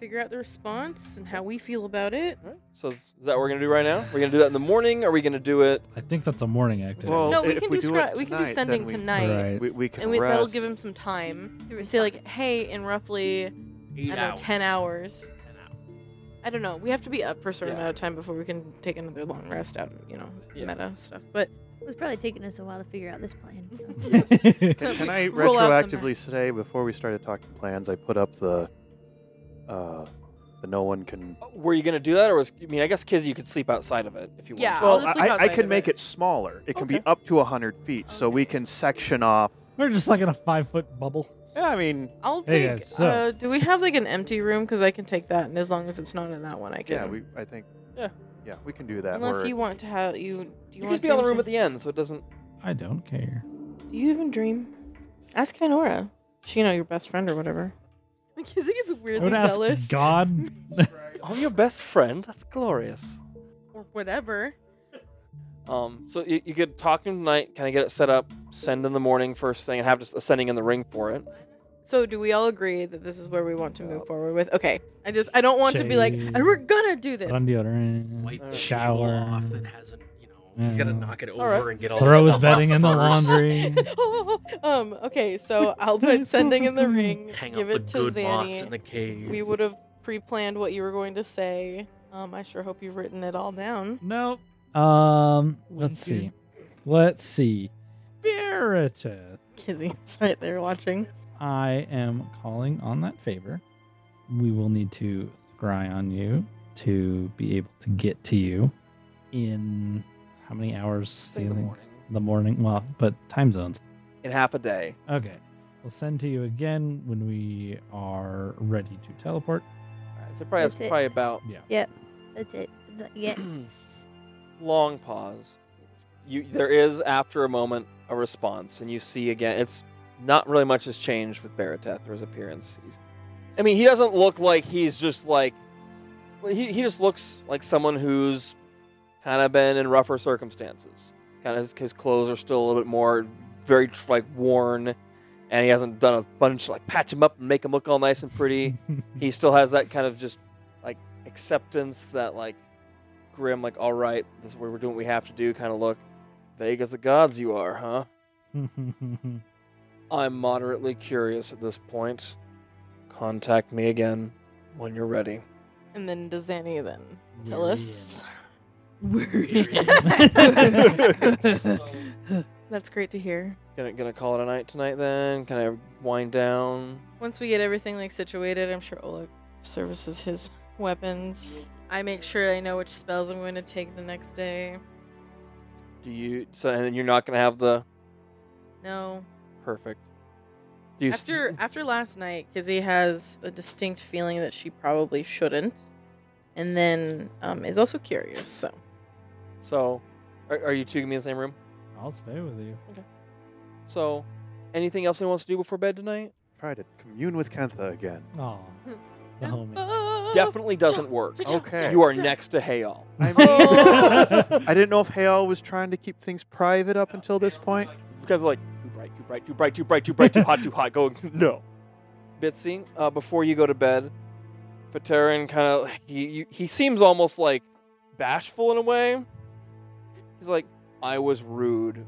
[SPEAKER 7] figure out the response and how we feel about it.
[SPEAKER 1] So is is that what we're gonna do right now? We're gonna do that in the morning? Are we gonna do it?
[SPEAKER 12] I think that's a morning activity.
[SPEAKER 2] Well,
[SPEAKER 7] no, we
[SPEAKER 2] if
[SPEAKER 7] can
[SPEAKER 2] we
[SPEAKER 7] do,
[SPEAKER 2] do it
[SPEAKER 7] scry- we can
[SPEAKER 2] tonight,
[SPEAKER 7] do
[SPEAKER 2] then
[SPEAKER 7] sending
[SPEAKER 2] we-
[SPEAKER 7] tonight,
[SPEAKER 12] Right.
[SPEAKER 2] We, we can
[SPEAKER 7] and we,
[SPEAKER 2] rest.
[SPEAKER 7] that'll give him some time to say like, "Hey, in roughly
[SPEAKER 8] Eight
[SPEAKER 7] I don't know,
[SPEAKER 8] hours.
[SPEAKER 7] ten hours."
[SPEAKER 8] 10 hours.
[SPEAKER 7] I don't know. We have to be up for a certain
[SPEAKER 1] Yeah.
[SPEAKER 7] amount of time before we can take another long rest out of you know
[SPEAKER 1] Yeah.
[SPEAKER 7] meta stuff. But
[SPEAKER 9] It was probably taking us a while to figure out this plan. so.
[SPEAKER 2] Can, can
[SPEAKER 7] We
[SPEAKER 2] I
[SPEAKER 7] roll out the
[SPEAKER 2] retroactively
[SPEAKER 7] maps.
[SPEAKER 2] say before we started talking plans, I put up the uh the no one can
[SPEAKER 1] Were you gonna do that, or was I mean, I guess Kizzy, you could sleep outside of it if you want.
[SPEAKER 7] Yeah,
[SPEAKER 1] to.
[SPEAKER 7] I'll
[SPEAKER 2] well,
[SPEAKER 7] just
[SPEAKER 2] I,
[SPEAKER 7] leave
[SPEAKER 2] I- I
[SPEAKER 7] outside
[SPEAKER 2] can
[SPEAKER 7] of
[SPEAKER 2] make
[SPEAKER 7] it.
[SPEAKER 2] it smaller. It can be
[SPEAKER 7] Okay.
[SPEAKER 2] up to 100 feet, so we
[SPEAKER 7] Okay.
[SPEAKER 2] can section off.
[SPEAKER 4] We're just like in a five foot bubble.
[SPEAKER 2] Yeah, I mean,
[SPEAKER 7] I'll
[SPEAKER 4] Hey,
[SPEAKER 7] take.
[SPEAKER 4] guys, so-
[SPEAKER 7] uh, do we have like an empty room? Because I can take that, and as long as it's not in that one, I can.
[SPEAKER 2] yeah, we, I think,
[SPEAKER 1] Yeah.
[SPEAKER 2] yeah, we can do that.
[SPEAKER 7] Unless
[SPEAKER 2] We're-
[SPEAKER 7] you want to have you. Do you,
[SPEAKER 1] you could
[SPEAKER 7] want
[SPEAKER 1] just be on the
[SPEAKER 7] dreams
[SPEAKER 1] room at
[SPEAKER 7] in-
[SPEAKER 1] the end, so it doesn't.
[SPEAKER 4] I don't care.
[SPEAKER 7] Do you even dream? Ask Kynora. She, you know, your best friend or whatever. Because he gets
[SPEAKER 4] I
[SPEAKER 7] weirdly
[SPEAKER 4] would ask
[SPEAKER 7] jealous.
[SPEAKER 4] God.
[SPEAKER 1] I'm your best friend. That's glorious.
[SPEAKER 7] Or whatever.
[SPEAKER 1] Um, so you, you could talk to him tonight, kind of get it set up, send in the morning first thing, and have just a sending in the ring for it.
[SPEAKER 7] So, do we all agree that this is where we want to move forward with? Okay. I just, I don't want to be like,
[SPEAKER 4] Shave.
[SPEAKER 7] and we're gonna do this.
[SPEAKER 4] Put on deodorant.
[SPEAKER 8] Wipe the
[SPEAKER 4] shower.
[SPEAKER 8] shower off that hasn't, you know, he's got to
[SPEAKER 4] Yeah.
[SPEAKER 8] knock it over
[SPEAKER 1] right.
[SPEAKER 8] and get all
[SPEAKER 4] Throw
[SPEAKER 8] the
[SPEAKER 4] his
[SPEAKER 8] stuff off
[SPEAKER 4] bedding in the
[SPEAKER 8] first.
[SPEAKER 4] laundry.
[SPEAKER 7] um. Okay. So I'll put sending in the ring.
[SPEAKER 8] Hang
[SPEAKER 7] give
[SPEAKER 8] up
[SPEAKER 7] it
[SPEAKER 8] the
[SPEAKER 7] to
[SPEAKER 8] good
[SPEAKER 7] Zanny.
[SPEAKER 8] moss in the cave.
[SPEAKER 7] We would have pre-planned what you were going to say. Um. I sure hope you've written it all down.
[SPEAKER 4] Nope. Um, let's
[SPEAKER 6] Thank
[SPEAKER 4] see.
[SPEAKER 6] you.
[SPEAKER 4] Let's see. Veritas.
[SPEAKER 7] Kizzy's right there watching.
[SPEAKER 4] I am calling on that favor. We will need to scry on you to be able to get to you in how many hours?
[SPEAKER 1] Say in
[SPEAKER 4] do you
[SPEAKER 1] the
[SPEAKER 4] think?
[SPEAKER 1] morning.
[SPEAKER 4] The morning. Well, but time zones.
[SPEAKER 1] In half a day.
[SPEAKER 4] Okay. We'll send to you again when we are ready to teleport.
[SPEAKER 1] All right, so probably that's,
[SPEAKER 9] That's it.
[SPEAKER 1] probably about
[SPEAKER 9] That's it. It's like, yeah.
[SPEAKER 1] long pause. You there is after a moment a response, and you see again. It's not really much has changed with Barateth or his appearance. He's, I mean, he doesn't look like he's just like well, he he just looks like someone who's kind of been in rougher circumstances. Kind of his, his clothes are still a little bit more very tr- like worn, and he hasn't done a bunch like patch him up and make him look all nice and pretty he still has that kind of just like acceptance that like grim like all right this is what we're doing what we have to do kind of look vague as the gods you are huh i'm moderately curious at this point contact me again when you're ready
[SPEAKER 7] And then does Zanny then tell us?
[SPEAKER 6] We're
[SPEAKER 7] That's great to hear.
[SPEAKER 1] gonna, gonna call it a night tonight then can i wind down
[SPEAKER 7] Once we get everything like situated, I'm sure Oleg services his weapons. I make sure I know which spells I'm going to take the next day.
[SPEAKER 1] do you so and you're not gonna have the
[SPEAKER 7] No.
[SPEAKER 1] Perfect. Do you st-
[SPEAKER 7] After after last night, Kizzy has a distinct feeling that she probably shouldn't, and then um, is also curious. So
[SPEAKER 1] so? Are, are you two gonna be in the same room?
[SPEAKER 4] I'll stay with you.
[SPEAKER 1] So, anything else anyone wants to do before bed tonight?
[SPEAKER 2] Try to commune with Kentha again.
[SPEAKER 4] Oh, the homie.
[SPEAKER 7] Oh.
[SPEAKER 1] Definitely doesn't work. Oh,
[SPEAKER 2] Okay.
[SPEAKER 1] You are next to Hayal.
[SPEAKER 2] I
[SPEAKER 7] Oh.
[SPEAKER 2] mean, I didn't know if Hale was trying to keep things private up until this point.
[SPEAKER 1] Because like too bright, too bright, too bright, too bright, too bright, too hot, too hot. Going no. Bitsy, uh, before you go to bed, Paterin kind of he, you- he seems almost like bashful in a way. He's like, I was rude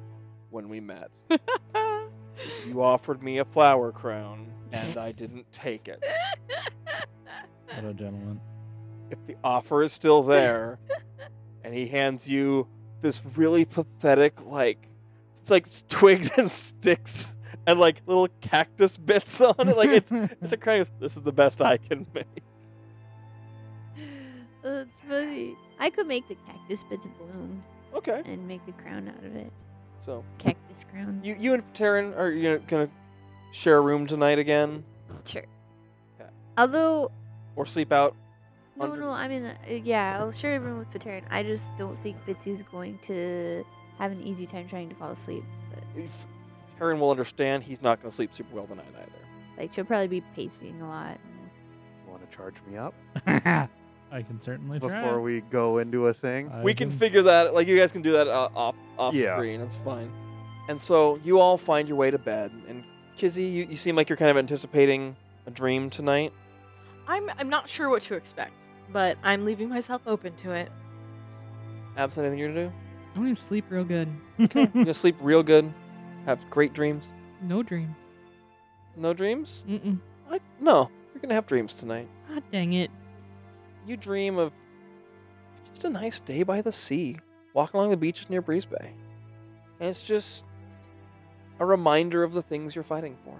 [SPEAKER 1] when we met. you offered me a flower crown, and I didn't take it.
[SPEAKER 4] What a gentleman.
[SPEAKER 1] if the offer is still there and he hands you this really pathetic like it's like twigs and sticks and like little cactus bits on it like it's it's a crazy this is the best i can make
[SPEAKER 9] That's funny. I could make the cactus bits bloom
[SPEAKER 1] okay
[SPEAKER 9] and make the crown out of it.
[SPEAKER 1] so
[SPEAKER 9] Cactus crown.
[SPEAKER 1] you you and Taryn are you gonna share a room tonight again
[SPEAKER 9] Sure.
[SPEAKER 1] Okay.
[SPEAKER 9] Although,
[SPEAKER 1] or sleep out
[SPEAKER 9] no,
[SPEAKER 1] Under-
[SPEAKER 9] no, I mean, uh, yeah, I'll share a room with Pateran. I just don't think Bitsy's going to have an easy time trying to fall asleep.
[SPEAKER 1] if Taryn will understand he's not gonna sleep super well tonight either
[SPEAKER 9] Like, she'll probably be pacing a lot.
[SPEAKER 2] You want to charge me up
[SPEAKER 4] I can certainly try.
[SPEAKER 2] before we go into a thing?
[SPEAKER 4] I
[SPEAKER 1] we can figure that like you guys can do that uh, off off
[SPEAKER 2] Yeah.
[SPEAKER 1] screen that's fine and so you all find your way to bed and kizzy you, you seem like you're kind of anticipating a dream tonight
[SPEAKER 7] I'm I'm not sure what to expect, but I'm leaving myself open to it.
[SPEAKER 1] abs anything you're gonna do
[SPEAKER 6] I'm gonna sleep real good.
[SPEAKER 1] you're gonna sleep real good have great dreams
[SPEAKER 6] No dreams.
[SPEAKER 1] no dreams
[SPEAKER 6] Mm-mm.
[SPEAKER 1] I, no you're gonna have dreams tonight
[SPEAKER 6] God dang it.
[SPEAKER 1] you dream of just a nice day by the sea walking along the beaches near breeze bay and it's just a reminder of the things you're fighting for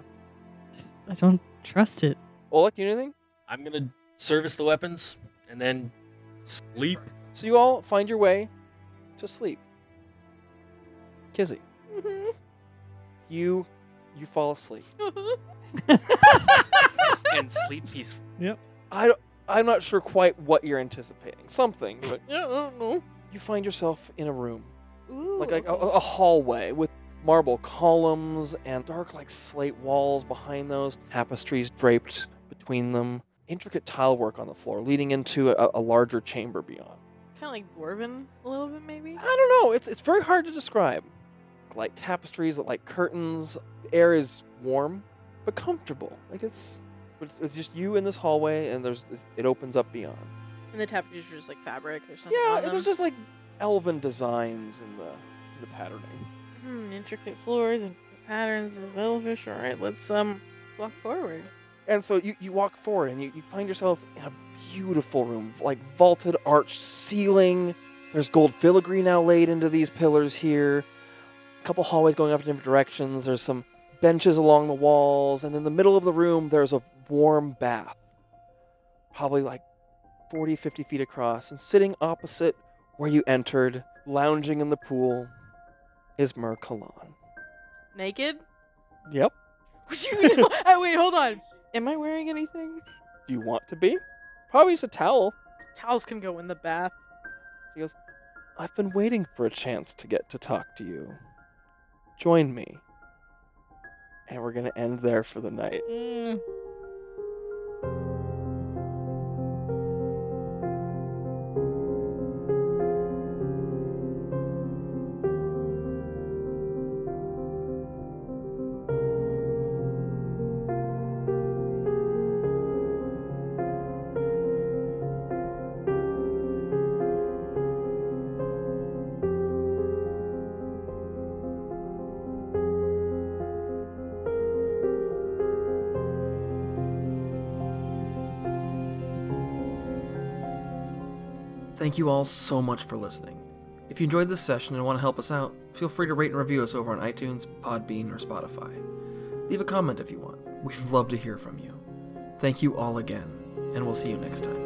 [SPEAKER 6] I don't trust it.
[SPEAKER 1] Olek, you do anything
[SPEAKER 8] I'm gonna service the weapons and then sleep.
[SPEAKER 1] So you all find your way to sleep. Kizzy,
[SPEAKER 7] Mm-hmm.
[SPEAKER 1] you you fall asleep.
[SPEAKER 8] and sleep peacefully.
[SPEAKER 1] I don't- I'm not sure quite what you're anticipating. Something, but
[SPEAKER 7] Yeah, I don't know.
[SPEAKER 1] you find yourself in a room,
[SPEAKER 7] Ooh.
[SPEAKER 1] like, oh, like a, a hallway with marble columns and dark like slate walls behind those, tapestries draped between them, intricate tile work on the floor leading into a, a larger chamber beyond.
[SPEAKER 7] kind of like dwarven a little bit maybe.
[SPEAKER 1] I don't know. It's it's very hard to describe. Like tapestries, like curtains. The air is warm but comfortable. Like it's but it's- it's just you in this hallway, and there's it opens up beyond.
[SPEAKER 7] And the tapestries are just like fabric or something.
[SPEAKER 1] Yeah,
[SPEAKER 7] on them.
[SPEAKER 1] there's just like elven designs in the in the patterning.
[SPEAKER 7] Hmm, intricate floors and patterns of elvish. All right, let's um let's walk forward.
[SPEAKER 1] And so you, you walk forward and you, you find yourself in a beautiful room, like vaulted arched ceiling. There's gold filigree now laid into these pillars here. A couple hallways going off in different directions. There's some benches along the walls. And in the middle of the room, there's a warm bath, probably like 40, 50 feet across. And sitting opposite where you entered, lounging in the pool, is Mer Kalan.
[SPEAKER 7] Naked?
[SPEAKER 1] Yep.
[SPEAKER 7] Would you? Uh, wait, hold on. Am I wearing anything?
[SPEAKER 1] Do you want to be? Probably just a towel.
[SPEAKER 7] Towels can go in the bath.
[SPEAKER 1] I've been waiting for a chance to get to talk to you. Join me. And we're going to end there for the night.
[SPEAKER 6] Mm.
[SPEAKER 1] Thank you all so much for listening. If you enjoyed this session and want to help us out, feel free to rate and review us over on iTunes, Podbean, or Spotify. Leave a comment if you want. We'd love to hear from you. Thank you all again, and we'll see you next time.